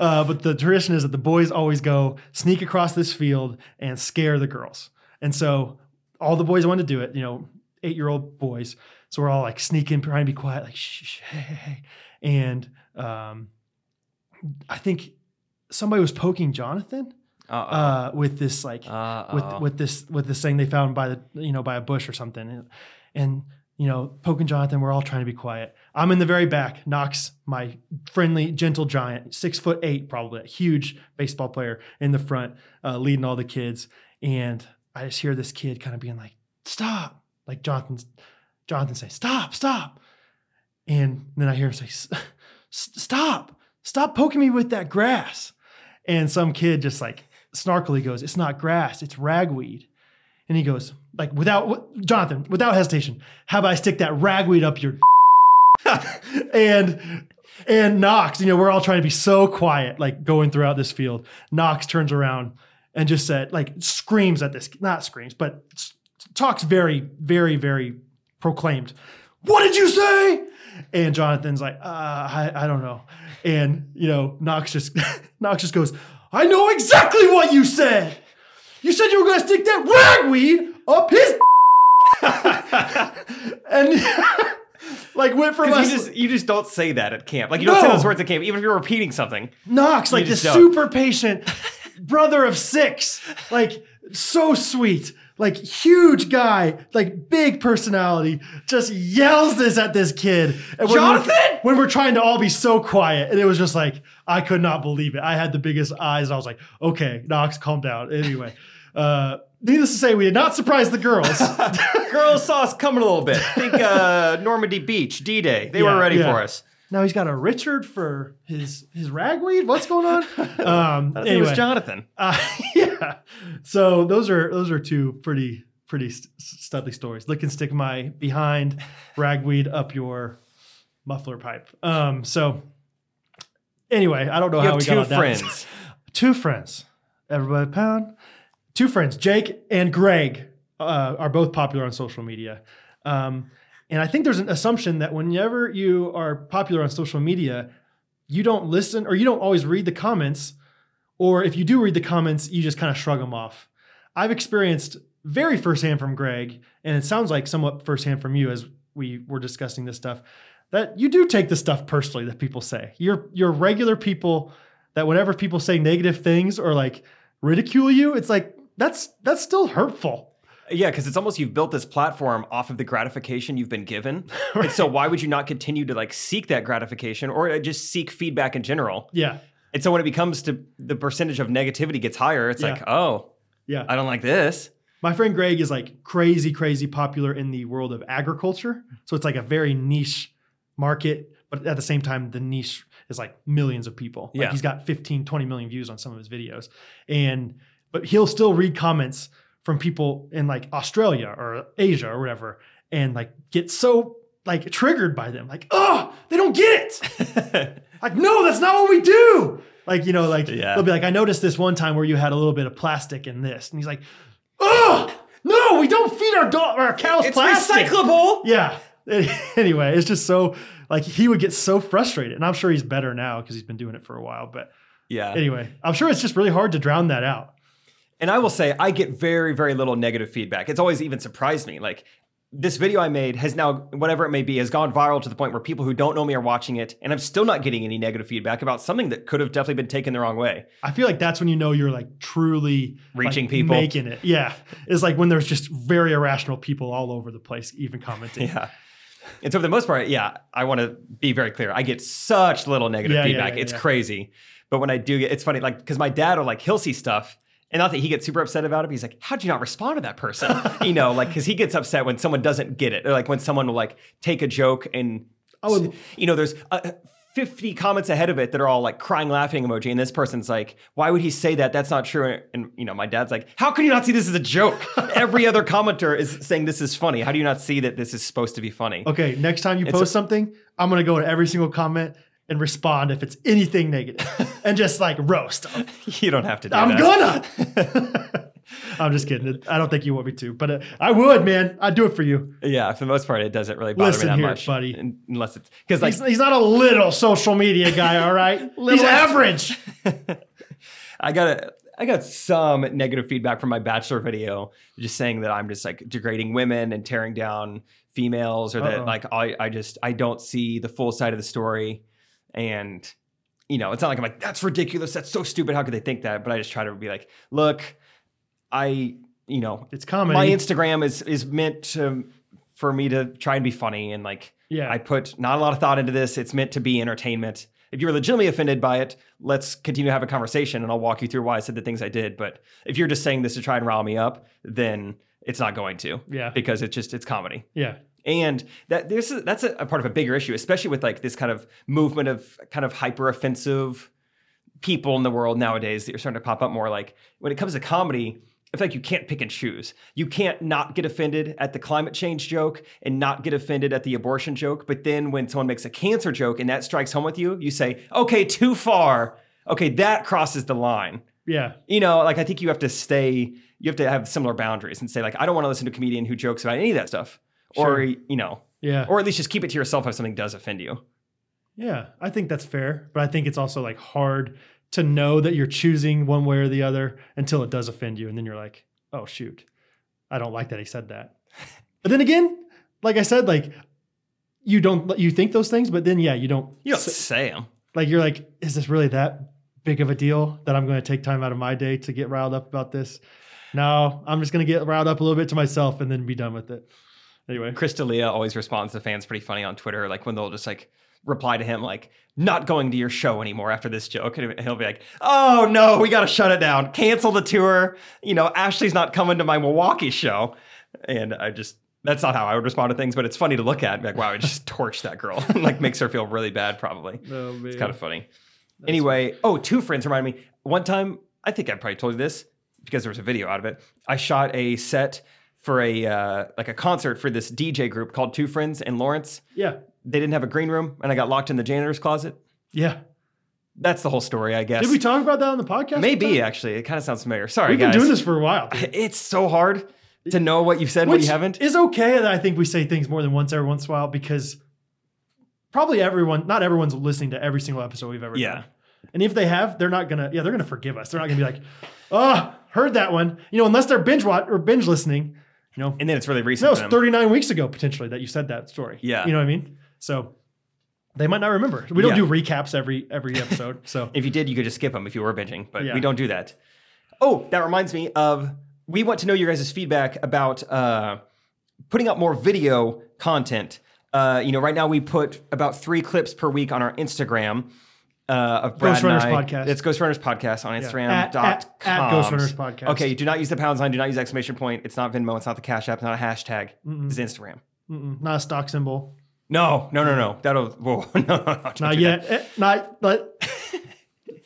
[SPEAKER 2] uh, but the tradition is that the boys always go sneak across this field and scare the girls. And so all the boys wanted to do it, you know, eight-year-old boys. So we're all like sneaking, trying to be quiet, like shh, shh hey, hey, hey. And um, I think somebody was poking Jonathan
[SPEAKER 1] Uh-oh.
[SPEAKER 2] uh, with this like
[SPEAKER 1] Uh-oh.
[SPEAKER 2] with with this with this thing they found by the you know by a bush or something, and, and you know Poke and Jonathan, we're all trying to be quiet. I'm in the very back. Knox, my friendly, gentle giant, six foot eight, probably a huge baseball player, in the front, uh, leading all the kids, and I just hear this kid kind of being like, "Stop!" Like Jonathan's Jonathan say, "Stop! Stop!" And then I hear him say, "S- s- "Stop! Stop poking me with that grass!" And some kid just like snarkily goes, It's not grass, it's ragweed. And he goes, like without Jonathan, without hesitation, how about I stick that ragweed up your and and Knox, you know, we're all trying to be so quiet, like going throughout this field. Knox turns around and just said, like screams at this, not screams, but s- talks very, very, very proclaimed. What did you say? And Jonathan's like, uh, I, I don't know. And you know, Knox just Knox just goes, I know exactly what you said. You said you were gonna stick that ragweed up his and like went from
[SPEAKER 1] Because
[SPEAKER 2] us
[SPEAKER 1] you just you just don't say that at camp. Like you don't say
[SPEAKER 2] No.
[SPEAKER 1] those words at camp, even if you're repeating something.
[SPEAKER 2] Knox, like the
[SPEAKER 1] just don't.
[SPEAKER 2] super patient brother of six, like so sweet, like huge guy, like big personality, just yells this at this kid. And when
[SPEAKER 1] Jonathan?
[SPEAKER 2] We're, when we're trying to all be so quiet, and it was just like I could not believe it. I had the biggest eyes. I was like, okay, Knox, calm down. Anyway, uh, needless to say, we did not surprise the girls.
[SPEAKER 1] Girl saw us coming a little bit. Think uh, Normandy Beach, D-Day. They
[SPEAKER 2] Yeah,
[SPEAKER 1] were ready
[SPEAKER 2] yeah.
[SPEAKER 1] for us.
[SPEAKER 2] now he's got a Richard for his his ragweed. What's going on? Um,
[SPEAKER 1] I think
[SPEAKER 2] anyway.
[SPEAKER 1] It was Jonathan.
[SPEAKER 2] Uh, yeah. So those are those are two pretty pretty st- studly stories. Lick and stick my behind, ragweed up your muffler pipe. Um. So anyway, I don't know
[SPEAKER 1] You
[SPEAKER 2] Oh, how
[SPEAKER 1] have
[SPEAKER 2] we
[SPEAKER 1] two
[SPEAKER 2] got on that.
[SPEAKER 1] friends.
[SPEAKER 2] two friends. Everybody pound. Two friends, Jake and Greg, uh, are both popular on social media. Um, and I think there's an assumption that whenever you are popular on social media, you don't listen or you don't always read the comments. Or if you do read the comments, you just kind of shrug them off. I've experienced very firsthand from Greg, and it sounds like somewhat firsthand from you as we were discussing this stuff, that you do take the stuff personally that people say. You're, you're regular people that whenever people say negative things or like ridicule you, it's like that's that's still hurtful.
[SPEAKER 1] Yeah, because it's almost you've built this platform off of the gratification you've been given. And so why would you not continue to like seek that gratification or uh, just seek feedback in general?
[SPEAKER 2] Yeah.
[SPEAKER 1] And so when it becomes to the percentage of negativity gets higher, it's
[SPEAKER 2] Yeah.
[SPEAKER 1] like, oh,
[SPEAKER 2] Yeah.
[SPEAKER 1] I don't like this.
[SPEAKER 2] My friend Greg is like crazy, crazy popular in the world of agriculture. So it's like a very niche market, but at the same time, the niche is like millions of people. Like
[SPEAKER 1] Yeah.
[SPEAKER 2] he's got 15, 20 million views on some of his videos. And, but he'll still read comments from people in like Australia or Asia or whatever and like get so like triggered by them. Like, oh, they don't get it like no that's not what we do like you know like
[SPEAKER 1] Yeah.
[SPEAKER 2] they'll be like i noticed this one time where you had a little bit of plastic in this and he's like oh no we don't feed our dog our cows plastic
[SPEAKER 1] recyclable.
[SPEAKER 2] yeah anyway it's just so like he would get so frustrated and i'm sure he's better now because he's been doing it for a while but
[SPEAKER 1] Yeah.
[SPEAKER 2] anyway i'm sure it's just really hard to drown that out
[SPEAKER 1] And I will say, I get very, very little negative feedback. It's always even surprised me. Like, this video I made has now, whatever it may be, has gone viral to the point where people who don't know me are watching it, and I'm still not getting any negative feedback about something that could have definitely been taken the wrong way.
[SPEAKER 2] I feel like that's when you know you're like truly like,
[SPEAKER 1] Reaching people.
[SPEAKER 2] making it. Yeah, it's like when there's just very irrational people all over the place, even commenting.
[SPEAKER 1] Yeah. And so, for the most part, yeah, I want to be very clear. I get such little negative
[SPEAKER 2] Yeah, yeah,
[SPEAKER 1] feedback.
[SPEAKER 2] yeah,
[SPEAKER 1] it's
[SPEAKER 2] yeah.
[SPEAKER 1] crazy. But when I do get, it's funny, like, because my dad will, like, he'll see stuff. And not that he gets super upset about it, but he's like, how'd you not respond to that person? you know, like, because he gets upset when someone doesn't get it, or like when someone will, like, take a joke and,
[SPEAKER 2] would-
[SPEAKER 1] you know, there's uh, 50 comments ahead of it that are all like crying, laughing emoji. And this person's like, why would he say that? That's not true. And, and, you know, my dad's like, how can you not see this as a joke? Every other commenter is saying this is funny. How do you not see that this is supposed to be funny?
[SPEAKER 2] Okay, next time you
[SPEAKER 1] It's
[SPEAKER 2] post
[SPEAKER 1] a-
[SPEAKER 2] something, I'm gonna go to every single comment and respond if it's anything negative, and just like roast. them.
[SPEAKER 1] You don't have to do
[SPEAKER 2] I'm
[SPEAKER 1] that.
[SPEAKER 2] gonna. I'm just kidding. I don't think you want me to, but uh, I would, man. I'd do it for you.
[SPEAKER 1] Yeah, for the most part, it doesn't really bother
[SPEAKER 2] Listen
[SPEAKER 1] me that
[SPEAKER 2] here,
[SPEAKER 1] much,
[SPEAKER 2] buddy.
[SPEAKER 1] Un- Unless it's because like
[SPEAKER 2] he's, he's not a little social media guy, all right. he's average.
[SPEAKER 1] I got a, I got some negative feedback from my bachelor video, just saying that I'm just like degrading women and tearing down females, or
[SPEAKER 2] Uh-oh.
[SPEAKER 1] that like I, I just I don't see the full side of the story, and you know, it's not like I'm like that's ridiculous, that's so stupid, how could they think that? But I just try to be like, look, I, you know,
[SPEAKER 2] It's comedy.
[SPEAKER 1] my Instagram is is meant to for me to try and be funny and like
[SPEAKER 2] yeah,
[SPEAKER 1] I put not a lot of thought into this. It's meant to be entertainment. If you're legitimately offended by it, let's continue to have a conversation and I'll walk you through why I said the things I did. But if you're just saying this to try and rile me up, then it's not going to
[SPEAKER 2] yeah,
[SPEAKER 1] because it's just it's comedy.
[SPEAKER 2] yeah.
[SPEAKER 1] And that this is that's a, a part of a bigger issue, especially with like this kind of movement of kind of hyper offensive people in the world nowadays that are starting to pop up more. Like when it comes to comedy, I feel like you can't pick and choose. You can't not get offended at the climate change joke and not get offended at the abortion joke. But then when someone makes a cancer joke and that strikes home with you, you say, okay, too far. Okay, that crosses the line
[SPEAKER 2] yeah.
[SPEAKER 1] you know, like I think you have to stay, you have to have similar boundaries and say, like, I don't want to listen to a comedian who jokes about any of that stuff. Or,
[SPEAKER 2] Sure.
[SPEAKER 1] you know,
[SPEAKER 2] Yeah.
[SPEAKER 1] or at least just keep it to yourself if something does offend you.
[SPEAKER 2] Yeah, I think that's fair, but I think it's also like hard to know that you're choosing one way or the other until it does offend you, and then you're like, "Oh shoot, I don't like that he said that." But then again, like I said, like you don't you think those things, but then yeah, you don't.
[SPEAKER 1] You don't say 'em.
[SPEAKER 2] Like you're like, is this really that big of a deal that I'm going to take time out of my day to get riled up about this? No, I'm just going to get riled up a little bit to myself and then be done with it. Anyway,
[SPEAKER 1] Chris D'Elia always responds to fans pretty funny on Twitter, like when they'll just like reply to him, like, not going to your show anymore after this joke. And he'll be like, oh no, we got to shut it down. Cancel the tour. You know, Ashley's not coming to my Milwaukee show. And I just, that's not how I would respond to things, but it's funny to look at. Like, wow, I just torched that girl. like, makes her feel really bad, probably. It's kind of funny. anyway, oh, two friends remind me. One time, I think I probably told you this because there was a video out of it. I shot a set for a uh, like a concert for this DJ group called Two Friends in Lawrence.
[SPEAKER 2] yeah,
[SPEAKER 1] They didn't have a green room, and I got locked in the janitor's closet.
[SPEAKER 2] yeah.
[SPEAKER 1] That's the whole story, I guess.
[SPEAKER 2] Did we talk about that on the podcast?
[SPEAKER 1] Maybe actually, it kind of sounds familiar. Sorry,
[SPEAKER 2] We've been
[SPEAKER 1] guys.
[SPEAKER 2] doing this for a while. dude.
[SPEAKER 1] It's so hard to know what you've said and what
[SPEAKER 2] Which
[SPEAKER 1] you haven't.
[SPEAKER 2] Is okay that I think we say things more than once every once in a while because probably everyone, not everyone's listening to every single episode we've ever
[SPEAKER 1] Yeah.
[SPEAKER 2] done. And if they have, they're not gonna, yeah, they're gonna forgive us. They're not gonna be like, oh, heard that one. You know, unless they're binge watch or binge listening, you know.
[SPEAKER 1] and then it's really recent.
[SPEAKER 2] That was
[SPEAKER 1] to them.
[SPEAKER 2] 39 weeks ago potentially that you said that story.
[SPEAKER 1] Yeah.
[SPEAKER 2] You know what I mean? So they might not remember. We don't
[SPEAKER 1] Yeah.
[SPEAKER 2] do recaps every every episode. So
[SPEAKER 1] If you did, you could just skip them if you were binging, but
[SPEAKER 2] Yeah.
[SPEAKER 1] we don't do that. Oh, that reminds me of we want to know your guys' feedback about uh, putting up more video content. Uh, you know, right now we put about three clips per week on our Instagram uh, of Brad
[SPEAKER 2] Ghost
[SPEAKER 1] and
[SPEAKER 2] Runners
[SPEAKER 1] I.
[SPEAKER 2] Podcast.
[SPEAKER 1] It's Ghost Runners Podcast on Instagram.
[SPEAKER 2] At- at-
[SPEAKER 1] dot
[SPEAKER 2] at
[SPEAKER 1] coms.
[SPEAKER 2] Ghost Runners Podcast.
[SPEAKER 1] Okay, do not use the pound sign. Do not use exclamation point. It's not Venmo. It's not the Cash App. It's not a hashtag. It's Instagram.
[SPEAKER 2] Mm-mm, not a stock symbol.
[SPEAKER 1] No, no, no, no. That'll whoa, no, no, no. don't
[SPEAKER 2] Not
[SPEAKER 1] do
[SPEAKER 2] yet. Eh, Not but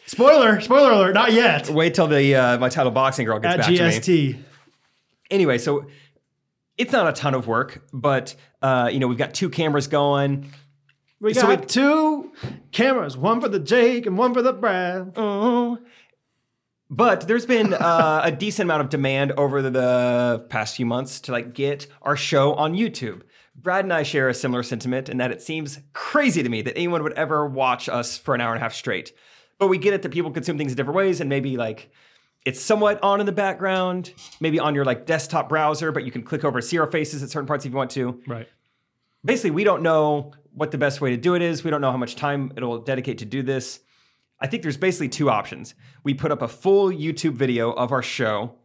[SPEAKER 2] spoiler, spoiler alert, not yet.
[SPEAKER 1] that. Wait till the uh, my title boxing girl gets
[SPEAKER 2] At
[SPEAKER 1] back to me.
[SPEAKER 2] GST.
[SPEAKER 1] anyway, so it's not a ton of work, but uh, you know we've got two cameras going.
[SPEAKER 2] We
[SPEAKER 1] So
[SPEAKER 2] got
[SPEAKER 1] we-
[SPEAKER 2] two cameras, one for the Jake and one for the Brad.
[SPEAKER 1] Oh. But there's been uh, a decent amount of demand over the past few months to like get our show on YouTube. Brad and I share a similar sentiment in that it seems crazy to me that anyone would ever watch us for an hour and a half straight. But we get it that people consume things in different ways, and maybe like it's somewhat on in the background, maybe on your like desktop browser, but you can click over to see our faces at certain parts if you want to.
[SPEAKER 2] Right.
[SPEAKER 1] basically we don't know what the best way to do it is we don't know how much time it'll dedicate to do this i think there's basically two options we put up a full youtube video of our show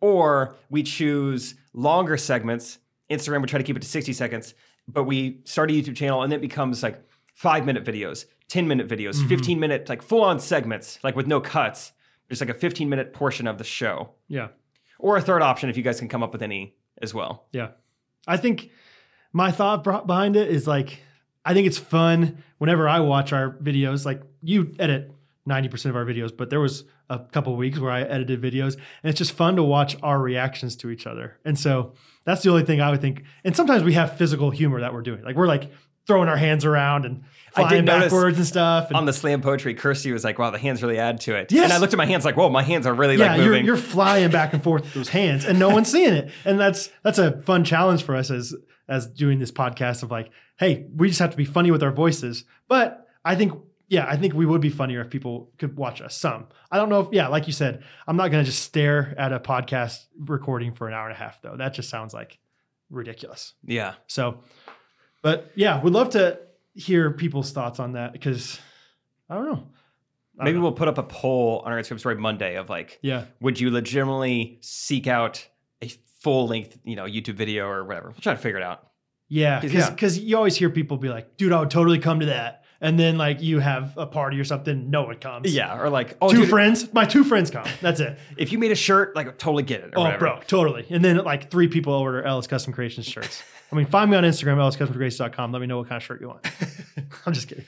[SPEAKER 1] or we choose longer segments instagram we try to keep it to 60 seconds but we start a youtube channel and it becomes like five minute videos 10 minute videos 15 minute like full on segments like with no cuts just like a 15 minute portion of the show
[SPEAKER 2] Yeah.
[SPEAKER 1] or a third option if you guys can come up with any as well
[SPEAKER 2] Yeah. I think my thought bro- behind it is like, I think it's fun whenever I watch our videos. Like, you edit 90% of our videos, but there was a couple weeks where I edited videos, and it's just fun to watch our reactions to each other. And so that's the only thing I would think. And sometimes we have physical humor that we're doing. Like, we're like throwing our hands around and
[SPEAKER 1] I did
[SPEAKER 2] flying
[SPEAKER 1] notice
[SPEAKER 2] backwards and stuff. And
[SPEAKER 1] on the slam poetry, Kirsty was like, "Wow, the hands really add to it."
[SPEAKER 2] Yes.
[SPEAKER 1] And I looked at my hands like, "Whoa, my hands are really
[SPEAKER 2] yeah,
[SPEAKER 1] like
[SPEAKER 2] you're,
[SPEAKER 1] moving."
[SPEAKER 2] you're flying back and forth with those hands, and no one's seeing it. And that's that's a fun challenge for us as as doing this podcast of like, hey, we just have to be funny with our voices. But I think, yeah, I think we would be funnier if people could watch us. Some, I don't know if, yeah, like you said, I'm not gonna just stare at a podcast recording for an hour and a half though. That just sounds like ridiculous.
[SPEAKER 1] yeah,
[SPEAKER 2] So, but yeah, we'd love to hear people's thoughts on that because I don't know. I
[SPEAKER 1] maybe
[SPEAKER 2] don't know.
[SPEAKER 1] we'll put up a poll on our Instagram story Monday of like,
[SPEAKER 2] yeah.
[SPEAKER 1] would you legitimately seek out a full length, you know, YouTube video or whatever? We'll try to figure it out.
[SPEAKER 2] Yeah,
[SPEAKER 1] 'Cause-
[SPEAKER 2] because
[SPEAKER 1] yeah.
[SPEAKER 2] you always hear people be like, "Dude, I would totally come to that," and then like you have a party or something, no one comes.
[SPEAKER 1] Yeah, or like, oh,
[SPEAKER 2] two
[SPEAKER 1] dude,
[SPEAKER 2] friends, my two friends come. That's it.
[SPEAKER 1] if you made a shirt, like, totally get it. Or
[SPEAKER 2] oh,
[SPEAKER 1] whatever.
[SPEAKER 2] bro, totally. And then like three people order LS Custom Creations shirts. I mean, find me on Instagram, lscustomcreations.com. Let me know what kind of shirt you want. I'm just kidding.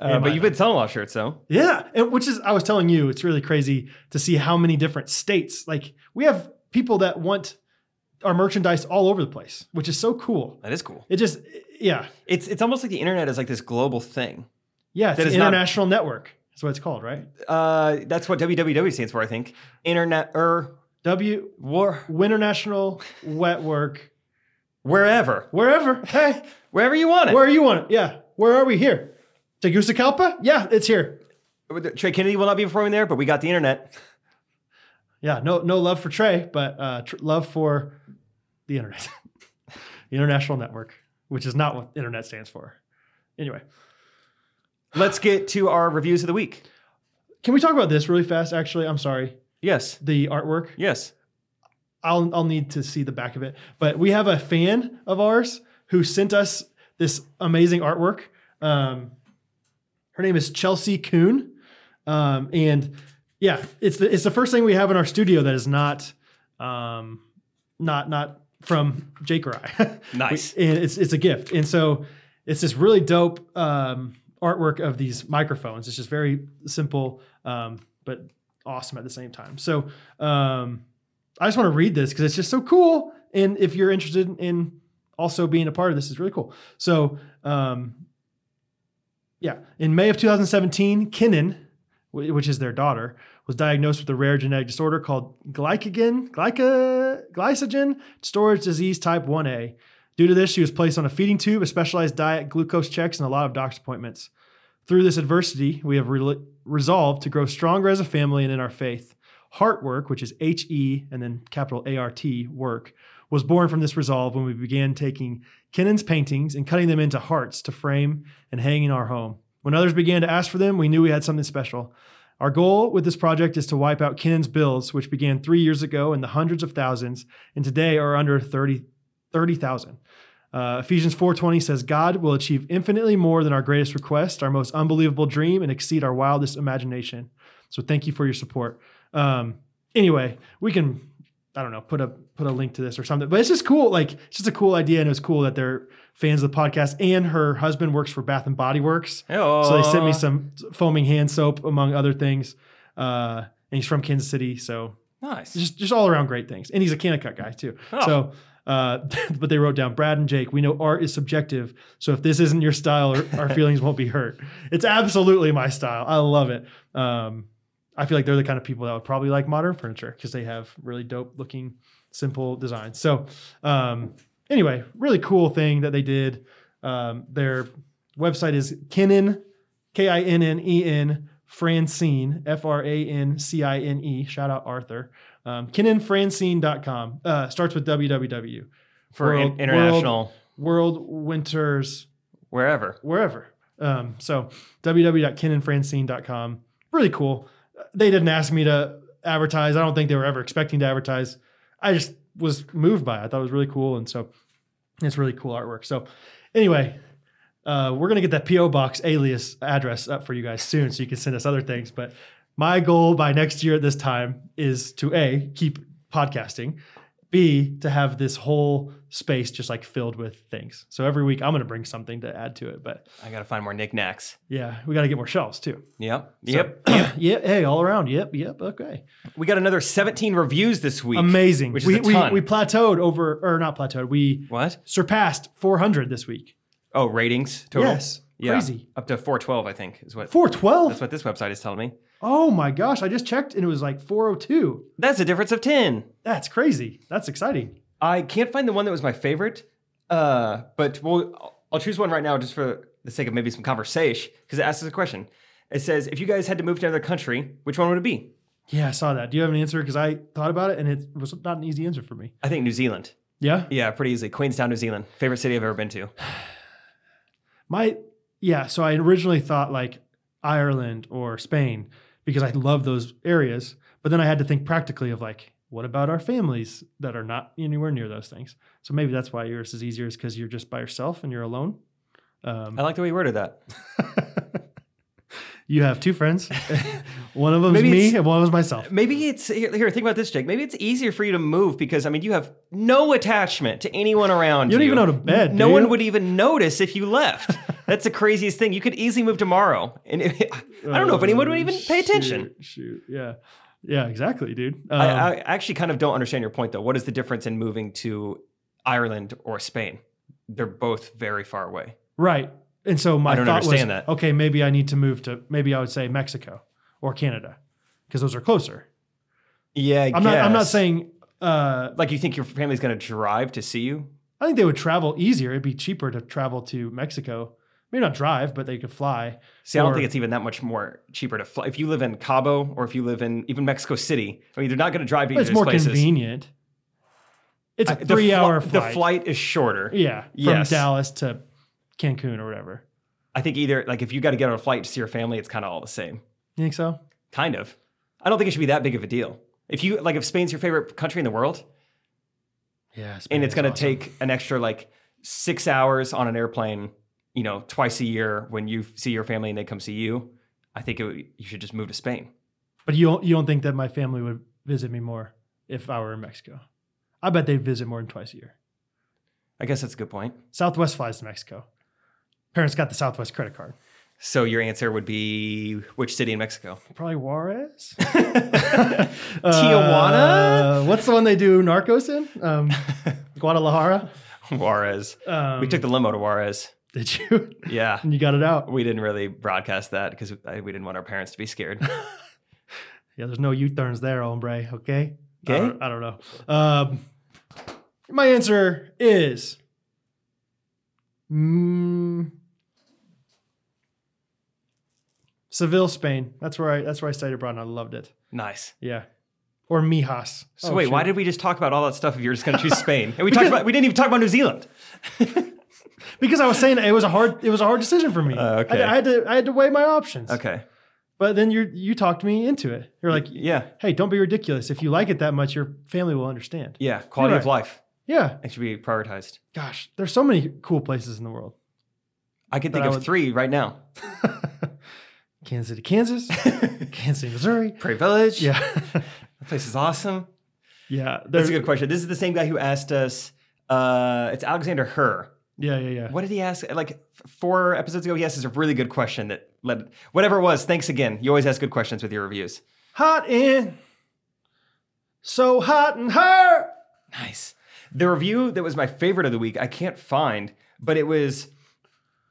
[SPEAKER 1] Uh,
[SPEAKER 2] Am
[SPEAKER 1] but
[SPEAKER 2] I?
[SPEAKER 1] you've been selling a lot of shirts, though.
[SPEAKER 2] Yeah, and which is I was telling you, it's really crazy to see how many different states. Like we have people that want our merchandise all over the place, which is so cool.
[SPEAKER 1] That is cool.
[SPEAKER 2] It just, yeah,
[SPEAKER 1] It's it's almost like the internet is like this global thing.
[SPEAKER 2] yeah. It's
[SPEAKER 1] That
[SPEAKER 2] an
[SPEAKER 1] is not-
[SPEAKER 2] international network. That's what it's called, right?
[SPEAKER 1] Uh, that's what WWW stands for, I think. Internet or
[SPEAKER 2] W
[SPEAKER 1] war,
[SPEAKER 2] Winternational Wet Work
[SPEAKER 1] wherever,
[SPEAKER 2] wherever. Hey,
[SPEAKER 1] wherever you want it.
[SPEAKER 2] where you want it? Yeah, where are we here? Tegucigalpa? Yeah, it's here.
[SPEAKER 1] Trey Kennedy will not be performing there, but we got the internet.
[SPEAKER 2] Yeah, no, no love for Trey, but uh, tr- love for the internet, the international network, which is not what internet stands for. Anyway,
[SPEAKER 1] Let's get to our reviews of the week.
[SPEAKER 2] can we talk about this really fast? Actually, I'm sorry.
[SPEAKER 1] Yes.
[SPEAKER 2] The artwork.
[SPEAKER 1] Yes.
[SPEAKER 2] I'll I'll need to see the back of it. But we have a fan of ours who sent us this amazing artwork. Um, her name is Chelsea Kuhn, um, and yeah, it's the it's the first thing we have in our studio that is not um, not not from Jake or I.
[SPEAKER 1] Nice.
[SPEAKER 2] and it's it's a gift, and so it's this really dope um, artwork of these microphones. It's just very simple, um, but awesome at the same time. So. Um, I just want to read this because it's just so cool. And if you're interested in also being a part of this, it's really cool. So, um, yeah, in May of 2017, Kinnan, wh- which is their daughter, was diagnosed with a rare genetic disorder called glycogen, glyca, glycogen storage disease type 1A. Due to this, she was placed on a feeding tube, a specialized diet, glucose checks, and a lot of doctor's appointments. Through this adversity, we have re- resolved to grow stronger as a family and in our faith. Heart Work, which is H E and then capital A R T work, was born from this resolve when we began taking Kennan's paintings and cutting them into hearts to frame and hang in our home. When others began to ask for them, we knew we had something special. Our goal with this project is to wipe out Kinnon's bills, which began three years ago in the hundreds of thousands and today are under 30 30,000. uh, Ephesians 4:20 says God will achieve infinitely more than our greatest request, our most unbelievable dream, and exceed our wildest imagination. So thank you for your support. Um, anyway, we can I don't know put a put a link to this or something, but it's just cool. Like it's just a cool idea, and it was cool that they're fans of the podcast. And her husband works for Bath and Body Works, so they sent me some foaming hand soap among other things. Uh, and he's from Kansas City, so
[SPEAKER 1] Nice.
[SPEAKER 2] just just all around great things. And he's a Kennecott guy too.
[SPEAKER 1] Oh.
[SPEAKER 2] So, uh, but they wrote down Brad and Jake. We know art is subjective, so if this isn't your style, our, our feelings won't be hurt. It's absolutely my style. I love it. Um, I feel like they're the kind of people that would probably like modern furniture because they have really dope looking, simple designs. So, um, anyway, really cool thing that they did. Um, their website is Kinnan, K I N N E N, Francine, F R A N C I N E. Shout out Arthur. Um, KinnanFrancine.com. Uh, starts with www.
[SPEAKER 1] for in-
[SPEAKER 2] World-
[SPEAKER 1] international
[SPEAKER 2] World, World Winters
[SPEAKER 1] wherever.
[SPEAKER 2] wherever. Um, so www.kenandfrancine.com. Really cool. They didn't ask me to advertise. I don't think they were ever expecting to advertise. I just was moved by it. I thought it was really cool. And so it's really cool artwork. So anyway, uh, we're going to get that PO box alias address up for you guys soon so you can send us other things. But my goal by next year at this time is to A, keep podcasting, B, to have this whole space just like filled with things. So every week I'm going to bring something to add to it. But
[SPEAKER 1] I gotta find more knickknacks.
[SPEAKER 2] yeah, we got to get more shelves too.
[SPEAKER 1] Yep.
[SPEAKER 2] So-
[SPEAKER 1] Yep.
[SPEAKER 2] yep. Hey, all around. Yep. Yep. Okay.
[SPEAKER 1] We got another 17 reviews this week.
[SPEAKER 2] Amazing.
[SPEAKER 1] Which is
[SPEAKER 2] we,
[SPEAKER 1] a ton.
[SPEAKER 2] we we plateaued over or not plateaued. We
[SPEAKER 1] What?
[SPEAKER 2] surpassed 400 this week.
[SPEAKER 1] Oh, ratings total.
[SPEAKER 2] Yes.
[SPEAKER 1] Yeah.
[SPEAKER 2] Crazy.
[SPEAKER 1] Up to 412, I think is what.
[SPEAKER 2] 412.
[SPEAKER 1] That's what this website is telling me.
[SPEAKER 2] Oh my gosh, I just checked and it was like 402.
[SPEAKER 1] That's a difference of 10.
[SPEAKER 2] That's crazy. That's exciting.
[SPEAKER 1] I can't find the one that was my favorite, uh, but we'll, I'll- I'll choose one right now just for the sake of maybe some conversation because it asks us a question. It says, if you guys had to move to another country, which one would it be?
[SPEAKER 2] Yeah, I saw that. Do you have an answer? Because I thought about it and it was not an easy answer for me.
[SPEAKER 1] I think New Zealand.
[SPEAKER 2] Yeah.
[SPEAKER 1] Yeah, pretty easy. Queenstown, New Zealand. Favorite city I've ever been to.
[SPEAKER 2] My yeah, so I originally thought like Ireland or Spain because I love those areas, but then I had to think practically of like what about our families that are not anywhere near those things? So maybe that's why yours is easier is because you're just by yourself and you're alone. Um,
[SPEAKER 1] I like the way you worded that.
[SPEAKER 2] you have two friends. one of them is
[SPEAKER 1] Maybe
[SPEAKER 2] me
[SPEAKER 1] it's-
[SPEAKER 2] and one of them is myself.
[SPEAKER 1] Maybe it's here, here, Think about this, Jake. Maybe it's easier for you to move because I mean, you have no attachment to anyone around you.
[SPEAKER 2] You don't even own a bed,
[SPEAKER 1] No
[SPEAKER 2] do
[SPEAKER 1] one
[SPEAKER 2] you?
[SPEAKER 1] would even notice if you left. That's the craziest thing. You could easily move tomorrow, and it- I don't know if anyone would even
[SPEAKER 2] Oh,
[SPEAKER 1] pay attention.
[SPEAKER 2] Uh, Shoot, shoot. yeah. Yeah, exactly, dude. Um,
[SPEAKER 1] I, I actually kind of don't understand your point, though. What is the difference in moving to Ireland or Spain? They're both very far away.
[SPEAKER 2] right. And so my
[SPEAKER 1] I don't
[SPEAKER 2] thought
[SPEAKER 1] understand
[SPEAKER 2] was,
[SPEAKER 1] that.
[SPEAKER 2] okay, maybe I need to move to maybe I would say Mexico or Canada because those are closer.
[SPEAKER 1] Yeah, I
[SPEAKER 2] I'm not. I'm not saying. Uh,
[SPEAKER 1] like you think your family's going to drive to see you.
[SPEAKER 2] I think they would travel easier. It'd be cheaper to travel to Mexico. Maybe not drive, but they could fly.
[SPEAKER 1] See, I don't
[SPEAKER 2] Or-
[SPEAKER 1] think it's even that much more cheaper to fly. If you live in Cabo or if you live in even Mexico City, I mean, they're not going to drive to
[SPEAKER 2] But
[SPEAKER 1] either
[SPEAKER 2] it's
[SPEAKER 1] of those
[SPEAKER 2] more
[SPEAKER 1] places.
[SPEAKER 2] convenient. It's a
[SPEAKER 1] I- the
[SPEAKER 2] three-hour
[SPEAKER 1] fli-
[SPEAKER 2] flight.
[SPEAKER 1] The flight is shorter.
[SPEAKER 2] yeah, from
[SPEAKER 1] Yes.
[SPEAKER 2] Dallas to Cancun or whatever.
[SPEAKER 1] I think either like if you got to get on a flight to see your family, it's kind of all the same.
[SPEAKER 2] You think so?
[SPEAKER 1] Kind of. I don't think it should be that big of a deal. If you like, if Spain's your favorite country in the world,
[SPEAKER 2] Yeah,
[SPEAKER 1] and it's going to take an extra like six hours on an airplane, you know, twice a year when you see your family and they come see you, I think it would, you should just move to Spain.
[SPEAKER 2] But you don't, you don't think that my family would visit me more if I were in Mexico? I bet they'd visit more than twice a year.
[SPEAKER 1] I guess that's a good point.
[SPEAKER 2] Southwest flies to Mexico. Parents got the Southwest credit card.
[SPEAKER 1] So your answer would be which city in Mexico?
[SPEAKER 2] Probably Juarez.
[SPEAKER 1] Tijuana?
[SPEAKER 2] Uh, what's the one they do Narcos in? Um, Guadalajara.
[SPEAKER 1] Juarez.
[SPEAKER 2] Um,
[SPEAKER 1] we took the limo to Juarez.
[SPEAKER 2] Did you?
[SPEAKER 1] Yeah.
[SPEAKER 2] and you got it out.
[SPEAKER 1] We didn't really broadcast that because we didn't want our parents to be scared.
[SPEAKER 2] Yeah, there's no U-turns there, hombre. Okay. I
[SPEAKER 1] Okay.
[SPEAKER 2] don't, I don't know. Um, my answer is. Mm, Seville, Spain. That's where I. That's where I studied abroad, and I loved it.
[SPEAKER 1] nice.
[SPEAKER 2] Yeah, or Mijas.
[SPEAKER 1] So wait, why did we just talk about all that stuff if you're just going to choose Spain? And we talked about we didn't even talk about New Zealand.
[SPEAKER 2] Because I was saying it was a hard. It was a hard decision for me.
[SPEAKER 1] Uh, okay.
[SPEAKER 2] I, I had to. I had to weigh my options.
[SPEAKER 1] Okay.
[SPEAKER 2] But then you you talked me into it. You're like,
[SPEAKER 1] Yeah.
[SPEAKER 2] hey, don't be ridiculous. If you like it that much, your family will understand.
[SPEAKER 1] Yeah. Quality
[SPEAKER 2] You're
[SPEAKER 1] of life.
[SPEAKER 2] Yeah.
[SPEAKER 1] It should be prioritized.
[SPEAKER 2] Gosh, there's so many cool places in the world.
[SPEAKER 1] I could
[SPEAKER 2] But
[SPEAKER 1] think
[SPEAKER 2] I
[SPEAKER 1] of
[SPEAKER 2] would-
[SPEAKER 1] three right now.
[SPEAKER 2] Kansas City, Kansas, Kansas City, Missouri.
[SPEAKER 1] Prairie Village.
[SPEAKER 2] Yeah.
[SPEAKER 1] That place is awesome.
[SPEAKER 2] yeah.
[SPEAKER 1] That's
[SPEAKER 2] There's
[SPEAKER 1] a good question. This is the same guy who asked us. Uh, it's Alexander Herr.
[SPEAKER 2] Yeah, yeah, yeah.
[SPEAKER 1] What did he ask? Like f- four episodes ago, he asked us a really good question that led whatever it was. Thanks again. You always ask good questions with your reviews.
[SPEAKER 2] Hot in. So hot in her.
[SPEAKER 1] Oh. Nice. The review that was my favorite of the week, I can't find, but it was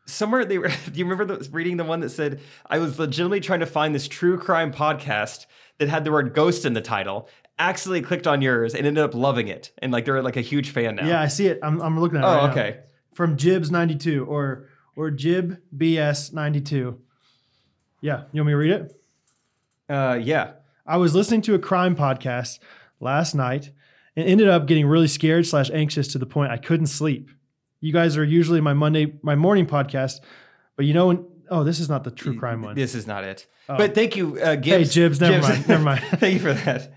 [SPEAKER 1] somewhere they were. Do you remember the, reading the one that said, I was legitimately trying to find this true crime podcast that had the word ghost in the title, accidentally clicked on yours and ended up loving it. And like they're like a huge fan now.
[SPEAKER 2] Yeah, I see it. I'm, I'm looking at it.
[SPEAKER 1] Oh,
[SPEAKER 2] right now.
[SPEAKER 1] okay.
[SPEAKER 2] From Jibs 92 or or Jib BS 92. Yeah. You want me to read it?
[SPEAKER 1] Uh, yeah.
[SPEAKER 2] I was listening to a crime podcast last night and ended up getting really scared slash anxious to the point I couldn't sleep. You guys are usually my Monday my morning podcast, but you know when oh this is not the true crime one.
[SPEAKER 1] This is not it. But thank you, uh,
[SPEAKER 2] Oh. Hey
[SPEAKER 1] Gibbs.
[SPEAKER 2] Jibs, never mind, never mind.
[SPEAKER 1] thank you for that.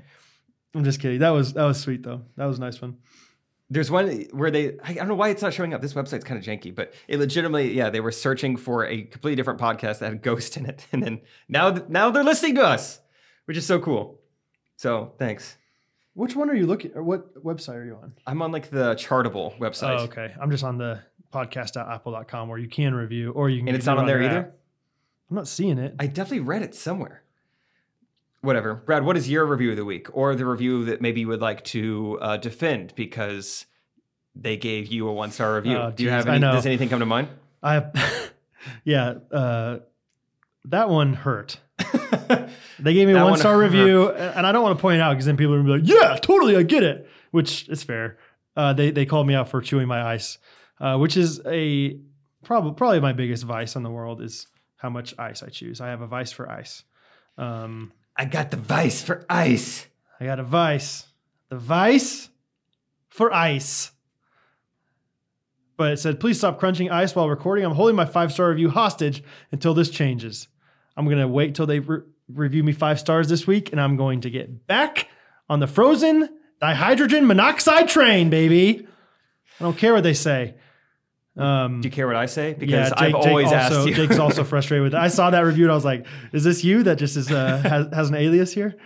[SPEAKER 2] I'm just kidding. That was that was sweet though. That was a nice one.
[SPEAKER 1] There's one where they, I I don't know why it's not showing up. This website's kind of janky, but it legitimately, yeah, they were searching for a completely different podcast that had Ghost in it. And then now, th- now they're listening to us, which is so cool. So thanks.
[SPEAKER 2] Which one are you looking? Or what website are you on?
[SPEAKER 1] I'm on like the Chartable website.
[SPEAKER 2] Oh, okay. I'm just on the podcast.apple.com where you can review or you can.
[SPEAKER 1] And it's
[SPEAKER 2] do it
[SPEAKER 1] not on there
[SPEAKER 2] your
[SPEAKER 1] either?
[SPEAKER 2] app. I'm not seeing it.
[SPEAKER 1] I definitely read it somewhere. Whatever. Brad, what is your review of the week or the review that maybe you would like to uh, defend because they gave you a one star review?
[SPEAKER 2] Oh,
[SPEAKER 1] Do you
[SPEAKER 2] geez,
[SPEAKER 1] have
[SPEAKER 2] I
[SPEAKER 1] any,
[SPEAKER 2] know.
[SPEAKER 1] does anything come to mind?
[SPEAKER 2] I, yeah, uh, that one hurt. they gave me
[SPEAKER 1] That
[SPEAKER 2] a
[SPEAKER 1] one
[SPEAKER 2] one star
[SPEAKER 1] hurt.
[SPEAKER 2] review, a- and I don't want to point out because then people are gonna be like, "Yeah, totally, I get it," which is fair. Uh, they they called me out for chewing my ice, uh, which is a probably probably my biggest vice in the world is how much ice I choose. I have a vice for ice. Um,
[SPEAKER 1] I got the vice for ice.
[SPEAKER 2] I got a vice, the vice for ice. But it said, please stop crunching ice while recording. I'm holding my five star review hostage until this changes. I'm going to wait till they re- review me five stars this week, and I'm going to get back on the frozen dihydrogen monoxide train, baby. I don't care what they say. Um,
[SPEAKER 1] Do you care what I say? Because
[SPEAKER 2] yeah, Jake-
[SPEAKER 1] I've
[SPEAKER 2] Jake
[SPEAKER 1] always
[SPEAKER 2] also,
[SPEAKER 1] asked you.
[SPEAKER 2] Jake's also frustrated with it. I saw that review and I was like, is this you that just is uh, has, has an alias here?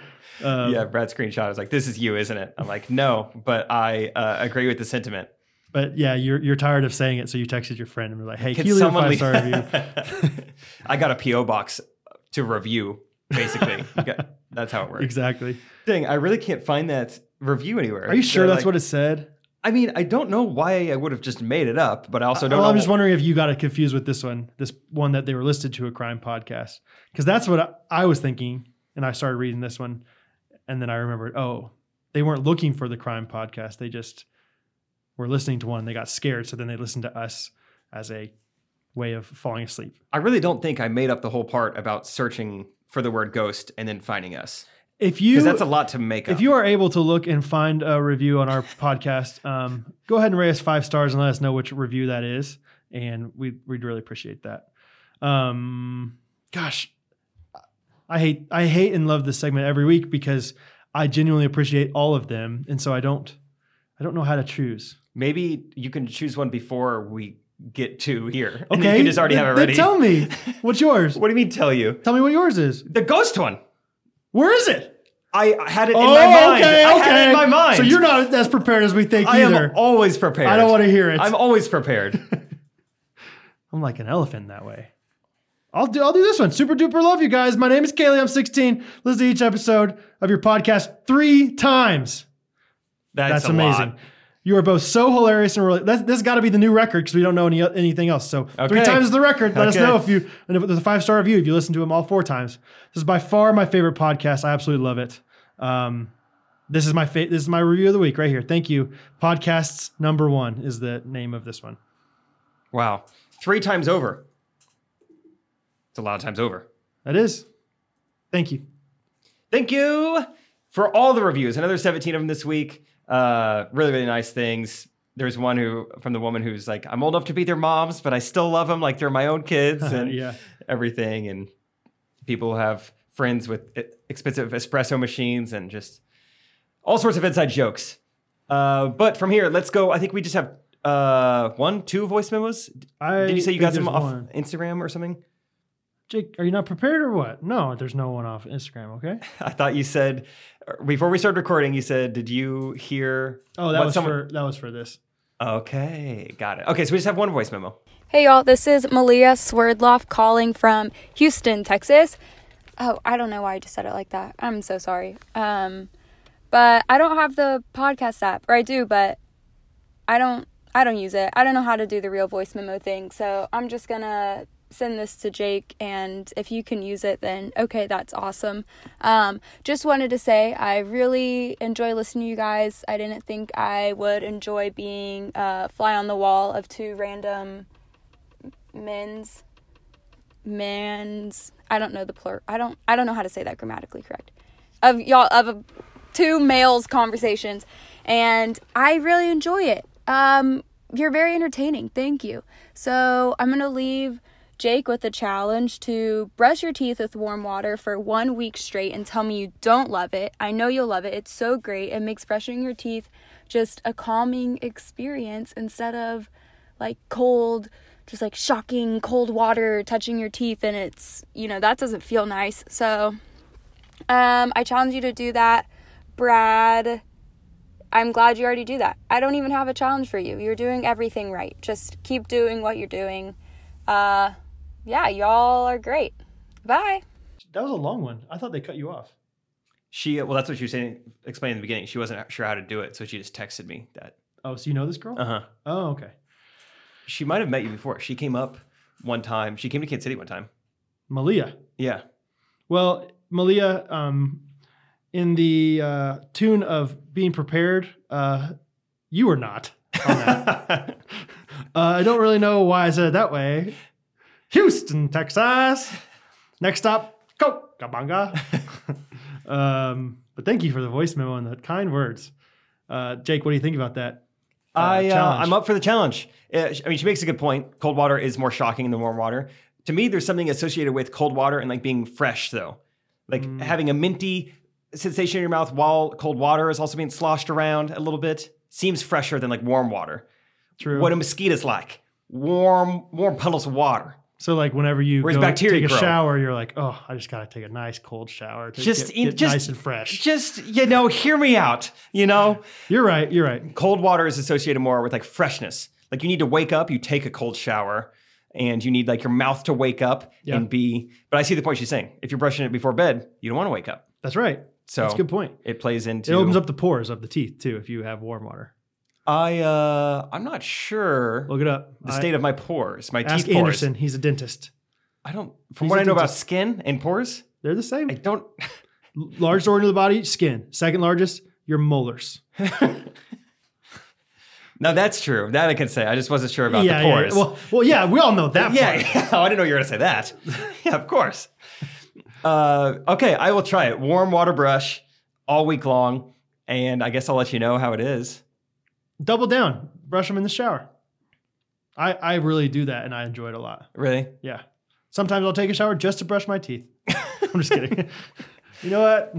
[SPEAKER 2] Um,
[SPEAKER 1] yeah, Brad screenshot. I was like, "This is you, isn't it?" I'm like, "No," but I uh, agree with the sentiment.
[SPEAKER 2] But yeah, you're you're tired of saying it, so you texted your friend and were like, "Hey,
[SPEAKER 1] Can
[SPEAKER 2] can you leave a
[SPEAKER 1] someone
[SPEAKER 2] five
[SPEAKER 1] leave?
[SPEAKER 2] star review?"
[SPEAKER 1] I got a PO box to review, basically. You got- that's how it works.
[SPEAKER 2] exactly.
[SPEAKER 1] Dang, I really can't find that review anywhere.
[SPEAKER 2] Are you sure that's what
[SPEAKER 1] It,
[SPEAKER 2] it said?
[SPEAKER 1] I mean, I don't know why I would have just made it up, but I also don't
[SPEAKER 2] Uh, Well,
[SPEAKER 1] know.
[SPEAKER 2] Oh, I'm just wondering if you got it confused with this one, this one that they were listed to a crime podcast, because that's what I, I was thinking, and I started reading this one, and then I remembered, oh, they weren't looking for the crime podcast; they just were listening to one. and They got scared, so then they listened to us as a way of falling asleep.
[SPEAKER 1] I really don't think I made up the whole part about searching for the word ghost and then finding us
[SPEAKER 2] If you
[SPEAKER 1] because that's a lot to make up.
[SPEAKER 2] If you are able to look and find a review on our podcast, um, go ahead and rate us five stars and let us know which review that is, and we we'd really appreciate that. Um, gosh, I hate I hate and love this segment every week because I genuinely appreciate all of them, and so I don't I don't know how to choose.
[SPEAKER 1] Maybe you can choose one before we get to here. And
[SPEAKER 2] Okay,
[SPEAKER 1] then you can just already have it
[SPEAKER 2] Then- then
[SPEAKER 1] ready.
[SPEAKER 2] Tell me what's yours.
[SPEAKER 1] What do you mean tell you?
[SPEAKER 2] tell me what yours is.
[SPEAKER 1] The ghost one.
[SPEAKER 2] Where is it? Oh,
[SPEAKER 1] I had it in my mind. I had it in my mind.
[SPEAKER 2] So you're not as prepared as we think
[SPEAKER 1] I am
[SPEAKER 2] either.
[SPEAKER 1] always prepared.
[SPEAKER 2] I don't want to hear it.
[SPEAKER 1] I'm always prepared.
[SPEAKER 2] I'm like an elephant that way. I'll do I'll do this one. Super duper love you guys. My name is Kaylee. I'm 16. Listen to each episode of your podcast three times.
[SPEAKER 1] That's,
[SPEAKER 2] That's
[SPEAKER 1] a
[SPEAKER 2] amazing.
[SPEAKER 1] lot.
[SPEAKER 2] You are both so hilarious and really, that's, this has got to be the new record because we don't know any anything else. So three
[SPEAKER 1] Okay.
[SPEAKER 2] times is the record. Let us
[SPEAKER 1] Okay.
[SPEAKER 2] know if you and if there's a five star review if you listen to them all four times. This is by far my favorite podcast. I absolutely love it. Um, this is my fa- this is my review of the week right here. Thank you. Podcasts number one is the name of this one.
[SPEAKER 1] Wow. Three times over. It's a lot of times over.
[SPEAKER 2] That is. Thank you.
[SPEAKER 1] Thank you for all the reviews. Another 17 of them this week. Uh, really, really nice things. There's one who from the woman who's like, I'm old enough to be their moms, but I still love them like they're my own kids and
[SPEAKER 2] Yeah.
[SPEAKER 1] everything. And people have friends with e- expensive espresso machines and just all sorts of inside jokes. Uh, but from here, let's go. I think we just have uh, one, two voice memos.
[SPEAKER 2] I
[SPEAKER 1] Did you say you
[SPEAKER 2] think
[SPEAKER 1] got some
[SPEAKER 2] there's
[SPEAKER 1] off
[SPEAKER 2] one.
[SPEAKER 1] Instagram or something?
[SPEAKER 2] Jake, are you not prepared or what? No, there's no one off Instagram. Okay.
[SPEAKER 1] I thought you said er, before we started recording. You said, "Did you hear?"
[SPEAKER 2] Oh, that
[SPEAKER 1] what
[SPEAKER 2] was
[SPEAKER 1] someone-
[SPEAKER 2] for that was for this.
[SPEAKER 1] Okay, got it. Okay, so we just have one voice memo.
[SPEAKER 7] Hey y'all, this is Malia Swerdloff calling from Houston, Texas. Oh, I don't know why I just said it like that. I'm so sorry. Um, but I don't have the podcast app, or I do, but I don't. I don't use it. I don't know how to do the real voice memo thing, so I'm just gonna send this to Jake, and if you can use it, then okay, that's awesome. Um, just wanted to say I really enjoy listening to you guys. I didn't think I would enjoy being uh, fly on the wall of two random men's men's I don't know the plural. I don't I don't know how to say that grammatically correct. Of y'all of a, two males conversations and I really enjoy it. Um you're very entertaining. Thank you. So, I'm going to leave Jake with a challenge to brush your teeth with warm water for 1 week straight and tell me you don't love it. I know you'll love it. It's so great. It makes brushing your teeth just a calming experience instead of like cold just like shocking cold water touching your teeth and it's you know that doesn't feel nice so um i challenge you to do that brad i'm glad you already do that i don't even have a challenge for you you're doing everything right just keep doing what you're doing uh yeah y'all are great bye
[SPEAKER 2] That was a long one. I thought they cut you off.
[SPEAKER 1] She well, that's what she was saying. Explained in the beginning. She wasn't sure how to do it, so she just texted me that.
[SPEAKER 2] Oh, so you know this girl?
[SPEAKER 1] Uh huh.
[SPEAKER 2] Oh, okay.
[SPEAKER 1] She might have met you before. She came up one time. She came to Kansas City one time.
[SPEAKER 2] Malia.
[SPEAKER 1] Yeah.
[SPEAKER 2] Well, Malia, um, in the uh, tune of being prepared, uh, you were not. on that. uh, I don't really know why I said it that way. Houston, Texas. Next stop, Cochabamba. um, but thank you for the voice memo and the kind words. Uh, Jake, what do you think about that? uh,
[SPEAKER 1] I uh,
[SPEAKER 2] challenge?
[SPEAKER 1] I'm up for the challenge. Uh, sh- I mean, she makes a good point. Cold water is more shocking than warm water. To me, there's something associated with cold water and like being fresh, though, like having a minty sensation in your mouth while cold water is also being sloshed around a little bit. Seems fresher than like warm water.
[SPEAKER 2] True.
[SPEAKER 1] What a mosquito's like. Warm, warm puddles of water.
[SPEAKER 2] so, like, whenever you
[SPEAKER 1] Where's
[SPEAKER 2] go
[SPEAKER 1] bacteria
[SPEAKER 2] take a
[SPEAKER 1] grow?
[SPEAKER 2] shower, you're like, oh, I just got to take a nice cold shower to
[SPEAKER 1] Just
[SPEAKER 2] get,
[SPEAKER 1] in-
[SPEAKER 2] get
[SPEAKER 1] just-
[SPEAKER 2] nice and fresh.
[SPEAKER 1] Just you know, hear me out. You know.
[SPEAKER 2] You're right. You're right.
[SPEAKER 1] cold water is associated more with like freshness. Like you need to wake up, you take a cold shower, and you need like your mouth to wake up
[SPEAKER 2] Yeah.
[SPEAKER 1] and be. But I see the point she's saying. If you're brushing it before bed, you don't want to wake up.
[SPEAKER 2] That's right.
[SPEAKER 1] So
[SPEAKER 2] That's a good point.
[SPEAKER 1] It plays into.
[SPEAKER 2] It opens up the pores of the teeth too if you have warm water.
[SPEAKER 1] I uh, I'm not sure
[SPEAKER 2] Look it up.
[SPEAKER 1] the
[SPEAKER 2] I-
[SPEAKER 1] state of my pores, my
[SPEAKER 2] ask
[SPEAKER 1] teeth
[SPEAKER 2] Anderson.
[SPEAKER 1] pores.
[SPEAKER 2] He's a dentist.
[SPEAKER 1] I don't. From
[SPEAKER 2] He's
[SPEAKER 1] what
[SPEAKER 2] a
[SPEAKER 1] I know about
[SPEAKER 2] dentist.
[SPEAKER 1] skin and pores,
[SPEAKER 2] They're the same.
[SPEAKER 1] I don't.
[SPEAKER 2] Largest organ of the body, skin. Second largest, your molars.
[SPEAKER 1] No, that's true. That I can say. I just wasn't sure about
[SPEAKER 2] yeah,
[SPEAKER 1] the pores.
[SPEAKER 2] yeah. Well, well, yeah. We all know that.
[SPEAKER 1] Yeah,
[SPEAKER 2] part.
[SPEAKER 1] yeah. "Oh, I didn't know you were gonna say that. yeah, of course. Uh, okay, I will try it. Warm water brush all week long, and I guess I'll let you know how it is.
[SPEAKER 2] Double down. Brush them in the shower. I I really do that and I enjoy it a lot.
[SPEAKER 1] Really?
[SPEAKER 2] Yeah. Sometimes I'll take a shower just to brush my teeth. I'm just kidding. you know what?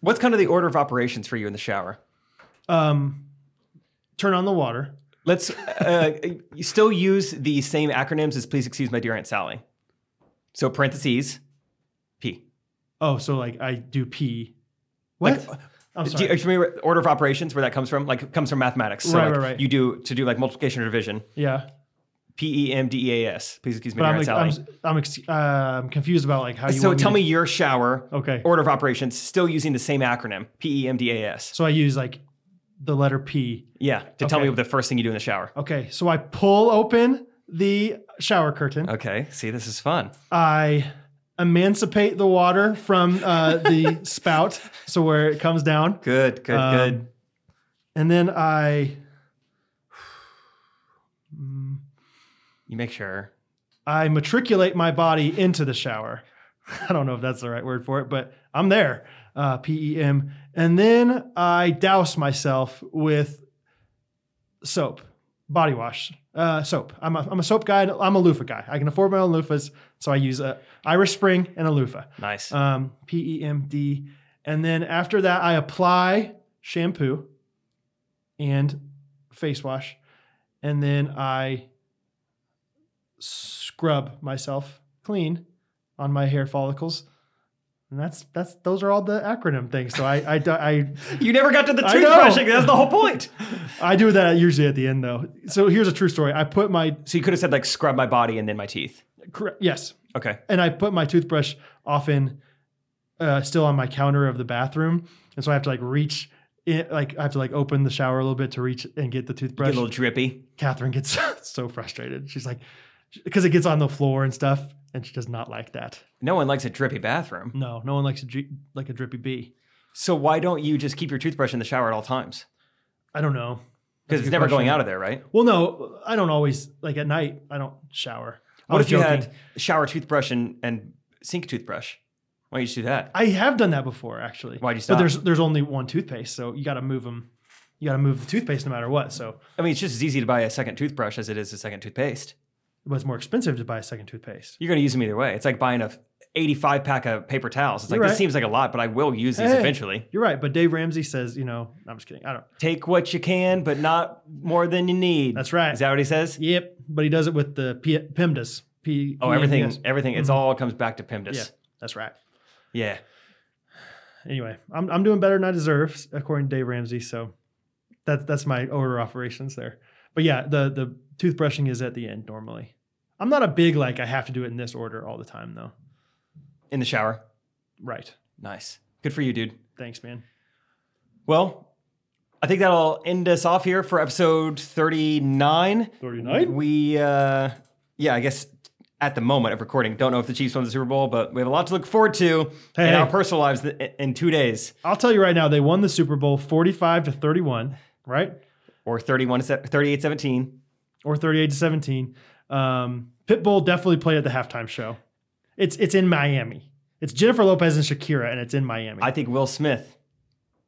[SPEAKER 1] What's kind of the order of operations for you in the shower?
[SPEAKER 2] um, turn on the water.
[SPEAKER 1] Let's uh, you still use the same acronyms as "Please excuse my dear Aunt Sally." So parentheses, P.
[SPEAKER 2] Oh, so like I do pee.
[SPEAKER 1] Like,
[SPEAKER 2] What? I'm
[SPEAKER 1] Do
[SPEAKER 2] Oh, sorry.
[SPEAKER 1] you, do you remember order of operations where that comes from? Like, it comes from mathematics. So
[SPEAKER 2] Right,
[SPEAKER 1] like,
[SPEAKER 2] right, right.
[SPEAKER 1] You do to do like multiplication or division.
[SPEAKER 2] yeah.
[SPEAKER 1] P E M D E A S. Please excuse me,
[SPEAKER 2] But
[SPEAKER 1] dear
[SPEAKER 2] I'm
[SPEAKER 1] Aunt
[SPEAKER 2] like,
[SPEAKER 1] Sally.
[SPEAKER 2] I'm, s- I'm ex- uh, I'm confused about like how you.
[SPEAKER 1] So
[SPEAKER 2] want
[SPEAKER 1] tell me
[SPEAKER 2] me.
[SPEAKER 1] your shower
[SPEAKER 2] to- okay.
[SPEAKER 1] order of operations, still using the same acronym, P E M D A S.
[SPEAKER 2] so I use like the letter P.
[SPEAKER 1] Yeah, to tell
[SPEAKER 2] Okay.
[SPEAKER 1] me the first thing you do in the shower.
[SPEAKER 2] Okay. So I pull open the shower curtain.
[SPEAKER 1] Okay, see, this is fun.
[SPEAKER 2] I emancipate the water from uh, the spout, so where it comes down.
[SPEAKER 1] Good, good,
[SPEAKER 2] Um,
[SPEAKER 1] good.
[SPEAKER 2] And then I, Mm,
[SPEAKER 1] You make sure.
[SPEAKER 2] I matriculate my body into the shower. I don't know if that's the right word for it, but I'm there. Uh, P E M. And then I douse myself with soap, body wash. Uh, soap. I'm a, I'm a soap guy. and I'm a loofah guy. I can afford my own loofahs, so I use a Irish Spring and a loofah.
[SPEAKER 1] Nice.
[SPEAKER 2] Um, P E M D. And then after that, I apply shampoo and face wash, and then I scrub myself clean on my hair follicles. And that's that's those are all the acronym things. So I I do- I,
[SPEAKER 1] you never got to the
[SPEAKER 2] I know.
[SPEAKER 1] toothbrushing. That's the whole point.
[SPEAKER 2] I do that usually at the end though. So here's a true story. I put my
[SPEAKER 1] So you could have said like scrub my body and then my teeth.
[SPEAKER 2] correct- yes,
[SPEAKER 1] Okay.
[SPEAKER 2] and I put my toothbrush often uh, still on my counter of the bathroom, and so I have to like reach. It, like I have to like open the shower a little bit to reach and get the
[SPEAKER 1] Get a
[SPEAKER 2] toothbrush.
[SPEAKER 1] little drippy.
[SPEAKER 2] Catherine gets so frustrated. She's like, because it gets on the floor and stuff, and she does not like that.
[SPEAKER 1] No one likes a drippy bathroom.
[SPEAKER 2] No, no one likes a dri- like a drippy bee.
[SPEAKER 1] So why don't you just keep your toothbrush in the shower at all times?
[SPEAKER 2] I don't know
[SPEAKER 1] Because it's never going out of there, right?
[SPEAKER 2] Well, no, I don't always like at night. I don't shower. I
[SPEAKER 1] What
[SPEAKER 2] was
[SPEAKER 1] if you
[SPEAKER 2] joking.
[SPEAKER 1] had shower toothbrush and, and sink toothbrush? Why don't you just do that?
[SPEAKER 2] I have done that before, actually.
[SPEAKER 1] Why'd you
[SPEAKER 2] But
[SPEAKER 1] stop?
[SPEAKER 2] there's there's only one toothpaste, so you got to move them. You got to move the toothpaste no matter what. So
[SPEAKER 1] I mean, it's just as easy to buy a second toothbrush as it is a second toothpaste.
[SPEAKER 2] it was more expensive to buy a second toothpaste.
[SPEAKER 1] You're going to use them either way. It's like buying a 85 pack of paper towels. It's like,
[SPEAKER 2] You're
[SPEAKER 1] this
[SPEAKER 2] right.
[SPEAKER 1] seems like a lot, but I will use these
[SPEAKER 2] Hey.
[SPEAKER 1] eventually.
[SPEAKER 2] You're right, but Dave Ramsey says, you know, I'm just kidding. I don't.
[SPEAKER 1] Take what you can, but not more than you need.
[SPEAKER 2] That's right. Mm-hmm.
[SPEAKER 1] Is that what he says?
[SPEAKER 2] Yep, but he does it with the P- PEMDAS. P.
[SPEAKER 1] Oh, everything,
[SPEAKER 2] PEMDAS.
[SPEAKER 1] everything. It's all comes back to PEMDAS.
[SPEAKER 2] Yeah, that's right.
[SPEAKER 1] Yeah.
[SPEAKER 2] Anyway, I'm I'm doing better than I deserve, according to Dave Ramsey. So that's that's my order operations there. But yeah, the the toothbrushing is at the end normally. I'm not a big like I have to do it in this order all the time though.
[SPEAKER 1] In the shower.
[SPEAKER 2] Right.
[SPEAKER 1] Nice. Good for you, dude.
[SPEAKER 2] Thanks, man.
[SPEAKER 1] Well, I think that'll end us off here for episode 39.
[SPEAKER 2] 39?
[SPEAKER 1] We, uh, yeah, I guess at the moment of recording, don't know if the Chiefs won the Super Bowl, but we have a lot to look forward to in
[SPEAKER 2] Hey.
[SPEAKER 1] our personal lives th- in two days
[SPEAKER 2] I'll tell you right now, they won the Super Bowl 45 to 31, right?
[SPEAKER 1] or 31, 38 17.
[SPEAKER 2] Or 38 to 17. Um, Pitbull definitely played at the halftime show. It's it's in Miami. It's Jennifer Lopez and Shakira, and it's in Miami.
[SPEAKER 1] I
[SPEAKER 2] I
[SPEAKER 1] think Will Smith.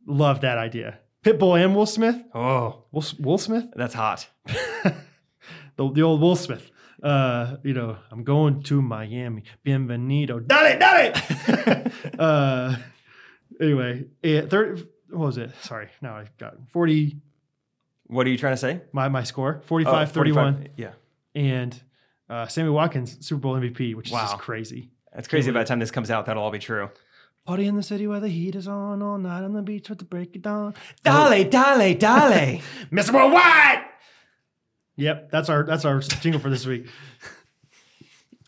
[SPEAKER 2] love that idea. Pitbull and Will Smith.
[SPEAKER 1] Oh,
[SPEAKER 2] Will, Will Smith?
[SPEAKER 1] that's hot.
[SPEAKER 2] the, the old Will Smith. Uh, you know, I'm going to Miami. Bienvenido. Dale, dale. uh, anyway, eh, thirty. What was it? Sorry, now I got forty.
[SPEAKER 1] What are you trying to say?
[SPEAKER 2] My my score
[SPEAKER 1] Oh,
[SPEAKER 2] 45, 31.
[SPEAKER 1] 45. Yeah.
[SPEAKER 2] and uh, Sammy Watkins Super Bowl MVP, which is
[SPEAKER 1] Wow.
[SPEAKER 2] just crazy.
[SPEAKER 1] That's crazy. By the time this comes out, that'll all be true.
[SPEAKER 2] Party in the city where the heat is on all night on the beach with the break of dawn.
[SPEAKER 1] Dale, dale, dale.
[SPEAKER 3] Mr. Worldwide!
[SPEAKER 2] Yep, that's our that's our jingle for this week.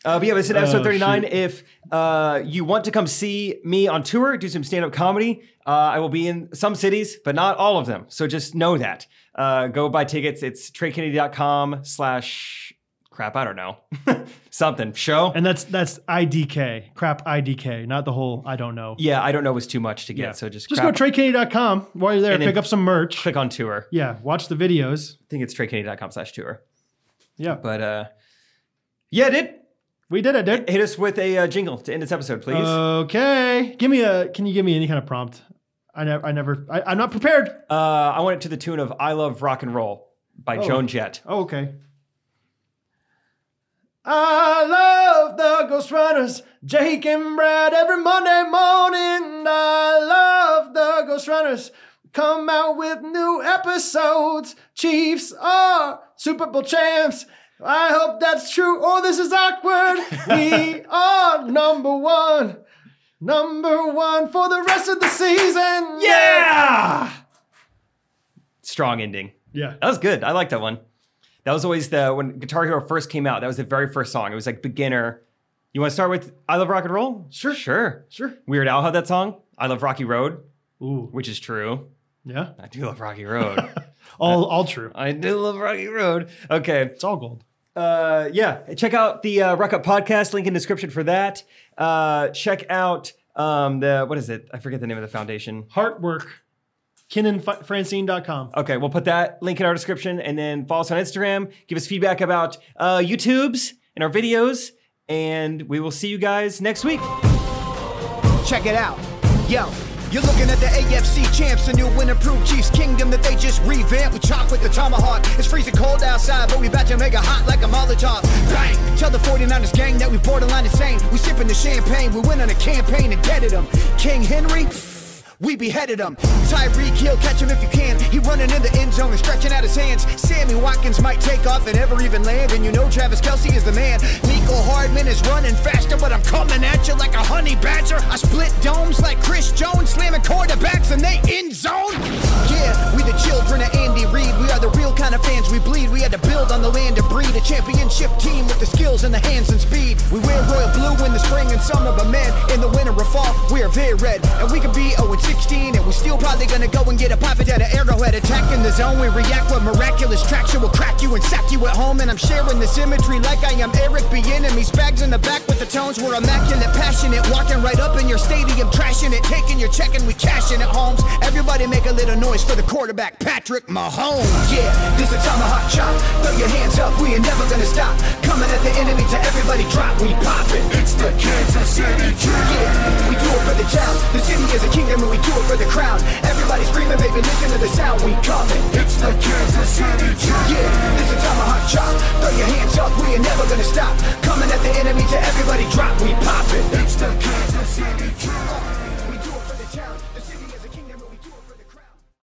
[SPEAKER 1] Uh, but yeah, this is episode
[SPEAKER 2] Oh,
[SPEAKER 1] 39.
[SPEAKER 2] shoot.
[SPEAKER 1] If uh, you want to come see me on tour, do some stand up comedy, uh, I will be in some cities, but not all of them. So just know that. Uh, go buy tickets. It's treykennedy.com slash crap. I don't know. Something. Show.
[SPEAKER 2] And that's that's IDK crap IDK, not the whole I don't know.
[SPEAKER 1] yeah, I don't know was too much to get. So just,
[SPEAKER 2] Just
[SPEAKER 1] crap.
[SPEAKER 2] go to TreyKennedy.com while you're there.
[SPEAKER 1] And then
[SPEAKER 2] pick up some merch.
[SPEAKER 1] click on tour.
[SPEAKER 2] Yeah, watch the videos.
[SPEAKER 1] I think it's treykennedy.com slash tour.
[SPEAKER 2] Yeah,
[SPEAKER 1] But uh, yeah, dude,
[SPEAKER 2] we did it, dude.
[SPEAKER 1] hit us with a uh, jingle to end this episode, please. Uh,
[SPEAKER 2] Okay, give me a. Can you give me any kind of prompt? I never. I never. I, I'm not prepared.
[SPEAKER 1] Uh, I want it to the tune of I Love Rock and Roll by
[SPEAKER 2] Oh.
[SPEAKER 1] Joan Jett.
[SPEAKER 2] Oh, okay. I love the Ghost Runners, Jake and Brad every Monday morning. I love the Ghost Runners. Come out with new episodes. Chiefs are Super Bowl champs. I hope that's true. Oh, this is awkward. We are number one. Number one for the rest of the season.
[SPEAKER 1] Yeah! Strong ending.
[SPEAKER 2] Yeah.
[SPEAKER 1] That was good. I like that one. That was always the when Guitar Hero first came out. That was the very first song. It was like beginner. You want to start with "I Love Rock and Roll"?
[SPEAKER 2] Sure.
[SPEAKER 1] sure.
[SPEAKER 2] Sure.
[SPEAKER 1] Weird Al had that song. "I Love Rocky Road,"
[SPEAKER 2] Ooh.
[SPEAKER 1] which is true.
[SPEAKER 2] Yeah.
[SPEAKER 1] I do love Rocky Road.
[SPEAKER 2] All all true.
[SPEAKER 1] I do love Rocky Road. Okay.
[SPEAKER 2] It's all gold.
[SPEAKER 1] uh, yeah, check out the uh, Ruck Up podcast. Link in description for that. Uh, check out um, the what is it? I forget the name of the foundation.
[SPEAKER 2] Heartwork. KinnanFrancine.com.
[SPEAKER 1] Okay, we'll put that link in our description, and then follow us on Instagram. Give us feedback about uh, YouTube's and our videos, and we will see you guys next week.
[SPEAKER 8] Check it out. Yo, You're looking at the AFC champs, a new win approved Chiefs kingdom that they just revamped with chocolate the tomahawk. It's freezing cold outside, but we about to make it hot like a Molotov. Bang! Tell the 49ers gang that we borderline insane. We sipping the champagne, we went on a campaign and deaded them. King Henry? We beheaded him. Tyreek Hill, catch him if you can. He running in the end zone and stretching out his hands. Sammy Watkins might take off and ever even land. And you know Travis Kelsey is the man. Nico Hardman is running faster, but I'm coming at you like a honey badger. I split domes like Chris Jones, slamming quarterbacks and they end zone. Yeah, we the children of Andy Reid. We are the real kind of fans we bleed. We had to build on the land to breed a championship team with the skills and the hands and speed. We wear royal blue in the spring and summer, but man, in the winter or fall, we are very red. And we could be 0 and 16, and we're still probably gonna go and get a pop at an arrowhead attack in the zone. We react with miraculous traction, we'll crack you and sack you at home. And I'm sharing this imagery like I am Eric B. Enemies, bags in the back with the tones. We're immaculate, passionate, walking right up in your stadium, trashing it, taking your check, and we cashing it, Holmes. Everybody make a little noise for the quarterback, Patrick Mahomes. Yeah, this a tomahawk chop. Throw your hands up, we ain't never gonna stop. Coming at the enemy to everybody drop, we poppin'. It's the Kansas City Chiefs. Yeah, we do it for the town. The city is a kingdom and we do it for the crown. Everybody screaming, baby, listen to the sound, we comin'. It's the Kansas City Chiefs. Yeah, this a tomahawk chop. Throw your hands up, we ain't never gonna stop. Coming at the enemy to everybody drop, we poppin'. It's the Kansas City Chiefs.